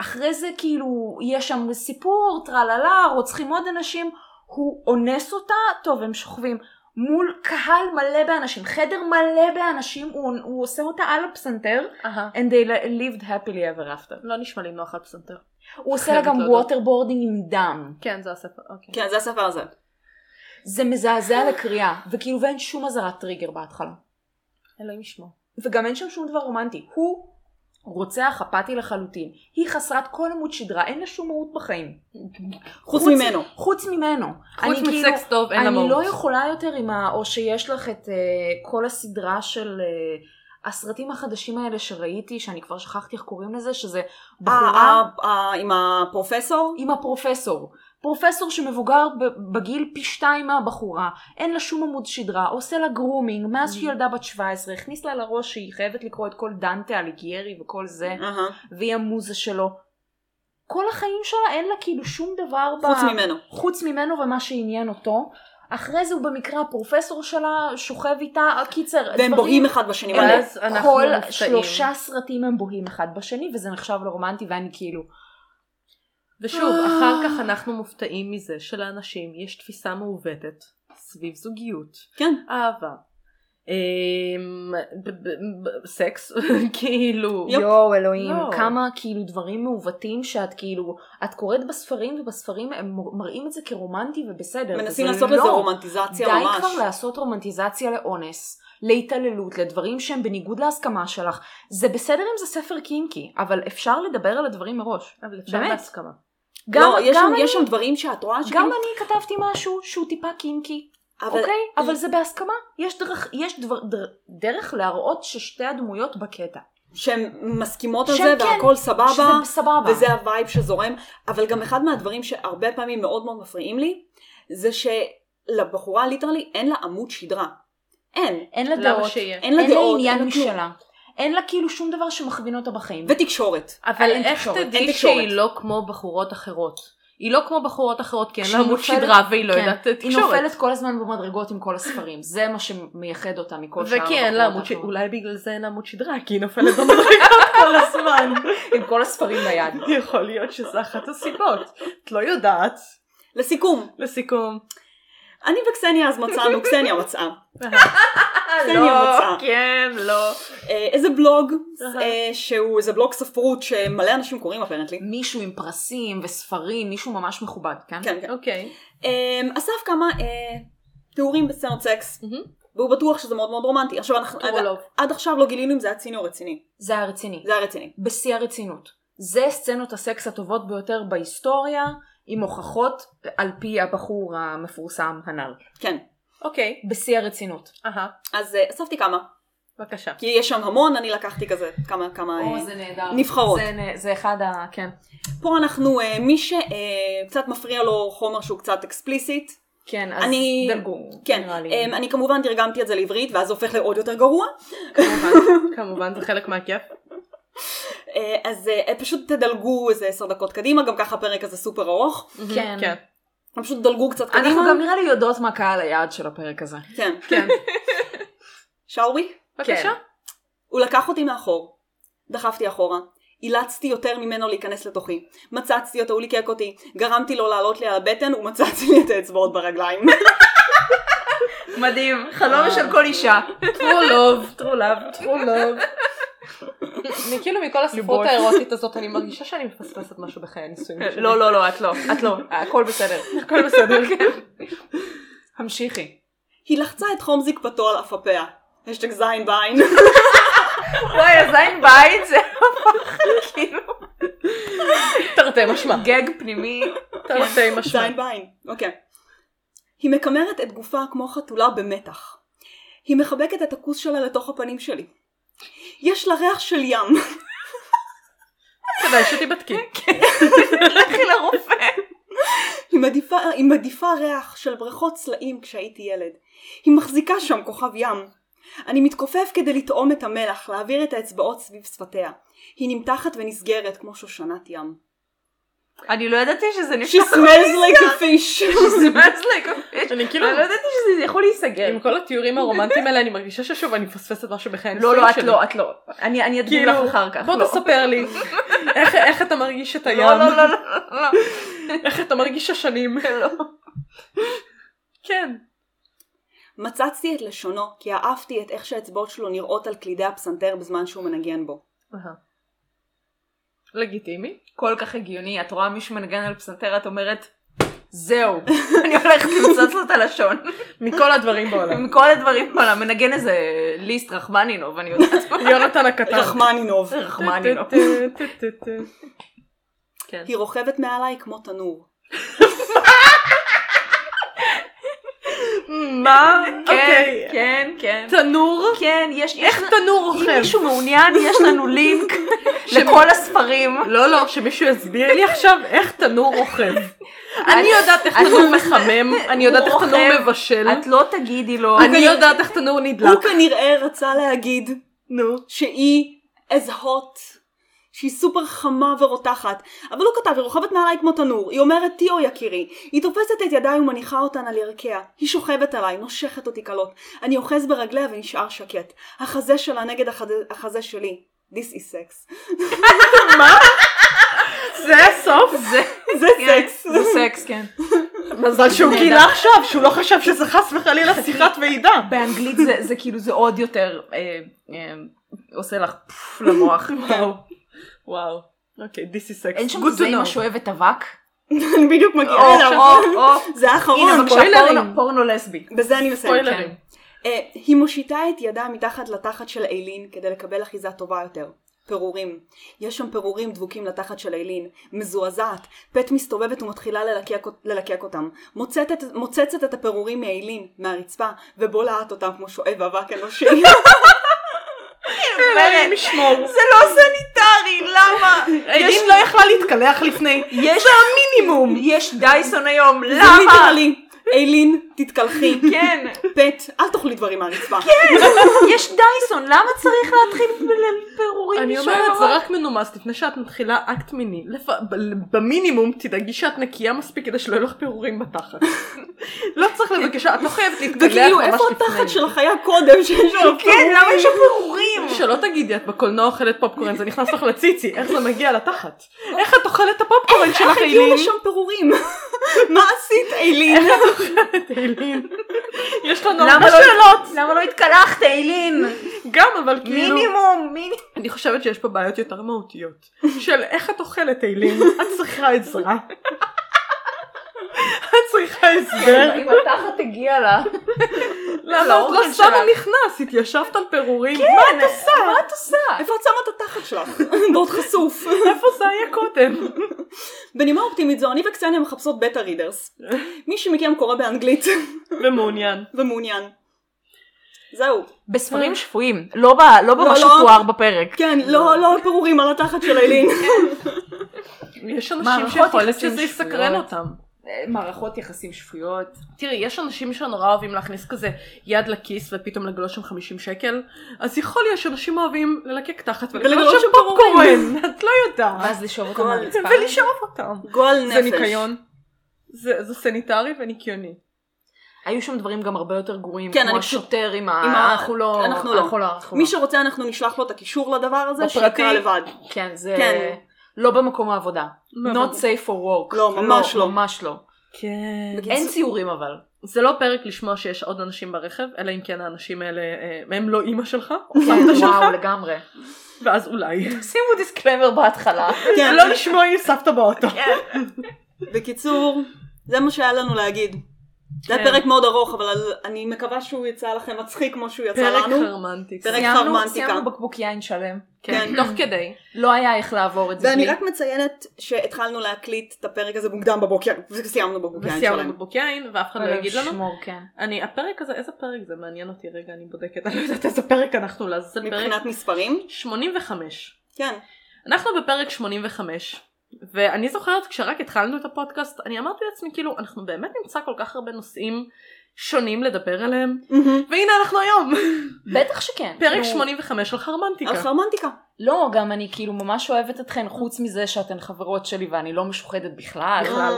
[SPEAKER 1] אחרי זה כאילו, יש שם סיפור, טרללה, רוצחים עוד אנשים, הוא אונס אותה, טוב, הם שוכבים. מול קהל מלא באנשים, חדר מלא באנשים, הוא, הוא עושה אותה על הפסנתר, and they lived happily ever after.
[SPEAKER 3] לא נשמע לי נוח על פסנתר.
[SPEAKER 1] הוא עושה לה גם
[SPEAKER 3] חייבת להודות.
[SPEAKER 1] ווטרבורדינג עם דם.
[SPEAKER 3] כן, זה הספר, אוקיי.
[SPEAKER 2] כן, זה הספר הזה.
[SPEAKER 1] זה מזעזע לקריאה, וכאילו ואין שום אזהרת טריגר בהתחלה.
[SPEAKER 3] אלוהים ישמור.
[SPEAKER 1] וגם אין שם שום דבר רומנטי. הוא רוצח אפאתי לחלוטין. היא חסרת כל עמוד שדרה, אין לה שום מהות בחיים.
[SPEAKER 2] חוץ ממנו.
[SPEAKER 1] חוץ ממנו.
[SPEAKER 3] חוץ
[SPEAKER 1] אני כאילו-
[SPEAKER 3] מסקס טוב, אין לה
[SPEAKER 1] אני
[SPEAKER 3] מהות.
[SPEAKER 1] לא יכולה יותר עם ה... או שיש לך את אה, כל הסדרה של... אה, הסרטים החדשים האלה שראיתי, שאני כבר שכחתי איך קוראים לזה, שזה
[SPEAKER 2] אה,
[SPEAKER 1] בחורה
[SPEAKER 2] אה, אה, עם הפרופסור?
[SPEAKER 1] עם הפרופסור. פרופסור שמבוגר ב- בגיל פי שתיים מהבחורה, אין לה שום עמוד שדרה, עושה לה גרומינג,
[SPEAKER 2] Mm.
[SPEAKER 1] מאז שהיא ילדה בת 17, הכניס לה לראש שהיא חייבת לקרוא את כל דנטה אליגיירי וכל זה,
[SPEAKER 2] אהה.
[SPEAKER 1] והיא המוזה שלו. כל החיים שלה אין לה כאילו שום דבר
[SPEAKER 2] חוץ
[SPEAKER 1] ב-
[SPEAKER 2] ממנו.
[SPEAKER 1] חוץ ממנו ומה שעניין אותו. אחרי זה הוא במקרה הפרופסור שלה שוכב איתה, אה, קיצר,
[SPEAKER 2] והם
[SPEAKER 1] דברים-
[SPEAKER 2] בורים אחד בשני מלא.
[SPEAKER 3] ואז אנחנו
[SPEAKER 1] כל
[SPEAKER 3] מופתעים.
[SPEAKER 1] שלושה סרטים הם בוהים אחד בשני וזה נחשב לרומנטי ואני כאילו,
[SPEAKER 3] ושוב, אחר כך אנחנו מופתעים מזה שלאנשים יש תפיסה מעוותת סביב זוגיות,
[SPEAKER 2] כן.
[SPEAKER 3] אהבה, אמ, ב- ב- ב- סקס, כאילו,
[SPEAKER 2] יופ.
[SPEAKER 1] יואו אלוהים,
[SPEAKER 3] לא.
[SPEAKER 1] כמה כאילו דברים מעוותים שאת כאילו, את קוראת בספרים ובספרים הם מ- מראים את זה כרומנטי ובסדר.
[SPEAKER 2] מנסים
[SPEAKER 1] וזה
[SPEAKER 2] לעשות
[SPEAKER 1] לא.
[SPEAKER 2] לזה רומנטיזציה
[SPEAKER 1] די
[SPEAKER 2] ממש.
[SPEAKER 1] כבר לעשות רומנטיזציה לאונס, להתעללות, לדברים שהם בניגוד להסכמה שלך. זה בסדר אם זה ספר קינקי, אבל אפשר לדבר על הדברים מראש.
[SPEAKER 3] אבל אפשר
[SPEAKER 1] באמת?
[SPEAKER 3] בהסכמה.
[SPEAKER 1] גם,
[SPEAKER 2] לא, יש
[SPEAKER 1] גם,
[SPEAKER 2] שם-
[SPEAKER 1] אני,
[SPEAKER 2] יש שם דברים שאת רואה
[SPEAKER 1] גם
[SPEAKER 2] שכאילו...
[SPEAKER 1] אני כתבתי משהו שהוא טיפה קינקי,
[SPEAKER 2] אבל- אה.
[SPEAKER 1] אוקיי? אבל זה בהסכמה. יש, דרך, יש דבר, דר, דרך להראות ששתי הדמויות בקטע.
[SPEAKER 2] שהן מסכימות על
[SPEAKER 1] שהן
[SPEAKER 2] זה
[SPEAKER 1] כן,
[SPEAKER 2] והכל סבבה.
[SPEAKER 1] שזה סבבה.
[SPEAKER 2] וזה הווייב שזורם, אבל גם אחד מהדברים שהרבה פעמים מאוד מאוד מפריעים לי, זה שלבחורה ליטרלי אין לה עמוד שדרה. אין.
[SPEAKER 1] אין לה
[SPEAKER 3] למה
[SPEAKER 1] דעות,
[SPEAKER 3] שיהיה?
[SPEAKER 2] אין לה
[SPEAKER 1] אין לה
[SPEAKER 2] דעות, אין
[SPEAKER 1] עניין
[SPEAKER 2] לה כלום.
[SPEAKER 1] משלה. אין לה כאילו שום דבר שמכווין אותה בחיים.
[SPEAKER 2] ותקשורת.
[SPEAKER 3] אבל
[SPEAKER 1] אין
[SPEAKER 3] איך
[SPEAKER 1] תקשורת,
[SPEAKER 2] אין
[SPEAKER 3] תדעי
[SPEAKER 2] תקשורת.
[SPEAKER 3] שהיא לא כמו בחורות אחרות? היא לא כמו בחורות אחרות כי אין לה
[SPEAKER 1] כשהיא
[SPEAKER 3] עמוד
[SPEAKER 1] נופלת-
[SPEAKER 3] שדרה והיא לא
[SPEAKER 1] כן.
[SPEAKER 3] יודעת
[SPEAKER 1] היא נופלת
[SPEAKER 3] תקשורת.
[SPEAKER 1] כל הזמן במדרגות עם כל הספרים, זה מה שמייחד אותה מכל שאר
[SPEAKER 3] וכי אין לה
[SPEAKER 1] הבחורות
[SPEAKER 3] עמוד שדרה,
[SPEAKER 1] האחרות.
[SPEAKER 3] אולי בגלל זה אין לה עמוד שדרה כי היא נופלת במדרגות כל הזמן.
[SPEAKER 1] עם כל הספרים ביד.
[SPEAKER 3] יכול להיות שזו אחת הסיבות. את לא יודעת.
[SPEAKER 2] לסיכום,
[SPEAKER 3] לסיכום.
[SPEAKER 2] אני וקסניה אז מצאנו, קסניה מצאה. זה אני רוצה.
[SPEAKER 3] אה, כן, לא.
[SPEAKER 2] אה, איזה בלוג, אה, שהוא איזה בלוג ספרות שמלא אנשים קוראים אפרנטלי.
[SPEAKER 1] מישהו עם פרסים וספרים, מישהו ממש מכובד, כן?
[SPEAKER 2] כן, כן.
[SPEAKER 3] אוקיי.
[SPEAKER 2] אה, אסף כמה אה, תיאורים בסצנות סקס, והוא בטוח שזה מאוד מאוד רומנטי. עכשיו, אנחנו- אגב,
[SPEAKER 1] טרולוב.
[SPEAKER 2] עד עכשיו לא גילינו אם זה היה ציני או רציני.
[SPEAKER 1] זה היה רציני.
[SPEAKER 2] זה היה רציני.
[SPEAKER 1] בשיא הרצינות. זה סצנות הסקס הטובות ביותר בהיסטוריה, עם הוכחות על פי הבחור המפורסם הנ"ל.
[SPEAKER 2] כן.
[SPEAKER 3] אוקיי.
[SPEAKER 1] בשיא הרצינות.
[SPEAKER 3] אהה.
[SPEAKER 2] אז אה, אספתי כמה,
[SPEAKER 3] בבקשה.
[SPEAKER 2] כי יש שם המון, אני לקחתי כזה כמה כמה... אה,
[SPEAKER 1] או, זה נהדר.
[SPEAKER 2] נבחרות.
[SPEAKER 1] זה, נה- זה אחד ה... כן.
[SPEAKER 2] פה אנחנו, אה, מי שקצת מפריע לו חומר שהוא קצת אקספליסיט,
[SPEAKER 1] כן, אז
[SPEAKER 2] אני-
[SPEAKER 1] דלגו.
[SPEAKER 2] כן,
[SPEAKER 1] נראה לי.
[SPEAKER 2] אמ, אני כמובן תרגמתי את זה לעברית, ואז זה הופך לעוד יותר גרוע.
[SPEAKER 3] כמובן, כמובן, זה חלק מהכיף.
[SPEAKER 2] אה, אז אה, פשוט תדלגו איזה עשר דקות קדימה, גם ככה הפרק הזה סופר ארוך.
[SPEAKER 1] כן.
[SPEAKER 3] כן.
[SPEAKER 2] פשוט דלגו קצת קדימה.
[SPEAKER 1] אנחנו גם נראה לי יודעות מה קהל היעד של הפרק הזה.
[SPEAKER 2] כן.
[SPEAKER 3] כן.
[SPEAKER 2] shall we?
[SPEAKER 3] בבקשה.
[SPEAKER 1] כן.
[SPEAKER 2] הוא לקח אותי מאחור. דחפתי אחורה. אילצתי יותר ממנו להיכנס לתוכי. מצצתי אותו, הוא ליקק אותי. גרמתי לו לעלות לי על הבטן, ומצצתי לי את האצבעות ברגליים.
[SPEAKER 1] מדהים, חלום של כל אישה.
[SPEAKER 3] true love, true love, true love. אני כאילו מכל הספרות
[SPEAKER 1] ליבוי.
[SPEAKER 3] האירוטית הזאת אני מרגישה שאני מפספסת משהו בחיי הנישואים שלי.
[SPEAKER 1] לא, לא, לא, את לא, את לא, הכל בסדר.
[SPEAKER 3] הכל בסדר. כן.
[SPEAKER 1] המשיכי.
[SPEAKER 2] היא לחצה את חום זקפתו על אף הפאה. השטג זין בעין.
[SPEAKER 1] וואי, הזין בית זה הפך כאילו...
[SPEAKER 3] תרתי משמע.
[SPEAKER 1] גג פנימי.
[SPEAKER 3] תרתי משמע.
[SPEAKER 2] זין בעין, אוקיי. היא מקמרת את גופה כמו חתולה במתח. היא מחבקת את הכוס שלה לתוך הפנים שלי. יש לה ריח של ים.
[SPEAKER 3] כדאי שתיבדקי.
[SPEAKER 1] כן. לכי לרופא.
[SPEAKER 2] היא מדיפה, היא מדיפה ריח של בריכות צלעים כשהייתי ילד. היא מחזיקה שם כוכב ים. אני מתכופף כדי לטעום את המלח, להעביר את האצבעות סביב שפתיה. היא נמתחת ונסגרת כמו שושנת ים.
[SPEAKER 1] אני לא ידעתי שזה
[SPEAKER 2] She smells like a fish.
[SPEAKER 3] אני כאילו, כן.
[SPEAKER 1] אני לא ידעתי שזה יכול להיסגר.
[SPEAKER 3] עם כל התיאורים הרומנטיים האלה אני מרגישה ששוב אני מפספסת משהו בחיי הנישואים
[SPEAKER 1] לא,
[SPEAKER 3] שלי.
[SPEAKER 1] לא, את לא, את לא. אני אני אדגים
[SPEAKER 3] כאילו,
[SPEAKER 1] לך אחר כך.
[SPEAKER 3] בוא
[SPEAKER 1] לא.
[SPEAKER 3] תספר לי איך- איך אתה מרגיש את הים,
[SPEAKER 1] לא, לא, לא, לא, לא.
[SPEAKER 3] איך אתה מרגיש השנים. כן.
[SPEAKER 2] מצצתי את לשונו, כי אהבתי את איך שהאצבעות שלו נראות על קלידי הפסנתר בזמן שהוא מנגן בו.
[SPEAKER 3] לגיטימי.
[SPEAKER 1] כל כך הגיוני, את רואה מישהו מנגן על פסנתר, את אומרת, זהו, אני הולכת למצוץ לו את הלשון.
[SPEAKER 3] מכל הדברים בעולם.
[SPEAKER 1] מכל הדברים בעולם, מנגן איזה ליסט רחמנינוב, אני יודעת מה.
[SPEAKER 3] יונתן הקטן.
[SPEAKER 2] רחמנינוב.
[SPEAKER 1] רחמנינוב.
[SPEAKER 2] היא רוכבת מעליי כמו תנור.
[SPEAKER 3] מה?
[SPEAKER 1] כן,
[SPEAKER 3] אוקיי.
[SPEAKER 1] כן, כן.
[SPEAKER 3] תנור?
[SPEAKER 1] כן, יש...
[SPEAKER 3] איך תנור
[SPEAKER 1] אם
[SPEAKER 3] רוכב?
[SPEAKER 1] מישהו מעוניין, יש לנו לינק לכל הספרים.
[SPEAKER 3] לא, לא, שמישהו יסביר לי עכשיו איך תנור רוכב. אני יודעת איך תנור מחמם, אני יודעת איך
[SPEAKER 1] הוא
[SPEAKER 3] תנור
[SPEAKER 1] רוכב.
[SPEAKER 3] מבשל,
[SPEAKER 1] את לא תגידי לו.
[SPEAKER 3] אני יודעת איך תנור נדלק.
[SPEAKER 2] הוא כנראה רצה להגיד
[SPEAKER 3] נו.
[SPEAKER 2] שהיא as hot, שהיא סופר חמה ורותחת, אבל הוא כתב, היא רוכבת מעליי כמו תנור, היא אומרת טיו יקירי, היא תופסת את ידיי ומניחה אותן על ירכיה, היא שוכבת עליי, נושכת אותי קלות, אני אוחז ברגליה ונשאר שקט, החזה שלה נגד החד... החזה שלי, this is sex,
[SPEAKER 3] זה הסוף?
[SPEAKER 2] זה
[SPEAKER 1] כן,
[SPEAKER 2] סקס,
[SPEAKER 1] זה סקס, כן.
[SPEAKER 3] מזל שהוא
[SPEAKER 1] נהדר.
[SPEAKER 3] גילה עכשיו, שהוא לא חשב שזה חס וחלילה שיחת ועידה.
[SPEAKER 1] באנגלית זה- זה כאילו, זה עוד יותר אה, אה, עושה לך פפפ למוח.
[SPEAKER 3] וואו. וואו. אוקיי, this is sex.
[SPEAKER 1] אין שם
[SPEAKER 3] Good to
[SPEAKER 1] כזה עם
[SPEAKER 3] know. כן,
[SPEAKER 1] השואבת אבק?
[SPEAKER 2] אני בדיוק
[SPEAKER 1] או,
[SPEAKER 2] מגיעה אליו,
[SPEAKER 1] או, או.
[SPEAKER 2] זה האחרון,
[SPEAKER 1] הנה, בבקשה,
[SPEAKER 3] ספוילרים.
[SPEAKER 1] פורנו- פורנו לסבי.
[SPEAKER 2] בזה אני מסיימת.
[SPEAKER 3] ספוילרים.
[SPEAKER 2] אה, היא מושיטה את ידה מתחת לתחת של איילין כדי לקבל אחיזה טובה יותר. פירורים. יש שם פירורים דבוקים לתחת של איילין. מזועזעת. פט מסתובבת ומתחילה ללקק, ללקק אותם. מוצאת את, מוצצת את הפירורים מאיילין, מהרצפה, ובולעת אותם כמו שואב אבק אנושי.
[SPEAKER 3] אה, אלוהים ישמור.
[SPEAKER 1] זה לא סניטרי, למה?
[SPEAKER 3] איילין לא יכלה להתקלח לפני.
[SPEAKER 1] יש... זה המינימום. יש דייסון היום,
[SPEAKER 2] זה
[SPEAKER 1] למה?
[SPEAKER 2] ליטרלי. איילין, תתקלחי.
[SPEAKER 1] כן.
[SPEAKER 2] פט, אל תאכלי דברים מהרצפה.
[SPEAKER 3] כן.
[SPEAKER 1] יש דייסון, למה צריך להתחיל בפירורים
[SPEAKER 3] אני אומרת, זה רק מנומס לפני שאת מתחילה אקט מיני. לפ- ב- במינימום תדאגי שאת נקייה מספיק כדי שלא יהיו לך פירורים בתחת. לא צריך לבקשה, את לא חייבת להתקלח
[SPEAKER 2] וכאילו,
[SPEAKER 3] ממש
[SPEAKER 2] איפה התחת
[SPEAKER 3] לפני.
[SPEAKER 2] של החיה קודם שיש לו
[SPEAKER 1] כן, למה יש פירורים?
[SPEAKER 3] שלא תגידי, את בקולנוע אוכלת פופקורן, זה נכנס לך לציצי, איך זה מגיע לתחת? איך את אוכלת את הפופקורן שלך,
[SPEAKER 2] הגיעו
[SPEAKER 3] איילין?
[SPEAKER 2] לשם פירורים. מה עשית, איילין?
[SPEAKER 3] תהילים. יש לנו
[SPEAKER 1] למה
[SPEAKER 3] הרבה
[SPEAKER 1] לא-
[SPEAKER 3] שאלות.
[SPEAKER 1] למה לא התקלחת, איילין?
[SPEAKER 3] גם, אבל כאילו...
[SPEAKER 1] מינימום, מינימום.
[SPEAKER 3] אני חושבת שיש פה בעיות יותר מהותיות. של איך את אוכלת אילים? את צריכה עזרה. את צריכה הסבר.
[SPEAKER 1] אם התחת הגיע לה.
[SPEAKER 3] למה את
[SPEAKER 1] כן.
[SPEAKER 3] לא
[SPEAKER 1] לאוכל
[SPEAKER 3] סתם
[SPEAKER 1] שלך.
[SPEAKER 3] נכנס? התיישבת על פירורים?
[SPEAKER 1] מה את עושה? מה את עושה?
[SPEAKER 2] איפה את שמה את התחת שלך? ועוד חשוף.
[SPEAKER 3] איפה זה היה קודם?
[SPEAKER 2] בנימה אופטימית זו, אני וקסניה מחפשות בטא רידרס. מי שמכם קורא באנגלית
[SPEAKER 3] ומעוניין.
[SPEAKER 2] ומעוניין. זהו.
[SPEAKER 1] בספרים שפויים, לא ב- לא במה
[SPEAKER 2] לא.
[SPEAKER 1] שתואר בפרק.
[SPEAKER 2] כן, לא לא פירורים על התחת של איילין.
[SPEAKER 3] יש אנשים
[SPEAKER 1] מערכות
[SPEAKER 3] שיכול להיות
[SPEAKER 1] יחסים
[SPEAKER 3] שזה יסקרן
[SPEAKER 1] שפויות.
[SPEAKER 3] אותם.
[SPEAKER 4] אה, מערכות יחסים שפויות.
[SPEAKER 3] תראי, יש אנשים שנורא אוהבים להכניס כזה יד לכיס ופתאום לגלות שם 50 שקל, אז יכול להיות שאנשים אוהבים ללקק תחת ולגלות
[SPEAKER 2] ולגלות
[SPEAKER 3] שם
[SPEAKER 2] שם פופקורן.
[SPEAKER 3] פופקורן, את לא יודעת.
[SPEAKER 1] ואז לשאוב אותם מהרצפה.
[SPEAKER 3] ולשאוב אותם.
[SPEAKER 2] גועל נפש.
[SPEAKER 3] זה ניקיון. זה זה סניטרי וניקיוני.
[SPEAKER 1] היו שם דברים גם הרבה יותר גרועים,
[SPEAKER 2] כן,
[SPEAKER 1] כמו
[SPEAKER 2] אני פשוט-
[SPEAKER 1] השוטר עם
[SPEAKER 2] עם
[SPEAKER 1] ה...
[SPEAKER 2] ה-
[SPEAKER 1] אנחנו לא...
[SPEAKER 2] אנחנו לא.
[SPEAKER 1] אנחנו לא. אנחנו
[SPEAKER 2] מי
[SPEAKER 1] לא.
[SPEAKER 2] שרוצה אנחנו נשלח לו את הקישור לדבר הזה,
[SPEAKER 3] בפרטי.
[SPEAKER 2] שיקרא לבד.
[SPEAKER 1] כן, זה...
[SPEAKER 2] כן.
[SPEAKER 1] לא במקום העבודה.
[SPEAKER 3] לא
[SPEAKER 1] Not safe for work.
[SPEAKER 2] לא, ממש לא.
[SPEAKER 1] ממש לא.
[SPEAKER 3] כן.
[SPEAKER 1] אין ציורים אבל.
[SPEAKER 3] זה לא פרק לשמוע שיש עוד אנשים ברכב, אלא אם כן האנשים האלה אה, הם לא אימא שלך, או סבתא
[SPEAKER 1] כן, וואו,
[SPEAKER 3] שלך,
[SPEAKER 1] לגמרי.
[SPEAKER 3] ואז אולי.
[SPEAKER 1] שימו דיסקלמר בהתחלה.
[SPEAKER 2] כן,
[SPEAKER 3] לא לשמוע אם סבתא באוטו.
[SPEAKER 1] כן,
[SPEAKER 2] בקיצור, זה מה שהיה לנו להגיד. זה
[SPEAKER 3] כן.
[SPEAKER 2] היה פרק מאוד ארוך, אבל אני מקווה שהוא יצא לכם מצחיק כמו שהוא יצא
[SPEAKER 3] פרק
[SPEAKER 2] לנו.
[SPEAKER 3] חרמנטי.
[SPEAKER 2] פרק
[SPEAKER 1] סיימנו-
[SPEAKER 2] חרמנטיקה.
[SPEAKER 1] סיימנו בקבוק יין שלם.
[SPEAKER 3] כן,
[SPEAKER 2] כן.
[SPEAKER 3] תוך כדי.
[SPEAKER 1] לא היה איך לעבור את זה.
[SPEAKER 2] ואני
[SPEAKER 1] בלי.
[SPEAKER 2] רק מציינת שהתחלנו להקליט את הפרק הזה מוקדם בבוקר, וסיימנו
[SPEAKER 1] כן,
[SPEAKER 2] בבוקר
[SPEAKER 3] וסיימנו בבוק יין, ואף אחד לא יגיד לנו.
[SPEAKER 1] שמור, כן.
[SPEAKER 3] אני, הפרק הזה, איזה פרק זה? מעניין אותי רגע, אני בודקת, אני לא יודעת איזה פרק אנחנו לעזאזל פרק.
[SPEAKER 2] מבחינת מספרים,
[SPEAKER 3] 85.
[SPEAKER 2] כן.
[SPEAKER 3] אנחנו בפרק 85, ואני זוכרת כשרק התחלנו את הפודקאסט, אני אמרתי לעצמי כאילו, אנחנו באמת נמצא כל כך הרבה נושאים שונים לדבר עליהם,
[SPEAKER 2] אה,
[SPEAKER 3] והנה אנחנו היום,
[SPEAKER 1] בטח שכן.
[SPEAKER 3] פרק
[SPEAKER 1] כאילו,
[SPEAKER 3] 85 של חרמנטיקה.
[SPEAKER 2] על חרמנטיקה.
[SPEAKER 1] לא, גם אני כאילו ממש אוהבת אתכן, חוץ מזה שאתן חברות שלי ואני לא משוחדת בכלל.
[SPEAKER 2] אה,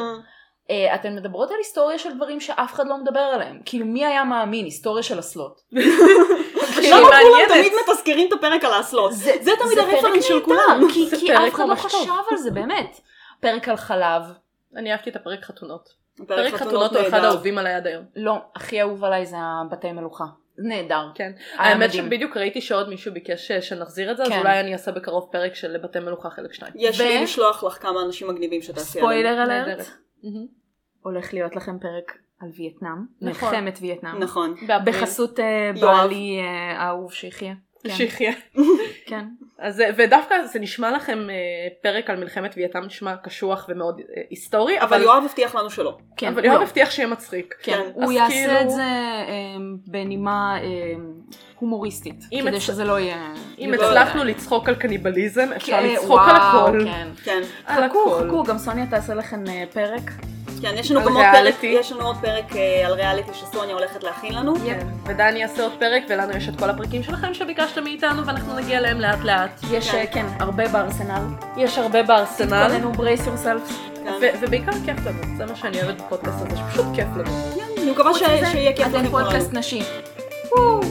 [SPEAKER 1] אה, אתן מדברות על היסטוריה של דברים שאף אחד לא מדבר עליהם. כאילו, מי היה מאמין? היסטוריה של אסלות.
[SPEAKER 3] כאילו,
[SPEAKER 2] למה
[SPEAKER 3] מעניינת.
[SPEAKER 2] לא, כולם תמיד מתזכירים את הפרק על האסלות? זה תמיד
[SPEAKER 1] פרק
[SPEAKER 2] הרפרנס של
[SPEAKER 1] נהדר,
[SPEAKER 2] כולם.
[SPEAKER 1] כי,
[SPEAKER 3] זה
[SPEAKER 1] כי
[SPEAKER 3] פרק
[SPEAKER 1] אף אחד לא
[SPEAKER 3] ממש טוב.
[SPEAKER 1] חשב על זה, באמת. פרק על חלב.
[SPEAKER 3] אני אהבתי את הפרק חתונות. פרק חתונות הוא אחד
[SPEAKER 2] נהדר.
[SPEAKER 3] האהובים עליי עד היום.
[SPEAKER 1] לא, הכי אהוב עליי זה הבתי מלוכה. נהדר.
[SPEAKER 3] כן.
[SPEAKER 1] היה
[SPEAKER 3] האמת
[SPEAKER 1] מדהים.
[SPEAKER 3] שבדיוק ראיתי שעוד מישהו ביקש ש- שנחזיר את זה, אז
[SPEAKER 1] כן.
[SPEAKER 3] אולי אני אעשה בקרוב פרק של בתי מלוכה חלק 2.
[SPEAKER 2] יש
[SPEAKER 1] ו-
[SPEAKER 2] לי לשלוח לך כמה אנשים מגניבים שתעשי עליהם.
[SPEAKER 1] ספוילר
[SPEAKER 3] נהדרת.
[SPEAKER 1] אלרט. הולך להיות לכם פרק על וייטנאם.
[SPEAKER 3] נכון.
[SPEAKER 1] מלחמת וייטנאם.
[SPEAKER 2] נכון.
[SPEAKER 1] בחסות אה,
[SPEAKER 2] יואב.
[SPEAKER 1] בעלי אה, האהוב שיחיה. כן,
[SPEAKER 3] שיחיה.
[SPEAKER 1] כן.
[SPEAKER 3] אז אה, ודווקא זה נשמע לכם אה, פרק על מלחמת וייטנאם נשמע קשוח ומאוד אה, היסטורי,
[SPEAKER 2] אבל יואב הבטיח לנו שלא.
[SPEAKER 1] כן.
[SPEAKER 3] אבל
[SPEAKER 1] לא.
[SPEAKER 3] יואב הבטיח שיהיה מצחיק.
[SPEAKER 1] כן,
[SPEAKER 3] אז
[SPEAKER 1] הוא יעשה
[SPEAKER 3] כאילו-
[SPEAKER 1] את זה אמ, בנימה אמ, הומוריסטית,
[SPEAKER 3] אם
[SPEAKER 1] כדי
[SPEAKER 3] הצ-
[SPEAKER 1] שזה לא יהיה...
[SPEAKER 3] אם
[SPEAKER 1] לא
[SPEAKER 3] הצלחנו
[SPEAKER 1] יודע.
[SPEAKER 3] לצחוק על קניבליזם, אפשר
[SPEAKER 1] כן,
[SPEAKER 3] לצחוק על
[SPEAKER 1] וואו,
[SPEAKER 3] הכל.
[SPEAKER 1] כן.
[SPEAKER 2] כן.
[SPEAKER 3] על
[SPEAKER 1] חכו,
[SPEAKER 3] הכל.
[SPEAKER 1] חכו, גם סוניה תעשה לכם אה, פרק.
[SPEAKER 2] כן, יש לנו
[SPEAKER 3] על
[SPEAKER 2] גם עוד פרק,
[SPEAKER 3] ריאליטי.
[SPEAKER 2] יש לנו עוד פרק אה, על ריאליטי שסוניה הולכת להכין לנו.
[SPEAKER 3] כן. ודני יעשה עוד פרק, ולנו יש את כל הפרקים שלכם שביקשתם מאיתנו, ואנחנו נגיע אליהם לאט לאט.
[SPEAKER 1] יש, אה, כן, הרבה בארסנל.
[SPEAKER 3] יש הרבה בארסנל,
[SPEAKER 1] תתכוננו brace yourself.
[SPEAKER 2] כן.
[SPEAKER 3] ו- ובעיקר כיף לנו, זה מה שאני אוהבת בפודקאסט הזה, שפשוט כיף לנו.
[SPEAKER 2] כן, אני מקווה ש- שיהיה כיף
[SPEAKER 1] אתם
[SPEAKER 2] לכם
[SPEAKER 1] פודקאסט
[SPEAKER 2] כולנו.
[SPEAKER 1] נשי.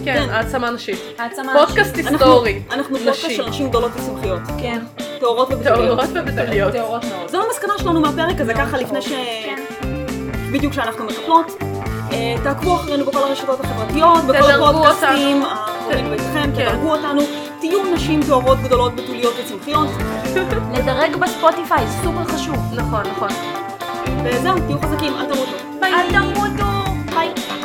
[SPEAKER 3] כן, העצמה נשית.
[SPEAKER 1] העצמה נשית.
[SPEAKER 3] פודקאסט היסטורי.
[SPEAKER 2] אנחנו פודקאסט
[SPEAKER 3] נשי.
[SPEAKER 2] של נשים גדולות וצמחיות.
[SPEAKER 1] כן,
[SPEAKER 2] טהורות ובטוליות.
[SPEAKER 3] טהורות ובטליות.
[SPEAKER 1] טהורות מאוד. כן.
[SPEAKER 2] זו המסקנה שלנו מהפרק הזה, לא. ככה לפני ש... בדיוק כשאנחנו מטפלות. אה, תעקבו אחרינו בכל הרשתות החברתיות, בכל
[SPEAKER 3] תדרגו
[SPEAKER 2] הפודקאסטים,
[SPEAKER 3] אותנו.
[SPEAKER 2] הקוראים ביתכם,
[SPEAKER 3] כן.
[SPEAKER 2] תדרגו אותנו. תהיו נשים טהורות גדולות בתוליות וצמחיות,
[SPEAKER 1] לדרג בספוטיפיי, סופר חשוב.
[SPEAKER 3] נכון, נכון.
[SPEAKER 2] וזהו, תהיו חזקים, אל תמותו.
[SPEAKER 1] אל תמותו! ביי.